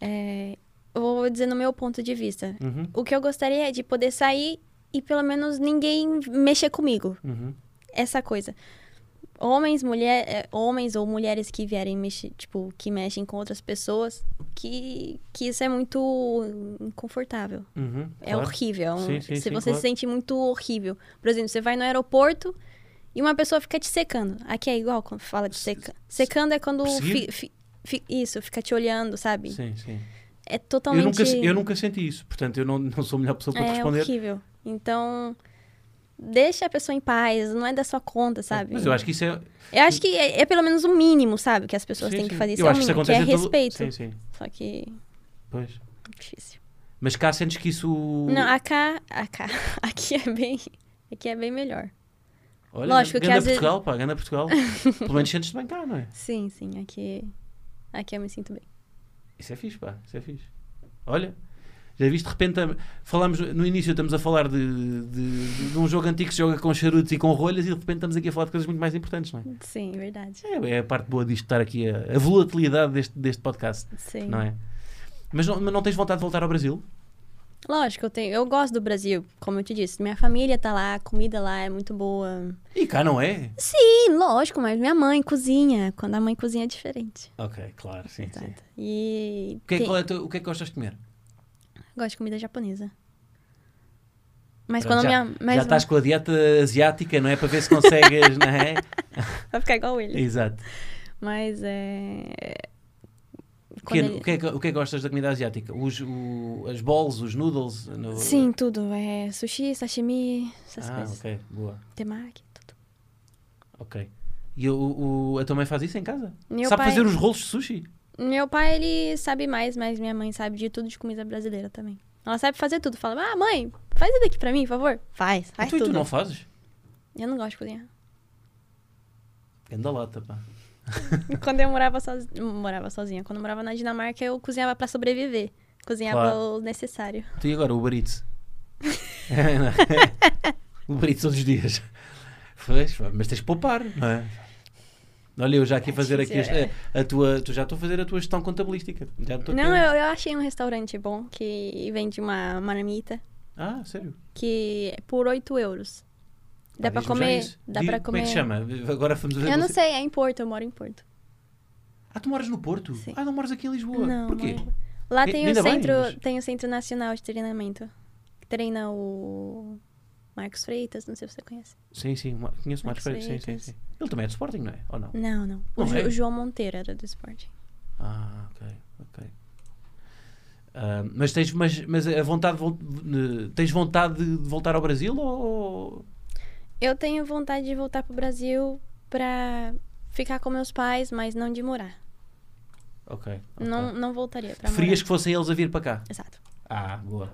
C: é, eu vou dizer no meu ponto de vista.
A: Uhum,
C: O que eu gostaria é de poder sair e pelo menos ninguém mexer comigo.
A: uhum.
C: Essa coisa. Homens, mulher, é, homens ou mulheres que vierem mexer, tipo, que mexem com outras pessoas, que, que isso é muito inconfortável.
A: Uhum,
C: É
A: claro.
C: horrível.
A: Sim, sim,
C: se
A: sim,
C: você
A: claro.
C: se sente muito horrível. Por exemplo, você vai no aeroporto e uma pessoa fica te secando. Aqui é igual quando fala de seca. Secando é quando.
A: perseguir?
C: fi- fi- fi- isso, fica te olhando, sabe?
A: Sim, sim.
C: É
A: Eu
C: totalmente.
A: nunca, eu nunca senti isso, portanto eu não, não sou a melhor pessoa para te
C: É
A: responder.
C: horrível. Então. Deixa a pessoa em paz, não é da sua conta, sabe?
A: Mas eu acho que isso é.
C: Eu acho que é, é pelo menos o mínimo, sabe? Que as pessoas
A: sim,
C: têm
A: sim.
C: que fazer isso.
A: eu
C: é o
A: acho que isso
C: mínimo, que
A: acontece
C: é
A: em todo-
C: respeito.
A: Sim, sim.
C: Só que. é
A: Pois.
C: Difícil.
A: Mas cá sentes que isso.
C: Não, a cá. A cá. Aqui é bem. Aqui é bem melhor.
A: Olha,
C: Lógico que
A: ganda
C: às vezes-
A: Portugal, pá, ganda Portugal. Pelo menos sentes-te bem cá, não é?
C: Sim, sim, aqui. Aqui eu me sinto bem.
A: Isso é fixe, pá, isso é fixe. Olha, já viste, de repente, tam- falámos, no início estamos a falar de, de, de um jogo antigo que se joga com charutos e com rolhas e de repente estamos aqui a falar de coisas muito mais importantes, não é?
C: Sim, verdade.
A: É, é a parte boa disto estar aqui, a, a volatilidade deste, deste podcast,
C: Sim.
A: não é? Mas não, mas não tens vontade de voltar ao Brasil?
C: Lógico, eu tenho. Eu gosto do Brasil, como eu te disse. Minha família tá lá, a comida lá é muito boa.
A: E cá não é?
C: Sim, lógico, mas minha mãe cozinha. Quando a mãe cozinha é diferente.
A: Ok, claro, sim, sim.
C: Exato. E.
A: O que, é,
C: tem-
A: que- qual é teu- o que é que gostas de comer?
C: Gosto de comida japonesa. Mas
A: Pronto,
C: quando
A: já, tá-
C: minha. um- Mas
A: já estás com a dieta asiática, não é? Para ver se consegues, não é?
C: Vai ficar igual ele.
A: Exato.
C: Mas é.
A: O que,
C: quando
A: é-
C: ele-
A: o, que é, que- o que é que gostas da comida asiática? Os, o- as bowls, os noodles? no-
C: Sim, tudo. É sushi, sashimi, essas
A: Ah,
C: coisas.
A: ok, boa,
C: Temaki, tudo.
A: ok. E o, o, a tua mãe faz isso em casa?
C: Meu
A: Sabe
C: pai-
A: fazer os rolos de sushi?
C: Meu pai, ele sabe mais, mas minha mãe sabe de tudo de comida brasileira também. Ela sabe fazer tudo. Fala, ah, mãe, faz isso daqui pra mim, por favor. Faz,
A: E
C: faz
A: tu, e tu
C: tudo.
A: não fazes?
C: Eu não gosto de cozinhar.
A: Ganda lata, pá.
C: quando eu morava, soz... morava sozinha, quando eu morava na Dinamarca, eu cozinhava pra sobreviver. Cozinhava
A: Claro.
C: o necessário.
A: Tu e agora, o Uber Eats? Uber Eats todos os dias. Pois, pá, mas tens de poupar, não é? Olha, eu já aqui a fazer aqui
C: difícil,
A: esta- a tua... Tu já estou a fazer a tua gestão contabilística. Já estou
C: é. Não,
A: aqui a-
C: eu, eu achei um restaurante bom que vende uma marmita
A: Ah, sério?
C: que é por 8 euros. Dá
A: Ah, diz-me
C: pra
A: já
C: comer.
A: isso.
C: Dá
A: Diz-
C: pra
A: Como é
C: comer.
A: que chama? Agora vamos ver
C: Eu não
A: você-
C: sei, é em Porto, eu moro em Porto.
A: Ah, tu moras no Porto?
C: Sim.
A: Ah, não moras aqui em Lisboa.
C: Não, é.
A: Porquê?
C: moro- Lá
A: E-
C: tem o,
A: ainda bem,
C: centro,
A: mas-
C: tem o Centro Nacional de Treinamento. Que treina o Marcos Freitas, não sei se você conhece.
A: Sim, sim, ma- conheço mais
C: Marcos
A: Freitas. Sim, sim,
C: Freitas.
A: sim. Ele também é de Sporting, não é? Ou não?
C: Não, não. O,
A: Não
C: Ju-
A: é?
C: o João Monteiro era do esporte.
A: Ah, ok, ok. Ah, mas tens mas, mas a vontade de vol- eh, tens vontade de voltar ao Brasil ou
C: Eu tenho vontade de voltar pro Brasil pra ficar com meus pais, mas não de morar.
A: ok, ok.
C: Não, não voltaria pra
A: preferias
C: morar.
A: que fossem eles a vir para cá
C: Exato.
A: ah boa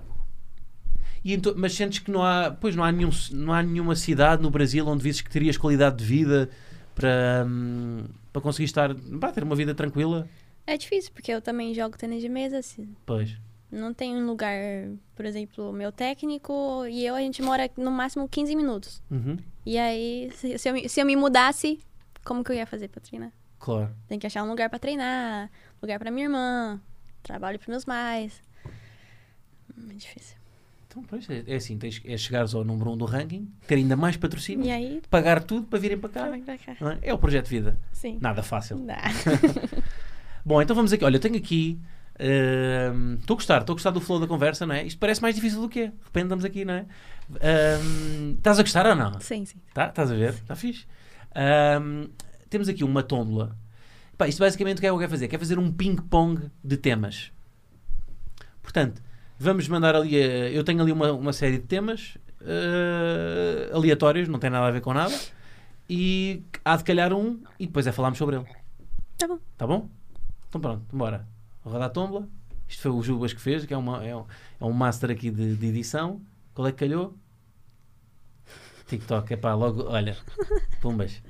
A: e então, mas sentes que não há pois não há nenhum não há nenhuma cidade no Brasil onde visses que terias qualidade de vida para hum, para conseguir estar para ter uma vida tranquila
C: É difícil, porque eu também jogo tênis de mesa, assim,
A: pois
C: Não tem um lugar, por exemplo, meu técnico e eu, a gente mora no máximo 15 minutos.
A: Uhum.
C: E aí, se se eu, me- se eu me mudasse, como que eu ia fazer pra treinar?
A: Claro.
C: Tem que achar um lugar pra treinar, lugar pra minha irmã, trabalho pros meus pais. Hum, É difícil.
A: Então, pois é, é assim: tens, é chegares ao número 1 um do ranking, ter ainda mais patrocínio,
C: E aí,
A: pagar tudo para virem para cá.
C: trabalho pra cá.
A: não é? É o projeto de vida.
C: Sim.
A: Nada fácil.
C: Dá.
A: Bom, então vamos aqui. Olha, eu tenho aqui. ahm, Estou a gostar, estou a gostar do flow da conversa, não é? Isto parece mais difícil do que é. De repente estamos aqui, não é? Ahm, Estás a gostar ou não?
C: Sim, sim.
A: Tá? Estás a ver? Está fixe. Ahm, temos aqui uma tómbola. Pá, isto basicamente o que é que eu quero fazer? Quer fazer um ping-pong de temas. Portanto, vamos mandar ali. eh, eu tenho ali uma, uma série de temas eh, aleatórios, não tem nada a ver com nada. E há de calhar um e depois é falarmos sobre ele.
C: Tá bom.
A: Tá bom? Então pronto, bora. Roda a tómbola. Isto foi o Jubas que fez, que é, uma, é, um, é um master aqui de, de edição. Qual é que calhou? TikTok, é pá, logo, olha. Pumbas.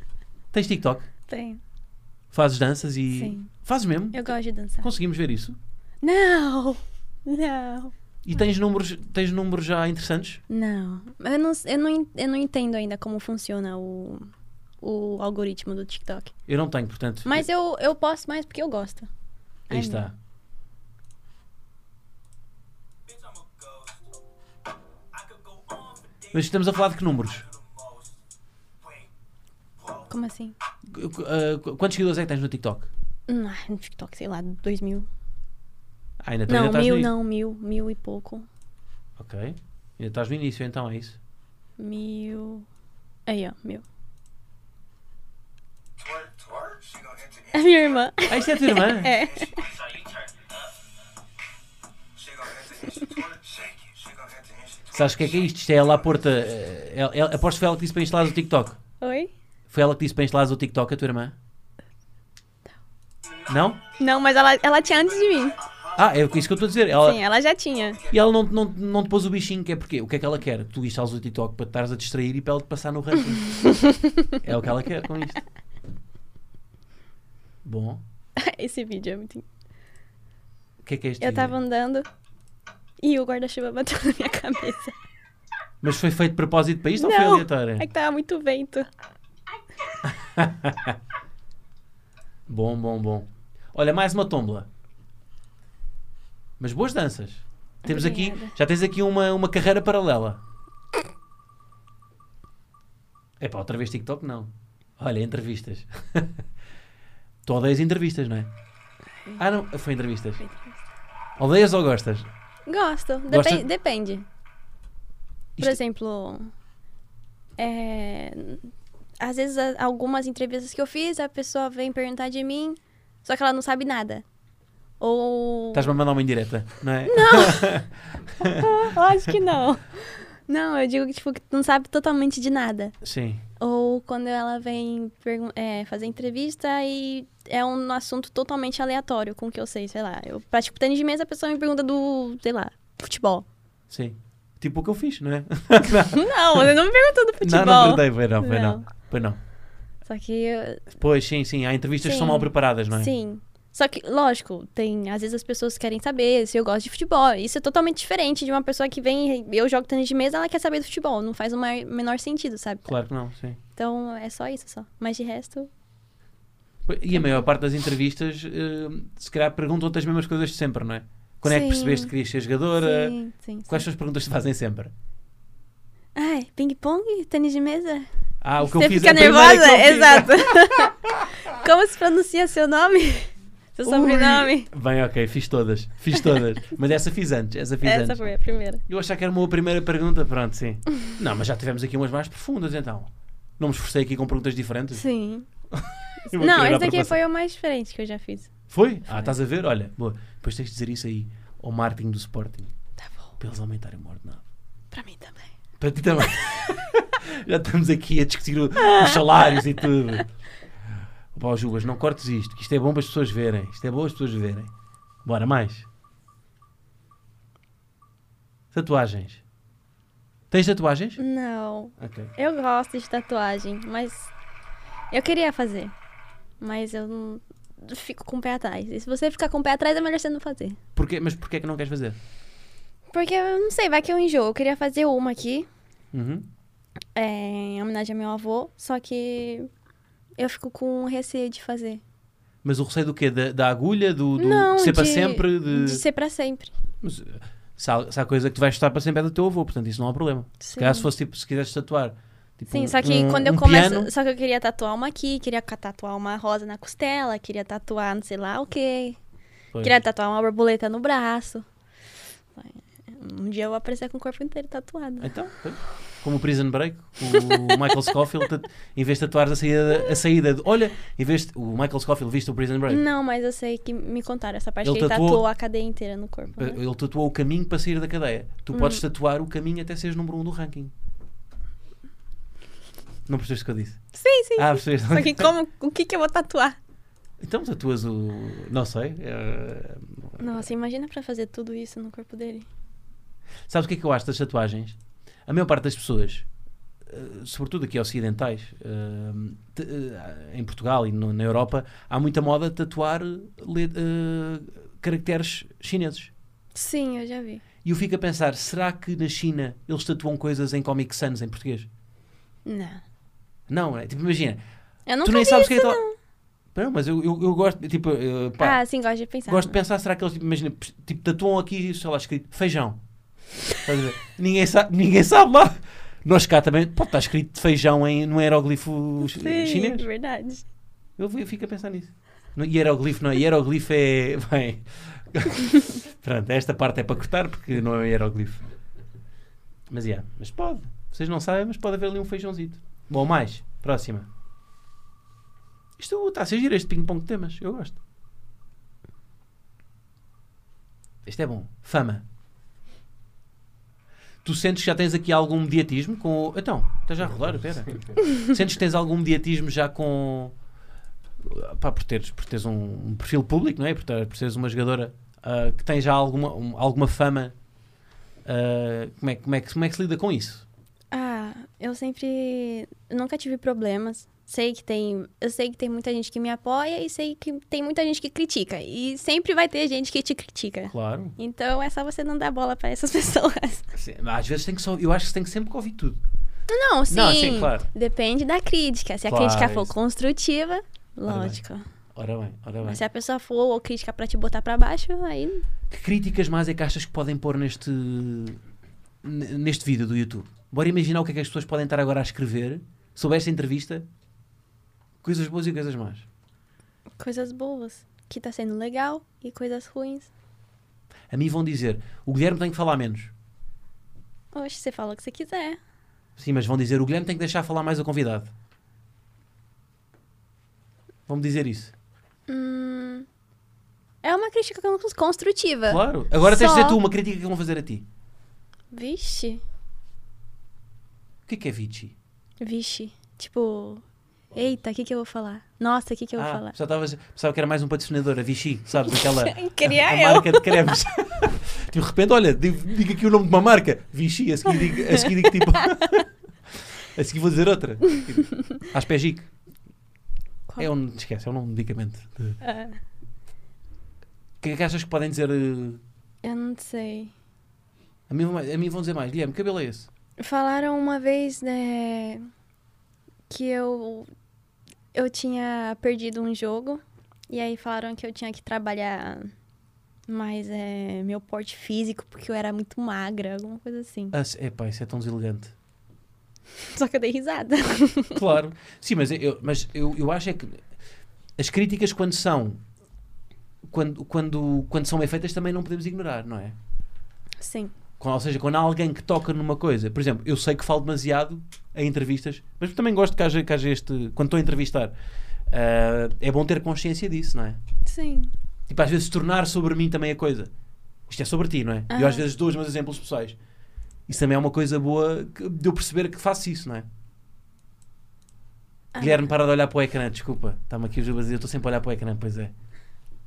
A: Tens TikTok?
C: Tem.
A: Fazes danças e.
C: Sim.
A: Fazes mesmo?
C: Eu gosto de dançar.
A: Conseguimos ver isso.
C: Não! Não!
A: E tens números, tens números já interessantes?
C: Não. Eu não, eu não, en- eu não entendo ainda como funciona o, o algoritmo do TikTok.
A: Eu não tenho, portanto.
C: Mas eu, eu posso mais porque eu gosto.
A: Aí
C: Ai,
A: está. Mas estamos a falar de que números?
C: meu. Como assim?
A: Qu- qu- ah, qu- quantos seguidores é que tens no TikTok?
C: Hum, Ah, no TikTok, sei lá, dois mil.
A: Ah, ainda,
C: não,
A: ainda estás
C: mil
A: no
C: não, mil. Mil e pouco.
A: Ok. Ainda estás no início, então é isso.
C: Mil. Aí, ó, mil.
D: Twerk, twerk, she gonna enter
C: É minha irmã.
A: Ah, isto é a tua irmã?
C: É.
D: That's how you turn it up. She gonna enter and she twerk, shake it. She gonna enter and she twerk.
A: Sabes o que é que é isto? Isto é ela à porta. eh, ela- ela- aposto que foi ela que disse para instalares o TikTok.
C: Oi?
A: Foi ela que disse para instalares o TikTok, a tua irmã? Não?
C: Não, mas ela, ela tinha antes de mim.
A: Ah, é isso que eu estou a dizer. Ela,
C: Sim, ela já tinha.
A: E ela não, não, não te pôs o bichinho, que é porque o que é que ela quer? Que tu instales o TikTok para te estares a distrair e para ela te passar no ranking. é o que ela quer com isto. Bom,
C: Esse vídeo é muito.
A: o que é que é este?
C: Eu
A: vídeo?
C: tava andando e o guarda-chuva bateu na minha cabeça.
A: Mas foi feito de propósito para isto ou foi aleatório?
C: é que tava muito vento.
A: Bom, bom, bom. Olha, mais uma tombola. Mas boas danças. Temos aqui,
C: Obrigada.
A: já tens aqui uma, uma carreira paralela. Epá, outra vez TikTok não. Olha, entrevistas. tu odeias entrevistas, não é? Ah, não, foi entrevistas. Odeias ou gostas?
C: Gosto. Depen-
A: Gosta?
C: Depende. Por
A: Isto-
C: exemplo, é, às vezes a- algumas entrevistas que eu fiz, a pessoa vem perguntar de mim, só que ela não sabe nada. Ou.
A: Estás-me a mandar uma indireta, não é?
C: Ah, Acho que não. Não, eu digo que tipo, que não sabe totalmente de nada.
A: Sim.
C: Ou quando ela vem pergun- é, fazer entrevista e é um assunto totalmente aleatório com o que eu sei, sei lá. Eu pratico tênis de mesa, a pessoa me pergunta do, sei lá, futebol.
A: Sim. Tipo o que eu fiz, não é?
C: Não, você não me perguntou do
A: não,
C: futebol.
A: não perguntei, foi não, foi não.
C: Não.
A: Foi não.
C: Só que, eu-
A: Pois, sim, sim. Há entrevistas que são
C: Sim.
A: mal preparadas, não é?
C: sim. Só que, lógico, tem. Às vezes as pessoas querem saber se eu gosto de futebol. Isso é totalmente diferente de uma pessoa que vem, eu jogo tênis de mesa, ela quer saber do futebol. Não faz o mai- menor sentido, sabe?
A: Claro que não, sim.
C: Então é só isso só. Mas de resto,
A: E a maior parte das entrevistas, eh, se calhar, perguntam-te as mesmas coisas de sempre, não é? Quando é que
C: Sim.
A: percebeste que querias ser jogadora?
C: sim, sim. sim.
A: Quais são as perguntas que te fazem sempre?
C: Ai, ping-pong, tênis de mesa?
A: Ah, o que
C: Você
A: eu fiz
C: fica
A: a primeira que eu
C: nervosa?
A: fiz.
C: Exato. Como se pronuncia seu nome? Seu
A: Ui.
C: sobrenome?
A: Bem, ok, fiz todas. Fiz todas. Mas essa fiz antes. Essa fiz
C: Essa
A: antes.
C: foi a primeira.
A: Eu achava que era uma boa primeira pergunta, pronto, sim. Não, mas já tivemos aqui umas mais profundas, então. Não me esforcei aqui com perguntas diferentes?
C: Sim.
A: Eu vou querer
C: Não, esse
A: dar
C: daqui
A: propósito.
C: foi o mais diferente que eu já fiz.
A: Foi? Ah, estás a ver? Olha, boa. Depois tens de dizer isso aí ao marketing do Sporting,
C: Tá bom.
A: para eles aumentarem o ordenado.
C: Pra mim também.
A: Para ti também. Já estamos aqui a discutir o- os salários e tudo. Pá, ó, Jubas, não cortes isto, que isto é bom para as pessoas verem. Isto é bom as pessoas verem. Bora, mais. Tatuagens. Tens tatuagens?
C: Não.
A: Ok.
C: Eu gosto de tatuagem, mas. Eu queria fazer. Mas eu não. fico com o pé atrás. E se você ficar com o pé atrás, é melhor você não fazer.
A: Porquê? Mas porquê é que não queres fazer?
C: Porque eu não sei, vai que eu enjoo. Eu queria fazer uma aqui,
A: Uhum.
C: é, em homenagem ao meu avô, só que eu fico com receio de fazer.
A: Mas o receio do quê? Da, da agulha? Do, do
C: não,
A: ser
C: de,
A: para sempre? De...
C: de ser pra sempre.
A: Mas, eh, se, há, se há coisa que tu vais estar para sempre é do teu avô, portanto isso não há problema. Se
C: Sim.
A: calhar se fosse tipo, se quiseres tatuar. Tipo,
C: Sim,
A: um-
C: só que
A: um-
C: quando eu
A: um
C: começo.
A: piano-
C: Só que eu queria tatuar uma aqui, queria ca- tatuar uma rosa na costela, queria tatuar não sei lá o quê.
A: Pois.
C: Queria tatuar uma borboleta no braço. Um dia eu vou aparecer com o corpo inteiro tatuado.
A: Então, pois. como o Prison Break, o Michael Scofield, tat- em vez de tatuares a saída, a saída de. Olha, em vez de, o Michael Scofield viste o Prison Break.
C: Não, mas eu sei que me contaram essa parte
A: Ele
C: que ele
A: tatuou-
C: tatuou... a cadeia inteira no corpo. né?
A: Ele tatuou o caminho para sair da cadeia. Tu
C: Hum.
A: podes tatuar o caminho até seres número 1 um do ranking. Não percebeste o que eu disse?
C: Sim, sim.
A: Ah,
C: sim.
A: percebeste?
C: Só que como, o que, que eu vou tatuar?
A: Então tatuas o. Não sei. eh,
C: Nossa, imagina pra fazer tudo isso no corpo dele.
A: Sabes o que é que eu acho das tatuagens? A maior parte das pessoas, eh, sobretudo aqui ocidentais, eh, te- eh, em Portugal e no- na Europa, há muita moda de tatuar le- eh, caracteres chineses.
C: Sim, eu já vi.
A: E eu fico a pensar, será que na China eles tatuam coisas em Comic Sans em português?
C: Não.
A: Não, é tipo, imagina,
C: Eu nunca
A: tu nem
C: vi
A: sabes
C: isso,
A: quem é que
C: não.
A: tá- Não, mas eu, eu, eu gosto, tipo, eh, pá,
C: Ah, sim, gosto de pensar.
A: gosto de
C: né?
A: pensar, será que eles, tipo, imagina, pss, tipo, tatuam aqui, sei lá, escrito feijão. Estás a ver? ninguém, sabe, ninguém sabe lá. Nós cá também, pode estar escrito feijão em, no hieroglifo ch-
C: Sim, é
A: chinês.
C: verdade.
A: Eu, eu fico a pensar nisso. No hieroglifo não é, hieroglifo é, bem... Pronto, esta parte é para cortar porque não é um hieroglifo. Mas, yeah, mas pode. Vocês não sabem, mas pode haver ali um feijãozito. Bom, mais. Próxima. Isto está a ser giro, este ping-pong de temas. Eu gosto. Isto é bom. Fama. Tu sentes que já tens aqui algum mediatismo com... o- Então, estás já a rodar, espera. Sentes que tens algum mediatismo já com... Pá, por teres, por teres um, um perfil público, não é? Por, ter- por seres uma jogadora ah, que tem já alguma, um- alguma fama. ah, como, é, como, é que, como é que se lida com isso?
C: Ah, eu sempre. eu nunca tive problemas. Sei que tem. Eu sei que tem muita gente que me apoia e sei que tem muita gente que critica. E sempre vai ter gente que te critica.
A: Claro.
C: Então é só você não dar bola pra essas pessoas.
A: Sim, Assim, às vezes tem que só. Eu acho que tem que sempre que ouvir tudo.
C: Não, sim.
A: Não, sim, claro.
C: Depende da crítica. Se a
A: Claro,
C: crítica for
A: isso.
C: construtiva,
A: bem.
C: lógico.
A: Ora bem, ora bem.
C: Mas é- se a pessoa for ou crítica pra te botar pra baixo, aí.
A: Que críticas mais é que achas que podem pôr neste. n- neste vídeo do YouTube? Bora imaginar o que é que as pessoas podem estar agora a escrever sobre esta entrevista. Coisas boas e coisas más.
C: Coisas boas. Que tá sendo legal e coisas ruins.
A: A mim vão dizer: o Guilherme tem que falar menos.
C: Oxe, você fala o que você quiser.
A: Sim, mas vão dizer: o Guilherme tem que deixar falar mais o convidado. Vão-me dizer isso.
C: Hum. É uma crítica construtiva.
A: Claro. Agora tens de dizer
C: Ah, Só-
A: tu uma crítica que vão fazer a ti.
C: Vixe.
A: O que é que é Vichy?
C: Vixe, tipo, eita, o que, que eu vou falar? Nossa, o que, que eu vou falar?
A: Já estava, pensava que era mais um patrocinador, a Vichy, sabes? Aquela
C: Queria
A: a, a
C: eu.
A: marca de cremes. Tipo, de repente, olha, digo, digo aqui o nome de uma marca, Vichy, a seguir digo, a seguir digo tipo. a seguir vou dizer outra. Tipo, Aspergic.
C: Qual-
A: É um, esquece, é um nome de medicamento. O
C: Ah,
A: que é que achas que podem dizer? eh,
C: eu não sei.
A: A mim, a mim vão dizer mais, Guilherme, que cabelo é esse?
C: Falaram uma vez, né, que eu, eu tinha perdido um jogo, e aí falaram que eu tinha que trabalhar mais é, meu porte físico, porque eu era muito magra, alguma coisa assim.
A: Ah, epá, isso é tão deselegante.
C: Só que eu dei risada.
A: Claro. Sim, mas eu, mas eu, eu acho é que as críticas quando são quando, quando, quando são bem feitas também não podemos ignorar, não é?
C: Sim.
A: Quando- ou seja, quando há alguém que toca numa coisa, por exemplo, eu sei que falo demasiado em entrevistas, mas também gosto que haja, que haja este. Quando estou a entrevistar, ah, é bom ter consciência disso, não é?
C: Sim.
A: Tipo, às vezes tornar sobre mim também a coisa. Isto é sobre ti, não é? E Eu
C: Aham.
A: às vezes dou os meus exemplos pessoais. Isso também é uma coisa boa que- de eu perceber que faço isso, não é?
C: Ah,
A: Guilherme, para de olhar para o ecrã, desculpa. Está-me aqui o Gil a dizer, eu estou sempre a olhar para o ecrã, pois é.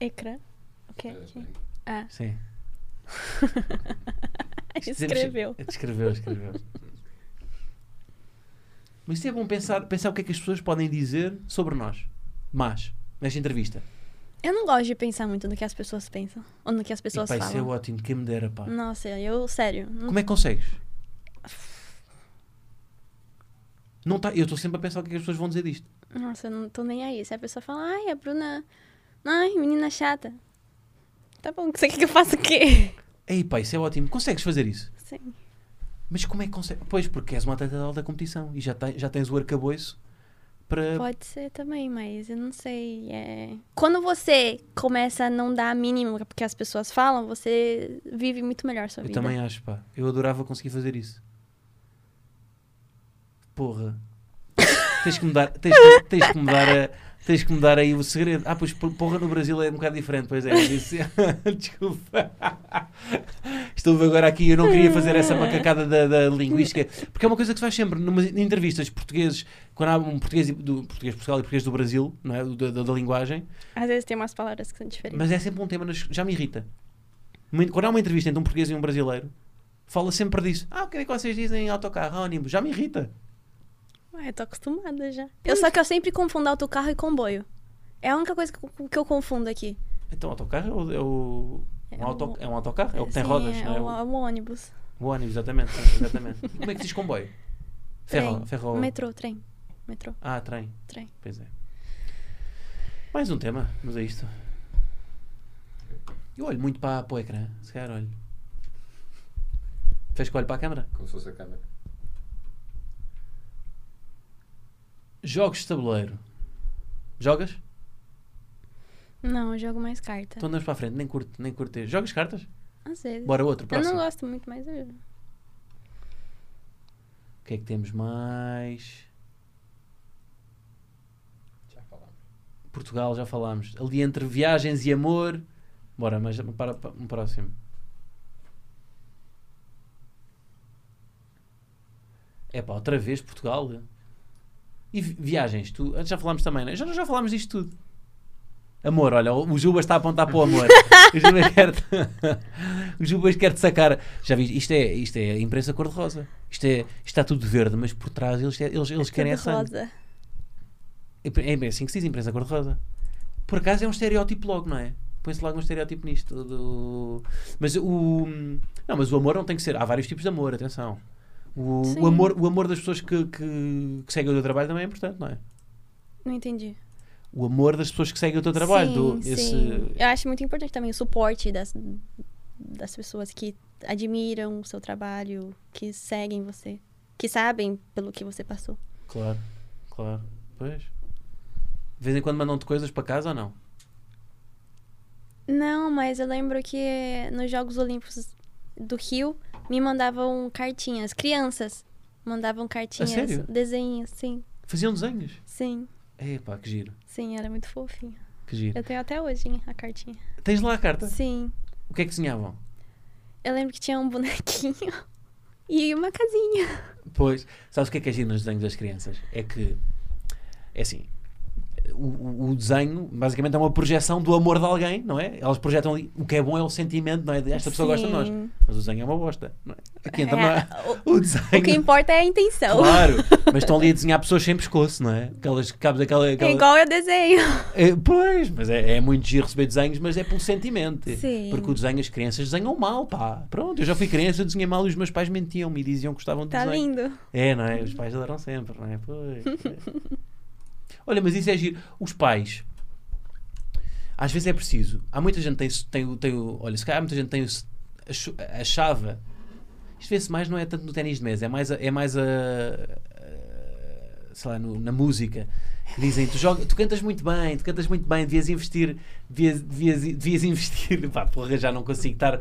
C: Ecrã.
B: É,
C: Ok. ok. Ah,
A: Sim.
C: escreveu.
A: Escreveu, escreveu. é Mas isso é bom pensar, pensar o que é que as pessoas podem dizer sobre nós, mas, nesta entrevista.
C: Eu não gosto de pensar muito no que as pessoas pensam. Ou no que as pessoas
A: vai ser
C: falam.
A: é ótimo, quem me dera, pá.
C: Nossa, eu, sério. não-
A: Como é que consegues? Não tá, eu estou sempre a pensar o que é que as pessoas vão dizer disto.
C: Nossa, eu não tô nem aí. Se a pessoa fala, ai, a Bruna. Ai, menina chata. Tá bom, você quer que eu faça o quê?
A: Ei, pá, isso é ótimo. Consegues fazer isso?
C: Sim.
A: Mas como é que consegues? Pois, porque és uma atleta de alta competição e já, te- já tens o arcabouço para.
C: Pode ser também, mas eu não sei. é- Quando você começa a não dar a mínima porque as pessoas falam, você vive muito melhor sua
A: Eu
C: vida.
A: também acho, pá. Eu adorava conseguir fazer isso. Porra. tens que me dar, tens que, tens que me dar a- Tens que me dar aí o segredo. Ah, pois por- porra no Brasil é um bocado diferente, pois é. eu disse- Desculpa. Estou agora aqui, eu não queria fazer essa macacada da, da linguística, porque é uma coisa que se faz sempre numas entrevistas portugueses, quando há um português e- do português de Portugal e português do Brasil, não é? Da, da- da linguagem,
C: Às vezes tem umas palavras que são diferentes.
A: mas é sempre um tema, nas- já me irrita. Uma- Quando há uma entrevista entre um português e um brasileiro, fala sempre disso. Ah, o que é que vocês dizem em autocarro, ônibus? Já me irrita.
C: Ué, eu tô acostumada já. Eu só que eu sempre confundo autocarro e comboio. É a única coisa que eu, que eu confundo aqui.
A: Então, autocarro é o. É, o-
C: É
A: um auto-
C: o-
A: é um autocarro? É o que tem
C: Sim,
A: rodas,
C: é,
A: não é?
C: o,
A: O,
C: é o ônibus.
A: o ônibus, exatamente. sim, exatamente. E como é que se diz comboio? Ferro.
C: trem.
A: ferro...
C: Metrô, trem. Metrô,
A: Ah, trem.
C: trem.
A: Pois é. Mais um tema, mas é isto. Eu olho muito para, para o ecrã, se calhar olho. Fez que olho para a câmara?
B: Como se fosse a câmera.
A: Jogos de tabuleiro. Jogas?
C: Não, eu jogo mais carta.
A: Então andamos para a frente, nem curto, nem curto. ter. Jogas cartas?
C: Às vezes.
A: Bora outro,
C: eu não
A: próximo.
C: gosto muito, mas eu...
A: O que é que temos mais?
B: Já falámos.
A: Portugal, já falámos. Ali entre viagens e amor. Bora, mas para, para um próximo. É pá, outra vez Portugal. E vi- viagens, tu, já falámos também, né? já, já falámos disto tudo. Amor, olha, o o Jubas está a apontar para o amor. o Jubas quer te, o Jubas quer -te sacar. Já vi, isto é, isto é a imprensa cor-de-rosa. Isto, é, isto está tudo verde, mas por trás eles, eles, eles querem
C: Tudo
A: essa.
C: rosa.
A: É pre- É bem assim que se diz, imprensa cor-de-rosa. Por acaso é um estereótipo logo, não é? Põe-se logo um estereótipo nisto. do- Mas o. Não, mas o amor não tem que ser. Há vários tipos de amor, atenção. O,
C: Sim.
A: o amor, o amor das pessoas que, que, que seguem o teu trabalho também é importante, não é?
C: Não entendi.
A: O amor das pessoas que seguem o teu trabalho. do-
C: Sim,
A: esse-
C: sim. Eu acho muito importante também o suporte das, das pessoas que admiram o seu trabalho, que seguem você, que sabem pelo que você passou.
A: Claro, claro. Pois. De vez em quando mandam-te coisas para casa ou não?
C: Não, mas eu lembro que nos Jogos Olímpicos do Rio me mandavam cartinhas, crianças mandavam cartinhas,
A: sério?
C: desenhos, sim,
A: Faziam desenhos?
C: sim,
A: Epá, que giro,
C: sim, era muito fofinho.
A: que giro.
C: Eu tenho até hoje hein, a cartinha.
A: Tens lá a carta?
C: Sim,
A: O que é que desenhavam?
C: eu lembro que tinha um bonequinho e uma casinha.
A: Pois, sabes o que é que é giro nos desenhos das crianças? É que, é assim, o, o- o desenho basicamente é uma projeção do amor de alguém, não é? Elas projetam ali, o que é bom é o sentimento, não é? De Esta pessoa gosta de nós.
C: Sim.
A: Mas o desenho é uma bosta, não é? Aqui então
C: É,
A: não é-
C: o,
A: o
C: o que
A: desenho...
C: importa é a intenção.
A: Claro, mas estão ali a desenhar pessoas sem pescoço, não é? Aquelas que cabes aquela.
C: É
A: aquela-
C: igual eu desenho.
A: É, pois, mas é, é muito giro receber desenhos, mas é pelo sentimento.
C: Sim.
A: Porque o desenho, as crianças desenham mal, pá. Pronto, eu já fui criança, eu desenhei mal e os meus pais mentiam-me e diziam que gostavam de
C: Tá
A: desenho.
C: lindo.
A: É, não é? Os pais adoram sempre, não é? Pois. Olha, mas isso é giro. Os pais. Às vezes é preciso. Há muita gente tem, tem, o- tem o. Olha, se calhar muita gente tem o, acho- achava. Isto vê-se mais, não é tanto no ténis de mesa, é mais a. É mais a a- sei lá, no- na música. Que dizem, tu, joga, tu cantas muito bem, tu cantas muito bem, devias investir. Devias, devias, devias investir. Pá, porra, já não consigo estar.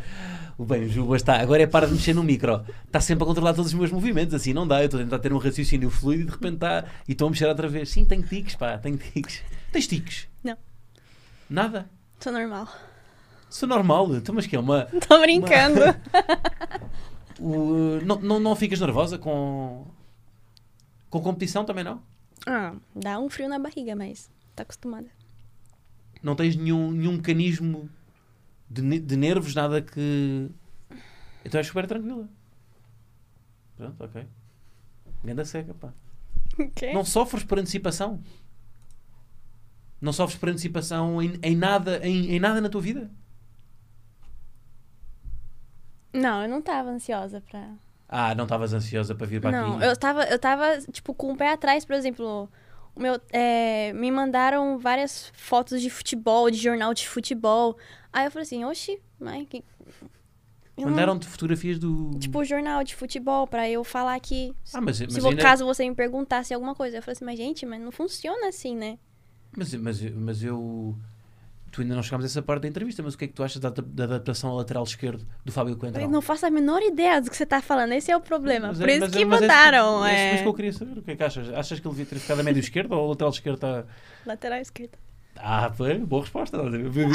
A: O bem, Juba está. Agora é para de mexer no micro. Está sempre a controlar todos os meus movimentos. Assim não dá. Eu estou a tentar ter um raciocínio fluido e de repente está. E estou a mexer outra vez. Sim, tenho tiques, pá. Tenho tiques. Tens tiques?
C: Não.
A: Nada?
C: Tô normal.
A: Sou normal. Então, mas que é uma.
C: Tô brincando.
A: o- não, não, não ficas nervosa com. Com competição também não?
C: Ah, dá um frio na barriga, mas tá acostumada.
A: Não tens nenhum, nenhum mecanismo de, ne- de nervos, nada que. Então és super tranquila. Pronto, ok. Ganda seca, pá.
C: Ok.
A: Não sofres por antecipação? Não sofres por antecipação em, em nada, em, em nada na tua vida?
C: Não, eu não tava ansiosa pra.
A: Ah, não estavas ansiosa para vir para
C: não,
A: aqui?
C: eu assim tava, eu tava, tipo, com o pé atrás, por exemplo. o Meu, é, me mandaram várias fotos de futebol, de jornal de futebol. Aí eu falei assim, oxi, mãe, que. eu não-
A: Mandaram-te fotografias do...
C: Tipo, jornal de futebol, pra eu falar que.
A: ah, mas, mas
C: se vo-
A: ainda-
C: caso você me perguntasse alguma coisa, eu falei assim, mas gente, mas não funciona assim, né?
A: Mas, mas, mas eu. Tu ainda não chegámos a essa parte da entrevista, mas o que é que tu achas da, da adaptação ao lateral esquerdo do Fábio
C: Eu
A: Coentrão?
C: não faço a menor ideia do que você tá falando, esse é o problema.
A: Mas é-
C: por isso
A: mas é-
C: que
A: mas é-
C: mandaram.
A: É,
C: É,
A: isso que eu queria saber. O que é que achas? Achas que ele devia ter ficado a médio esquerdo ou o lateral esquerdo está.
C: Lateral esquerda.
A: Ah, foi, boa resposta.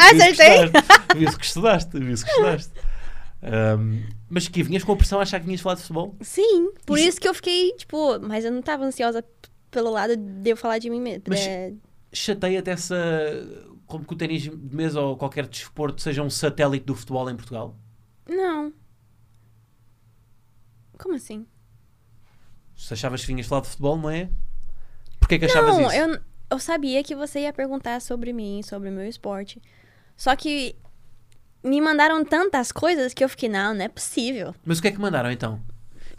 C: Acertei!
A: Viu-se que estudaste, viu-se que estudaste. Ahm, mas que vinhas com a pressão a achar que vinhas falar de futebol?
C: Sim, por
A: Isso-
C: isso... que eu fiquei, tipo, mas eu não tava ansiosa p- pelo lado de eu falar de mim mesmo.
A: Mas-
C: É,
A: Chateia-te essa. Como que o ténis de mesa ou qualquer desporto seja um satélite do futebol em Portugal?
C: Não. Como assim?
A: Se achavas que vinhas falar de futebol, não é? Porquê que achavas
C: Não,
A: isso?
C: eu, eu sabia que você ia perguntar sobre mim, sobre o meu esporte. Só que me mandaram tantas coisas que eu fiquei, não, não é possível.
A: Mas o que é que mandaram então?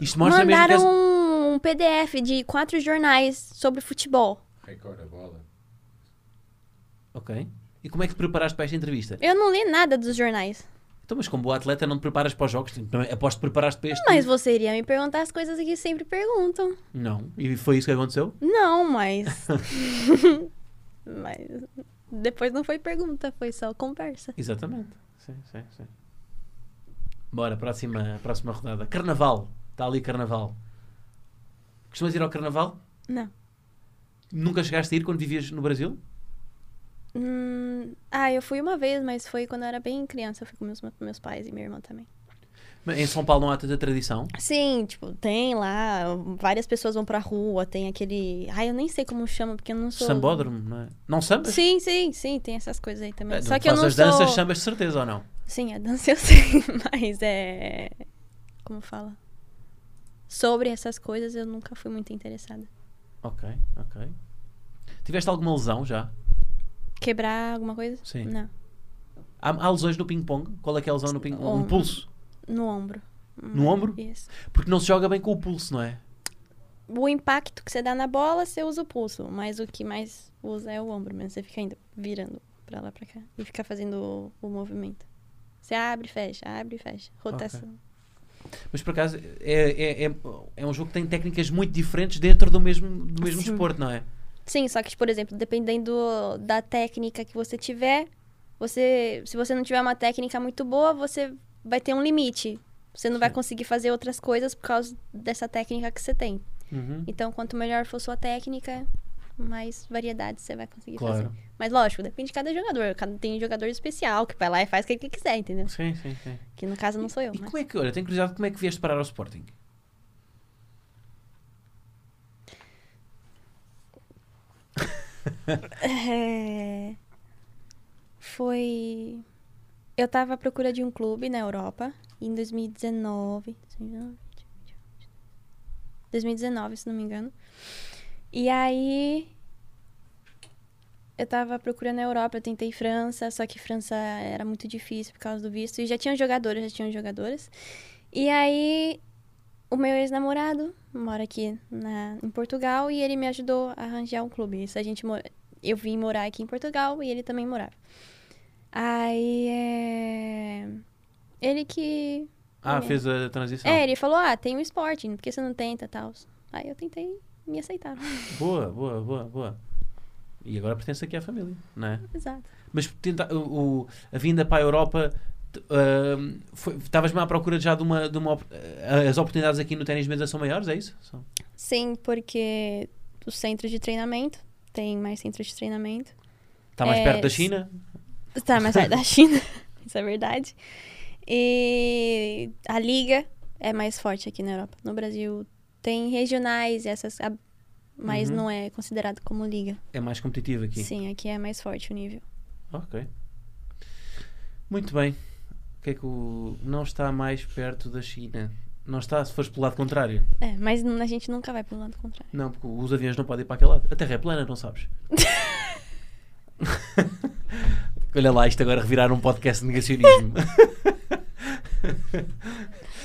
A: Isto mostra mesmo que
C: mandaram
A: és-
C: um PDF de quatro jornais sobre futebol.
B: Record a bola.
A: Ok. E como é que te preparaste para esta entrevista?
C: Eu não li nada dos jornais.
A: Então, mas como boa atleta, não te preparas para os jogos? Então, Aposto que preparaste para este.
C: Mas você iria me perguntar as coisas que sempre perguntam.
A: Não. E foi isso que aconteceu?
C: Não, mas. mas. Depois não foi pergunta, foi só conversa.
A: Exatamente. Sim, sim, sim. Bora, próxima, próxima rodada. Carnaval. Está ali Carnaval. Costumas ir ao Carnaval?
C: Não.
A: Nunca chegaste a ir quando vivias no Brasil?
C: Hum, ah, eu fui uma vez, mas foi quando eu era bem criança. Eu fui com meus, meus pais e minha irmã também.
A: Mas Em São Paulo não há tanta tradição.
C: Sim, tipo, tem lá, várias pessoas vão pra rua, tem aquele. Ai, eu nem sei como chama, porque eu não sou.
A: Sambódromo, não é? Não sambas?
C: Sim, sim, sim, tem essas coisas aí também.
A: É,
C: Só que eu não
A: fazes danças,
C: sou.
A: sambas de certeza ou não?
C: Sim, a dança eu sei, mas é. Como fala? Sobre essas coisas eu nunca fui muito interessada.
A: Ok, ok. Tiveste alguma lesão já?
C: Quebrar alguma coisa?
A: Sim.
C: Não.
A: Há, há lesões no ping-pong? Qual é que é a lesão no ping-pong?
C: Oh.
A: No pulso?
C: No ombro. Uhum.
A: No ombro?
C: Isso.
A: Porque não se joga bem com o pulso, não é?
C: O impacto que você dá na bola, você usa o pulso, mas o que mais usa é o ombro mesmo. Você fica ainda virando pra lá, pra cá e fica fazendo o, o movimento. Você abre, fecha, abre, fecha. Rotação.
A: Mas por acaso é, é, é, é um jogo que tem técnicas muito diferentes dentro do mesmo, do mesmo
C: Sim.
A: desporto, não é?
C: Sim, só que, por exemplo, dependendo da técnica que você tiver, você, se você não tiver uma técnica muito boa, você vai ter um limite. Você não vai
A: Sim.
C: conseguir fazer outras coisas por causa dessa técnica que você tem.
A: Uhum.
C: Então, quanto melhor for sua técnica, mais variedades você vai conseguir fazer.
A: Claro.
C: Mas lógico, depende de cada jogador. Cada- Tem jogador especial que vai lá e faz o que ele quiser, entendeu?
A: Sim, sim, sim.
C: Que no caso não sou eu, né?
A: E
C: mas...
A: como é que, olha, tenho curiosidade, como é que vieste parar ao Sporting?
C: É, Foi. Eu tava à procura de um clube na Europa em 2019. 2019, 2019, se não me engano. E aí. Eu tava procurando na Europa, eu tentei França, só que França era muito difícil por causa do visto. E já tinham jogadores, já tinham jogadoras. E aí, o meu ex-namorado mora aqui na, em Portugal e ele me ajudou a arranjar um clube. Isso a gente mora, eu vim morar aqui em Portugal e ele também morava. Aí é. Ele que.
A: Ah,
C: É.
A: fez a transição.
C: É, ele falou: ah, tem um esporte, por que você não tenta tal? Aí eu tentei me aceitar.
A: Boa, boa, boa, boa. E agora pertence aqui à família, não é?
C: Exato.
A: Mas tenta, o, o- a vinda para a Europa, t- ahm, foi- estavas-me à procura já de uma. De uma op- eh, as oportunidades aqui no ténis de mesa são maiores, é isso? São.
C: Sim, porque os centros de treinamento, tem mais centros de treinamento.
A: Está mais
C: É,
A: perto da
C: se-
A: China?
C: Tá, mas sai da China. Isso é verdade. E a liga é mais forte aqui na Europa. No Brasil tem regionais, e essas, a- mas
A: Uhum.
C: não é considerado como liga.
A: É mais competitivo aqui.
C: Sim, aqui é mais forte o nível.
A: Ah, Ok. Muito bem. O que é que o. Não está mais perto da China. Não está se fores pelo lado contrário.
C: É, mas n- a gente nunca vai pro lado contrário.
A: Não, porque os aviões não podem ir para aquele lado. A Terra é plana, não sabes? Olha lá, isto agora revirar um podcast de negacionismo.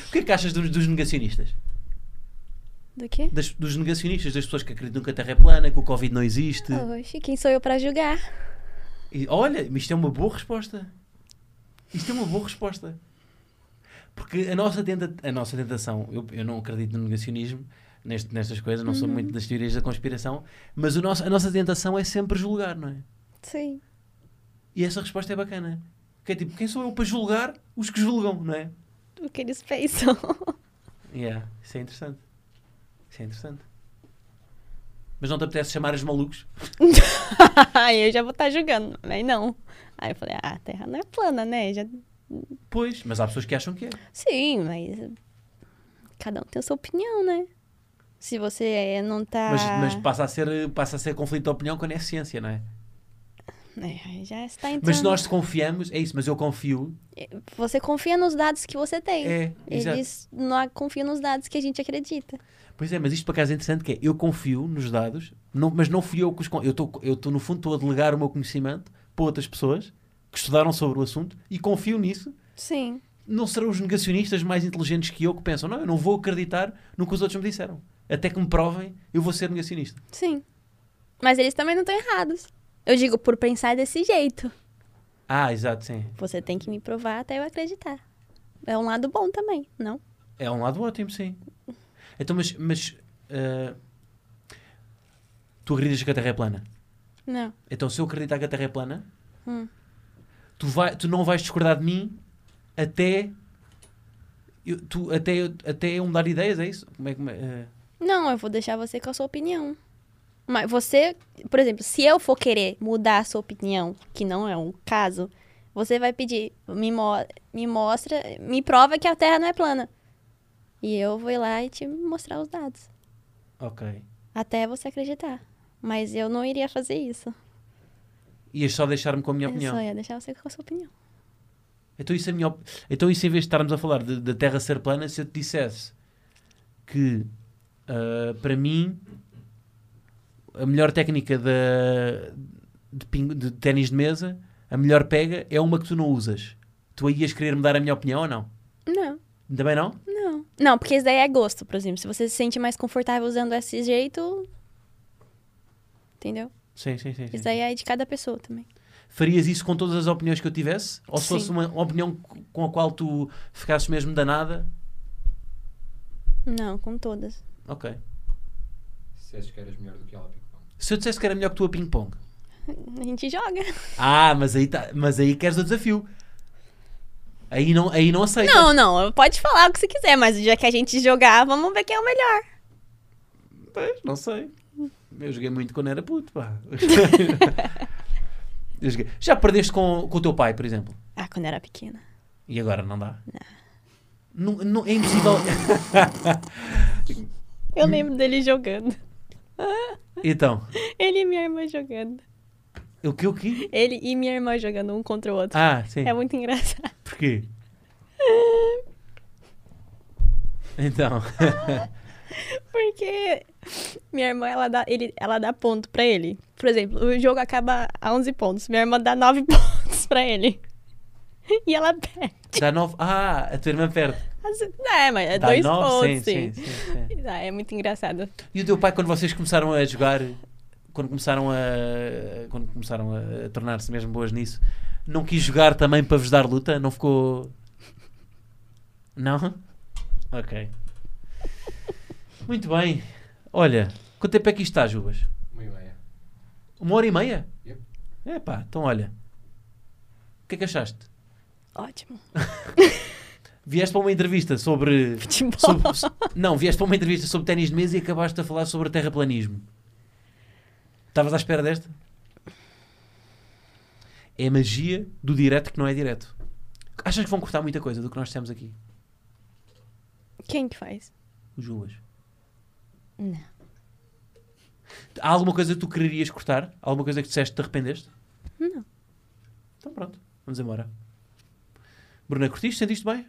A: o que é que achas dos, dos negacionistas?
C: Do quê?
A: Das- dos negacionistas, das pessoas que acreditam que a Terra é plana, que o Covid não existe.
C: Oxe, quem sou eu pra julgar?
A: E, olha, isto é uma boa resposta. Isto é uma boa resposta. Porque a nossa, tenta, a nossa tentação, eu, eu não acredito no negacionismo, neste, nestas coisas, não sou muito das teorias da conspiração, mas o nosso, a nossa tentação é sempre julgar, não é?
C: Sim.
A: E essa resposta é bacana. Que é tipo, quem sou eu para julgar os que julgam, não é?
C: O que eles pensam.
A: Yeah, isso é interessante. Isso é interessante. Mas não te apetece chamar os malucos?
C: Aí eu já vou estar julgando, mas não. Aí eu falei, ah, a Terra não é plana, né? Já...
A: Pois, mas há pessoas que acham que é.
C: Sim, mas cada um tem a sua opinião, né? Se você eh, não tá...
A: Mas, mas passa, a ser, passa a ser conflito de opinião quando é ciência, não é?
C: É, aí já está entrando...
A: Mas se nós confiamos, é isso, mas eu confio.
C: Você confia nos dados que você tem.
A: É, exato.
C: Eles não confiam nos dados que a gente acredita.
A: Pois é, mas isto por acaso é interessante que é, eu confio nos dados, não, mas não fui eu que os... con- Eu estou, eu tô, no fundo, estou a delegar o meu conhecimento para outras pessoas que estudaram sobre o assunto e confio nisso
C: Sim.
A: não serão os negacionistas mais inteligentes que eu que pensam, não, eu não vou acreditar no que os outros me disseram. Até que me provem, eu vou ser negacionista.
C: Sim. Mas eles também não estão errados. Eu digo, por pensar desse jeito.
A: Ah, exato, sim.
C: Você tem que me provar até eu acreditar. É um lado bom também, não?
A: É um lado ótimo, sim. Então, mas. mas ah, tu acreditas que a Terra é plana?
C: Não.
A: Então, se eu acreditar que a Terra é plana,
C: Hum.
A: tu, vai, tu não vais discordar de mim até. eu- tu, até, eu- até eu me dar ideias, é isso? Como é, que me- ah,
C: Não, eu vou deixar você com a sua opinião. Mas você, por exemplo, se eu for querer mudar a sua opinião, que não é um caso, você vai pedir, me, mo- me mostra, me prova que a Terra não é plana. E eu vou ir lá e te mostrar os dados.
A: ok.
C: Até você acreditar. Mas eu não iria fazer isso.
A: Ias só deixar-me com a minha
C: Eu
A: opinião.
C: só ia deixar você com a sua opinião.
A: Então isso, é a minha op- então isso em vez de estarmos a falar de- da Terra ser plana, se eu te dissesse que ah, para mim a melhor técnica da- de, ping- de ténis de mesa, a melhor pega é uma que tu não usas. Tu aí ias querer me dar a minha opinião ou não?
C: Não.
A: Também não?
C: Não. Não, porque isso daí é gosto, por exemplo. Se você se sente mais confortável usando esse jeito. Entendeu?
A: Sim, sim, sim. sim.
C: Isso daí é de cada pessoa também.
A: Farias isso com todas as opiniões que eu tivesse? Ou se
C: Sim.
A: fosse uma opinião com a qual tu ficasses mesmo danada?
C: Não, com todas.
A: Ok.
B: Se és que eras melhor do que ela, pico-pão.
A: Se eu dissesse que era melhor que tu a ping-pong,
C: A gente joga.
A: Ah, mas aí, tá, mas aí queres o desafio. Aí não, aí não aceitas.
C: Não, não, pode falar o que você quiser, mas o dia que a gente jogar, vamos ver quem é o melhor.
A: Pois, não sei. Eu joguei muito quando era puto, pá. Eu joguei. Já perdeste com, com o teu pai, por exemplo?
C: Ah, quando eu era pequena.
A: E agora não dá? Não. não- é impossível.
C: Eu lembro dele jogando.
A: então,
C: Ele e minha irmã jogando.
A: o que o que?
C: Ele e minha irmã jogando um contra o outro.
A: Ah, sim.
C: É muito engraçado.
A: Porquê? Então.
C: Porque minha irmã, ela dá, ele, ela dá ponto pra ele. Por exemplo, o jogo acaba a 11 pontos. Minha irmã dá 9 pontos pra ele. E ela perde.
A: dá nove. Ah, a tua irmã perde.
C: Assim, É, mas é
A: dá
C: dois
A: nove,
C: pontos,
A: sim,
C: sim.
A: sim, sim, sim.
C: Ah, é muito engraçado.
A: E o teu pai, quando vocês começaram a jogar, quando começaram a quando começaram a, a tornar-se mesmo boas nisso, não quis jogar também para vos dar luta? Não ficou. Não? Ok. Muito bem. Olha, quanto tempo é que isto está, Jubas?
B: Uma e meia.
A: Uma hora e meia?
B: Yep.
A: É pá, então olha. O que é que achaste?
C: Ótimo.
A: Vieste para uma entrevista sobre.
C: Futebol.
A: sobre- não, vieste para uma entrevista sobre ténis de mesa e acabaste a falar sobre terraplanismo. Estavas à espera desta? É a magia do direto que não é direto. Achas que vão cortar muita coisa do que nós temos aqui?
C: Quem que faz?
A: Os Julas.
C: Não.
A: Há alguma coisa que tu quererias cortar? Alguma coisa que disseste que te arrependeste?
C: Não.
A: Então pronto, vamos embora. Bruna, curtiste? Sentiste bem?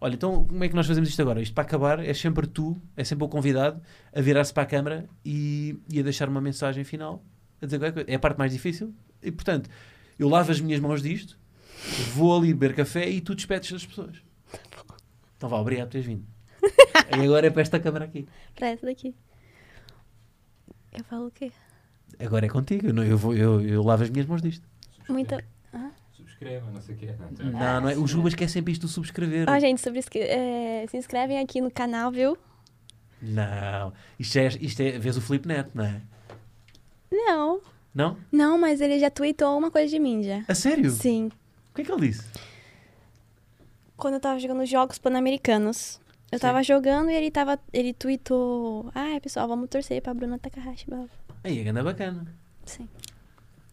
A: Olha, então como é que nós fazemos isto agora? Isto para acabar é sempre tu, é sempre o convidado a virar-se para a câmara e, e a deixar uma mensagem final. A dizer qualquer coisa. É a parte mais difícil e, portanto, Eu lavo as minhas mãos disto, vou ali beber café e tu despedes as pessoas. Então vá, obrigado por teres vindo. e agora é para esta câmara aqui.
C: Pra essa daqui. Eu falo o quê?
A: Agora é contigo. Eu, não- eu, vou- eu- eu lavo as minhas mãos disto.
C: Muita.
B: Subscreva, não sei o quê. Não, tá.
A: Não, não é. Os Rubas esquecem para isto de subscrever.
C: Ó, gente, sobre isso que- é, se inscrevem aqui no canal, viu?
A: Não. Isto é, isto é. Vês o Felipe Neto, não é?
C: Não.
A: Não?
C: Não, mas ele já tweetou uma coisa de mim já.
A: A sério?
C: Sim.
A: O que é que ele disse?
C: Quando eu tava jogando os jogos pan-americanos. Eu
A: Sim.
C: tava jogando e ele tava. Ele tweetou. Ah, pessoal, vamos torcer pra Bruna Takahashi. blá, blá, blá."
A: Aí, é ganda bacana.
C: Sim.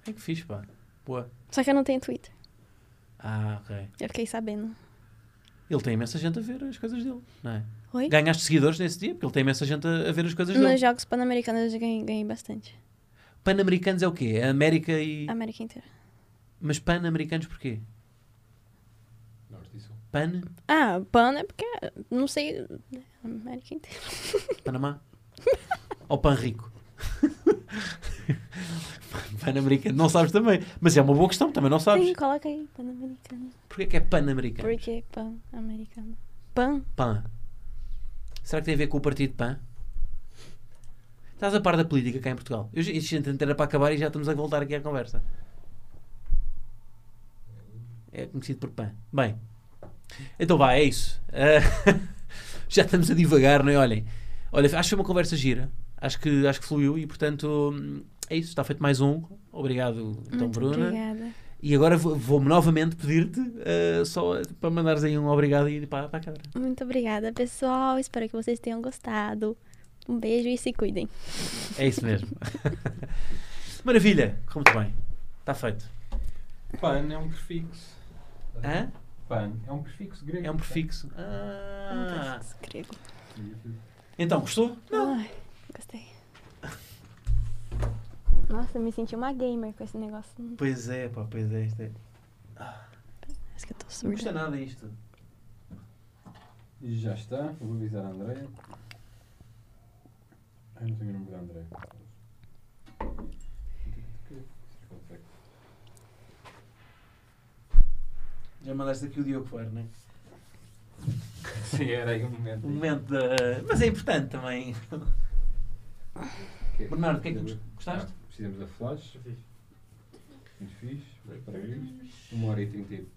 A: É que fixe, pá. Boa.
C: Só que eu não tenho Twitter.
A: Ah, ok.
C: Eu fiquei sabendo.
A: Ele tem imensa gente a ver as coisas dele, não é?
C: Oi?
A: Ganhaste seguidores nesse dia, porque ele tem imensa gente a, a ver as coisas
C: Nos
A: dele.
C: jogos pan-americanos eu ganhei, ganhei bastante.
A: Pan-americanos é o quê? A América e.
C: América inteira.
A: Mas pan-americanos porquê? tá.
B: Norte e Sul.
A: Pan?
C: Ah, pan é porque. Não sei. né, América inteira.
A: Panamá? Ou pan rico? pan-americano. Não sabes também. Mas é uma boa questão, também não sabes.
C: Sim, coloca aí, pan-americano.
A: Porquê que é pan-americano?
C: Por que pan-americano? Pan?
A: PAN. Será que tem a ver com o partido PAN? Estás a par da política cá em Portugal? Eu, já- isto gente era para acabar e já estamos a voltar aqui à conversa. É conhecido por PAN. Bem, então vá, é isso. Ah, já estamos a divagar, não é? Olhem, olha, acho que foi uma conversa gira. Acho que, acho que fluiu e, portanto, hum, é isso. Está feito mais um. Obrigado, então,
C: Muito
A: Bruna.
C: obrigada.
A: E agora vou- vou-me novamente pedir-te ah, só para mandares aí um obrigado e para, para a câmara.
C: Muito obrigada, pessoal. Espero que vocês tenham gostado. Um beijo e se cuidem.
A: É isso mesmo. Maravilha, como muito bem. Está feito.
B: Pan é um prefixo.
A: Hã?
B: Pan é um prefixo grego.
A: É um prefixo.
C: Ah.
A: Ah.
C: Grego.
A: Então, gostou?
C: Ai, gostei. Nossa, eu me senti uma gamer com esse negócio. Hum,
A: Pois é, pá, pois é. Isto é.
C: Parece que eu tô
A: Não custa
C: surda.
A: nada isto.
B: E já está. Vou avisar a Andréia. Eu não tenho o número da Andréia.
A: Já mandaste aqui o Diogo Faro, não é?
B: Sim, era aí um momento.
A: O momento da. Mas é importante também.
B: Que-
A: Bernardo, o que é que tu gostaste?
B: Ah, precisamos da flash. Muito fixe. Parabéns. 1 hora e 30 e